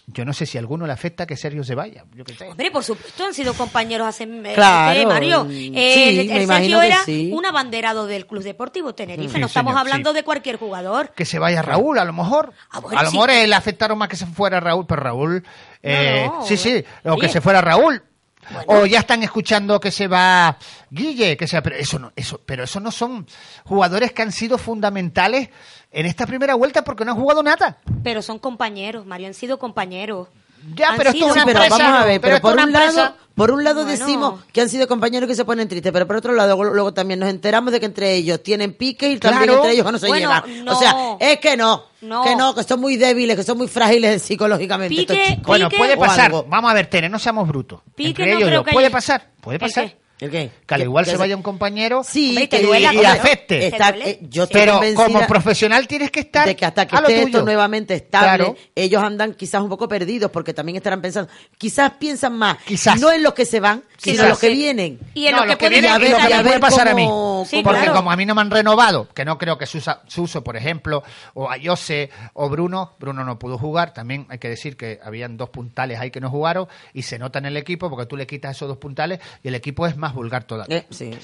[SPEAKER 2] Yo no sé si a alguno le afecta que Sergio se vaya. Yo qué sé.
[SPEAKER 5] Hombre, por supuesto, han sido compañeros hace eh,
[SPEAKER 3] Claro,
[SPEAKER 5] eh, Mario.
[SPEAKER 3] sí,
[SPEAKER 5] Eh, el-
[SPEAKER 3] me
[SPEAKER 5] el
[SPEAKER 3] imagino
[SPEAKER 5] Sergio
[SPEAKER 3] que
[SPEAKER 5] era
[SPEAKER 3] sí.
[SPEAKER 5] un abanderado del Club Deportivo Tenerife.
[SPEAKER 2] Sí,
[SPEAKER 5] no estamos
[SPEAKER 2] señor,
[SPEAKER 5] hablando
[SPEAKER 2] sí.
[SPEAKER 5] de cualquier jugador.
[SPEAKER 2] Que se vaya Raúl, a lo mejor.
[SPEAKER 5] Ah, bueno,
[SPEAKER 2] a lo
[SPEAKER 5] sí.
[SPEAKER 2] mejor eh, le afectaron más que se fuera Raúl, pero Raúl. eh,
[SPEAKER 5] no,
[SPEAKER 2] sí, sí, o
[SPEAKER 5] oye.
[SPEAKER 2] que se fuera Raúl.
[SPEAKER 5] Bueno.
[SPEAKER 2] O ya están escuchando que se va Guille, que sea, pero eso no, eso, pero eso no son jugadores que han sido fundamentales en esta primera vuelta porque no han jugado nada.
[SPEAKER 5] Pero son compañeros, Mario, han sido compañeros.
[SPEAKER 2] Ya,
[SPEAKER 5] Han
[SPEAKER 2] pero esto
[SPEAKER 5] sido
[SPEAKER 2] es
[SPEAKER 3] Sí,
[SPEAKER 2] una
[SPEAKER 3] pero
[SPEAKER 2] empresa,
[SPEAKER 3] vamos a ver,
[SPEAKER 2] pero
[SPEAKER 3] pero
[SPEAKER 2] esto es
[SPEAKER 3] por
[SPEAKER 2] una
[SPEAKER 3] un
[SPEAKER 2] empresa.
[SPEAKER 3] lado, por un lado
[SPEAKER 5] Bueno.
[SPEAKER 3] decimos que han sido compañeros que se ponen tristes, pero por otro lado luego, luego también nos enteramos de que entre ellos tienen pique y también
[SPEAKER 2] Claro.
[SPEAKER 3] entre ellos no se
[SPEAKER 5] Bueno,
[SPEAKER 3] llevan.
[SPEAKER 5] no.
[SPEAKER 3] O sea, es que no,
[SPEAKER 5] No.
[SPEAKER 3] que no, que son muy débiles, que son muy frágiles psicológicamente
[SPEAKER 5] Pique-
[SPEAKER 3] estos chicos.
[SPEAKER 2] Bueno,
[SPEAKER 5] Pique
[SPEAKER 2] puede
[SPEAKER 5] o
[SPEAKER 2] pasar.
[SPEAKER 3] algo.
[SPEAKER 2] Vamos a ver, Tene, no seamos brutos.
[SPEAKER 5] Pique
[SPEAKER 2] Entre
[SPEAKER 5] no
[SPEAKER 2] ellos
[SPEAKER 5] creo
[SPEAKER 2] dos.
[SPEAKER 5] que
[SPEAKER 2] puede
[SPEAKER 5] haya-
[SPEAKER 2] pasar, puede
[SPEAKER 5] ¿El
[SPEAKER 2] pasar.
[SPEAKER 5] qué?
[SPEAKER 3] ¿El qué?
[SPEAKER 2] Que al
[SPEAKER 3] Que-
[SPEAKER 2] igual
[SPEAKER 3] que
[SPEAKER 2] se
[SPEAKER 3] se-
[SPEAKER 2] vaya un compañero
[SPEAKER 3] Sí,
[SPEAKER 5] Hombre, y te
[SPEAKER 3] que-
[SPEAKER 5] duela,
[SPEAKER 3] y
[SPEAKER 5] claro.
[SPEAKER 2] afecte.
[SPEAKER 3] está-
[SPEAKER 5] Te duele.
[SPEAKER 3] eh, yo estoy
[SPEAKER 2] Pero
[SPEAKER 3] convencida-
[SPEAKER 2] como profesional tienes que estar
[SPEAKER 3] de que hasta que
[SPEAKER 2] a lo
[SPEAKER 3] esté
[SPEAKER 2] tuyo.
[SPEAKER 3] esto nuevamente estable,
[SPEAKER 2] Claro.
[SPEAKER 3] ellos andan quizás un poco perdidos porque también estarán pensando, quizás piensan más,
[SPEAKER 2] Quizás.
[SPEAKER 3] no en los que se van, sino
[SPEAKER 2] Quizás.
[SPEAKER 3] en los que vienen.
[SPEAKER 5] Y en
[SPEAKER 2] No,
[SPEAKER 5] lo que
[SPEAKER 2] los
[SPEAKER 5] puede
[SPEAKER 2] vienen
[SPEAKER 3] y
[SPEAKER 2] y
[SPEAKER 3] a ver-
[SPEAKER 2] lo que
[SPEAKER 3] y a
[SPEAKER 2] me
[SPEAKER 3] ver
[SPEAKER 2] puede pasar a mí.
[SPEAKER 3] cómo-
[SPEAKER 5] Sí,
[SPEAKER 2] Porque
[SPEAKER 5] claro.
[SPEAKER 2] como a mí no me han renovado, que no creo que Susa- Suso, por ejemplo, o Ayose o Bruno, Bruno no pudo jugar, también hay que decir que habían dos puntales ahí que no jugaron y se nota en el equipo porque tú le quitas esos dos puntales y el equipo es más vulgar todavía.
[SPEAKER 3] Eh, sí. Eh,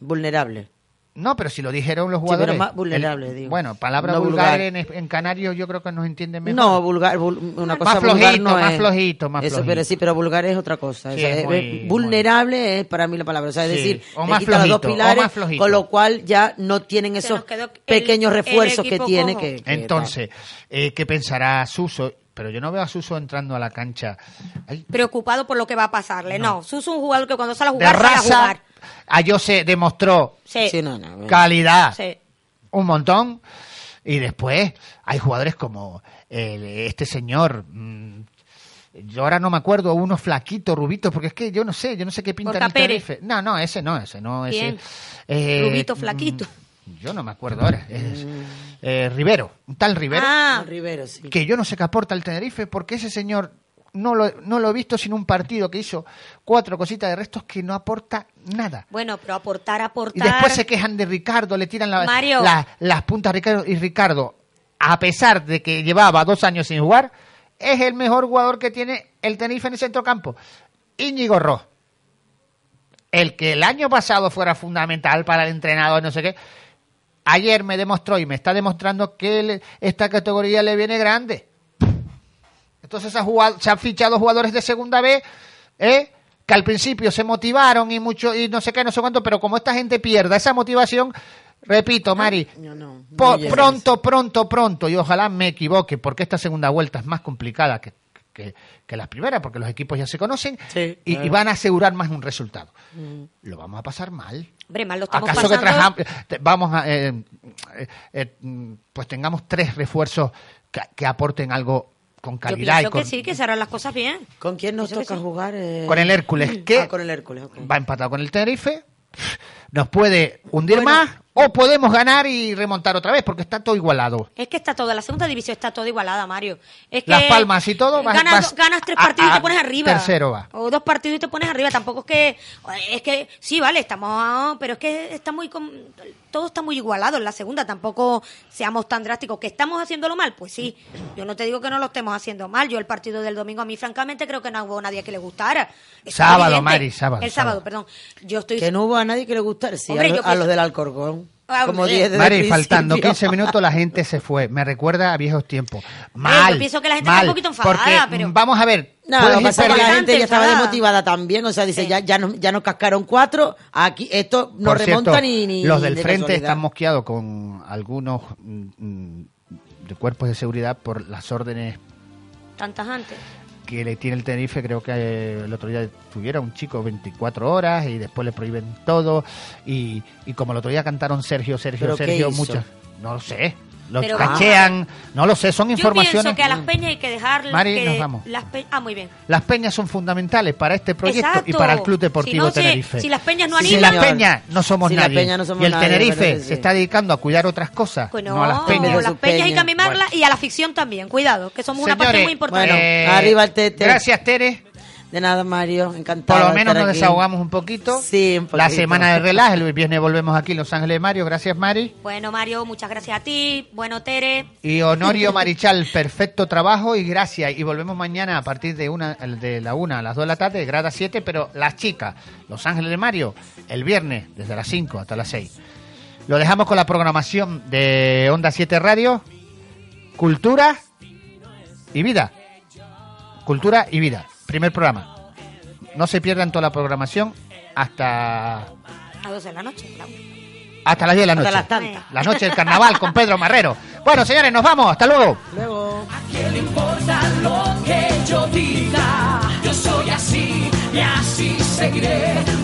[SPEAKER 3] Vulnerable.
[SPEAKER 2] No, pero si lo dijeron los
[SPEAKER 3] Sí,
[SPEAKER 2] jugadores.
[SPEAKER 3] pero más
[SPEAKER 2] El-
[SPEAKER 3] vulnerable, digo.
[SPEAKER 2] Bueno, palabra
[SPEAKER 3] No
[SPEAKER 2] vulgar,
[SPEAKER 3] vulgar.
[SPEAKER 2] en, en canario yo creo que nos entienden mejor.
[SPEAKER 3] No, vulgar, vul- una
[SPEAKER 2] Más
[SPEAKER 3] cosa vulgar
[SPEAKER 2] flojito,
[SPEAKER 3] no
[SPEAKER 2] más
[SPEAKER 3] es.
[SPEAKER 2] flojito, más
[SPEAKER 3] Eso,
[SPEAKER 2] flojito.
[SPEAKER 3] pero sí, pero vulgar es otra cosa.
[SPEAKER 2] Sí,
[SPEAKER 3] O sea,
[SPEAKER 2] es
[SPEAKER 3] es-
[SPEAKER 2] muy-
[SPEAKER 3] vulnerable es para mí la palabra. O sea, es
[SPEAKER 2] Sí,
[SPEAKER 3] decir,
[SPEAKER 2] o
[SPEAKER 3] le
[SPEAKER 2] más
[SPEAKER 3] quita los dos
[SPEAKER 2] flojito, o
[SPEAKER 3] pilares,
[SPEAKER 2] más flojito.
[SPEAKER 3] con lo cual ya no tienen esos pequeños refuerzos que tiene que, que
[SPEAKER 2] Entonces, eh, ¿qué pensará Suso? Pero yo no veo a Suso entrando a la cancha. Ay,
[SPEAKER 5] Preocupado por lo que va a pasarle. No, Suso es un jugador que cuando sale a
[SPEAKER 2] de
[SPEAKER 5] jugar, sale a
[SPEAKER 2] raza,
[SPEAKER 5] jugar.
[SPEAKER 2] a Jose demostró
[SPEAKER 5] Sí.
[SPEAKER 2] calidad
[SPEAKER 5] Sí.
[SPEAKER 2] un montón. Y después hay jugadores como el- este señor. mm, yo ahora no me acuerdo, uno flaquito, rubito, porque es que yo no sé, yo no sé qué pinta en
[SPEAKER 5] Borja
[SPEAKER 2] el
[SPEAKER 5] Pérez.
[SPEAKER 2] Tenerife. No, no, ese no, ese no, ese.
[SPEAKER 5] ¿Quién?
[SPEAKER 2] eh,
[SPEAKER 5] Rubito, flaquito.
[SPEAKER 2] Yo no me acuerdo ahora. es, eh, Rivero, un tal Rivero
[SPEAKER 5] Ah,
[SPEAKER 3] Rivero, sí.
[SPEAKER 2] que yo no sé qué aporta el Tenerife porque ese señor no lo, no lo he visto sin un partido que hizo cuatro cositas de restos que no aporta nada.
[SPEAKER 5] Bueno, pero aportar,
[SPEAKER 2] Y
[SPEAKER 5] aportar.
[SPEAKER 2] después se quejan de Ricardo, le tiran la-
[SPEAKER 5] Mario.
[SPEAKER 2] la- las puntas a Ricardo. Y Ricardo, a pesar de que llevaba dos años sin jugar, es el mejor jugador que tiene el Tenerife en el centrocampo. Íñigo Ross, el que el año pasado fuera fundamental para el entrenador, no sé qué, ayer me demostró y me está demostrando que le- esta categoría le viene grande. Entonces se ha jugado- se han fichado jugadores de segunda B, ¿eh? que al principio se motivaron y mucho y no sé qué, no sé cuánto, pero como esta gente pierda esa motivación, repito, Mari, po-
[SPEAKER 3] llegues.
[SPEAKER 2] pronto, pronto, pronto, y ojalá me equivoque, porque esta segunda vuelta es más complicada que, que, que las primeras, porque los equipos ya se conocen y,
[SPEAKER 5] claro.
[SPEAKER 2] y van a asegurar más un resultado. Lo vamos a pasar mal.
[SPEAKER 5] Hombre, mal lo estamos
[SPEAKER 2] ¿Acaso que
[SPEAKER 5] pasando.
[SPEAKER 2] traja- te- vamos a, eh, eh, eh, mm, pues tengamos tres refuerzos que, que aporten algo con
[SPEAKER 5] Yo
[SPEAKER 2] calidad y
[SPEAKER 5] pienso
[SPEAKER 2] con,
[SPEAKER 5] que sí, que se harán las cosas bien.
[SPEAKER 3] ¿Con quién nos
[SPEAKER 5] Pienso que
[SPEAKER 3] toca
[SPEAKER 5] sí.
[SPEAKER 3] jugar? eh?
[SPEAKER 2] con el Hércules
[SPEAKER 5] Mm.
[SPEAKER 2] que
[SPEAKER 3] Ah, con el Hércules, ok.
[SPEAKER 2] va empatado con el Tenerife nos puede hundir más o podemos ganar y remontar otra vez porque está todo igualado
[SPEAKER 5] Es que está toda la segunda división está toda igualada, Mario. Es que
[SPEAKER 2] Las Palmas y todo, vas-
[SPEAKER 5] ganas,
[SPEAKER 2] vas
[SPEAKER 5] do- ganas tres
[SPEAKER 2] a-
[SPEAKER 5] partidos y
[SPEAKER 2] a
[SPEAKER 5] te pones arriba.
[SPEAKER 2] tercero va.
[SPEAKER 5] O dos partidos y te pones arriba. Tampoco es que es que sí, vale, estamos, pero es que está muy com- todo está muy igualado en la segunda. Tampoco seamos tan drásticos. Que estamos haciéndolo mal, pues sí. Yo no te digo que no lo estemos haciendo mal. Yo el partido del domingo a mí francamente creo que no hubo nadie que le gustara. Es
[SPEAKER 2] Sábado,
[SPEAKER 5] evidente.
[SPEAKER 2] Mari, sábado,
[SPEAKER 5] El sábado,
[SPEAKER 2] sábado.
[SPEAKER 5] perdón. Yo estoy
[SPEAKER 3] Que no hubo a nadie que le gustara, sí, a,
[SPEAKER 5] Hombre, yo
[SPEAKER 3] lo- a
[SPEAKER 5] pienso-
[SPEAKER 3] los del Alcorcón.
[SPEAKER 5] Ah,
[SPEAKER 3] Como
[SPEAKER 5] hombre.
[SPEAKER 3] 10 desde el
[SPEAKER 2] Mari, faltando
[SPEAKER 3] principio.
[SPEAKER 2] 15
[SPEAKER 3] (laughs)
[SPEAKER 2] minutos la gente se fue. Me recuerda a viejos tiempos.
[SPEAKER 5] Eh,
[SPEAKER 2] Mal.
[SPEAKER 5] yo pienso que la gente está
[SPEAKER 2] mal,
[SPEAKER 5] un poquito enfadada,
[SPEAKER 2] porque,
[SPEAKER 5] pero-
[SPEAKER 2] mm, Vamos a ver.
[SPEAKER 3] No,
[SPEAKER 2] puedes
[SPEAKER 3] lo
[SPEAKER 2] ir
[SPEAKER 3] que pasa es que la
[SPEAKER 2] perdiendo.
[SPEAKER 3] gente ya estaba
[SPEAKER 5] enfadada.
[SPEAKER 3] desmotivada también, o sea, dice, ya, ya, nos, ya nos cascaron cuatro, aquí esto no
[SPEAKER 2] Por cierto,
[SPEAKER 3] remonta ni, ni-
[SPEAKER 2] Los del
[SPEAKER 3] de
[SPEAKER 2] frente
[SPEAKER 3] casualidad.
[SPEAKER 2] están mosqueados con algunos mm, mm, de cuerpos de seguridad por las órdenes
[SPEAKER 5] tantas antes.
[SPEAKER 2] que le tiene el Tenerife, creo que eh, el otro día tuviera un chico 24 horas y después le prohíben todo. Y, y como el otro día cantaron Sergio, Sergio,
[SPEAKER 3] ¿Pero qué
[SPEAKER 2] Sergio,
[SPEAKER 3] hizo?
[SPEAKER 2] muchas. No lo sé. Lo
[SPEAKER 5] Pero vamos a
[SPEAKER 2] cachean, no lo sé, son
[SPEAKER 5] Yo
[SPEAKER 2] informaciones.
[SPEAKER 5] pienso que a las peñas hay que dejar
[SPEAKER 2] Mari,
[SPEAKER 5] que
[SPEAKER 2] nos vamos.
[SPEAKER 5] las pe- ah, muy bien.
[SPEAKER 2] Las peñas son fundamentales para este proyecto y
[SPEAKER 5] Exacto.
[SPEAKER 2] para el Club Deportivo
[SPEAKER 5] Si no, si-
[SPEAKER 2] Tenerife.
[SPEAKER 5] si las peñas no
[SPEAKER 2] Si
[SPEAKER 5] animan-
[SPEAKER 2] las
[SPEAKER 5] Señor.
[SPEAKER 2] peñas no somos
[SPEAKER 3] Si las
[SPEAKER 2] nadie.
[SPEAKER 3] peñas no somos
[SPEAKER 2] y el
[SPEAKER 3] nadie,
[SPEAKER 2] Tenerife
[SPEAKER 3] parece que
[SPEAKER 2] se
[SPEAKER 3] sí.
[SPEAKER 2] está dedicando a cuidar otras cosas,
[SPEAKER 5] Pues
[SPEAKER 2] no, a las peñas.
[SPEAKER 5] las peñas hay que
[SPEAKER 3] Peñas.
[SPEAKER 5] mimarlas y a la ficción también, cuidado, que somos una parte
[SPEAKER 2] Señores,
[SPEAKER 5] muy importante.
[SPEAKER 3] Bueno,
[SPEAKER 2] Eh,
[SPEAKER 3] arriba el Tete.
[SPEAKER 2] Gracias, Tere.
[SPEAKER 3] De nada, Mario, encantado.
[SPEAKER 2] Por lo
[SPEAKER 3] de
[SPEAKER 2] menos
[SPEAKER 3] estar
[SPEAKER 2] nos
[SPEAKER 3] aquí.
[SPEAKER 2] desahogamos un poquito.
[SPEAKER 3] Sí, un
[SPEAKER 2] La
[SPEAKER 3] poquito.
[SPEAKER 2] semana de relax, el viernes volvemos aquí en Los Ángeles de Mario. Gracias, Mari.
[SPEAKER 5] Bueno, Mario, muchas gracias a ti. Bueno, Tere.
[SPEAKER 2] Y Honorio Marichal, perfecto trabajo y gracias. Y volvemos mañana a partir de una de la una a las 2 de la tarde, grada 7, pero las chicas, Los Ángeles de Mario, el viernes desde las 5 hasta las 6. Lo dejamos con la programación de Onda 7 Radio, Cultura y Vida. Cultura y Vida, primer programa. No se pierdan toda la programación hasta
[SPEAKER 5] A 12 de la noche. bravo.
[SPEAKER 2] hasta las 10 de la
[SPEAKER 3] Hasta
[SPEAKER 2] noche.
[SPEAKER 3] las tantas.
[SPEAKER 2] La noche del carnaval con Pedro Marrero. Bueno, señores, nos vamos. Hasta luego.
[SPEAKER 3] Luego.
[SPEAKER 1] le importa lo que yo diga? Yo soy así y así seguiré.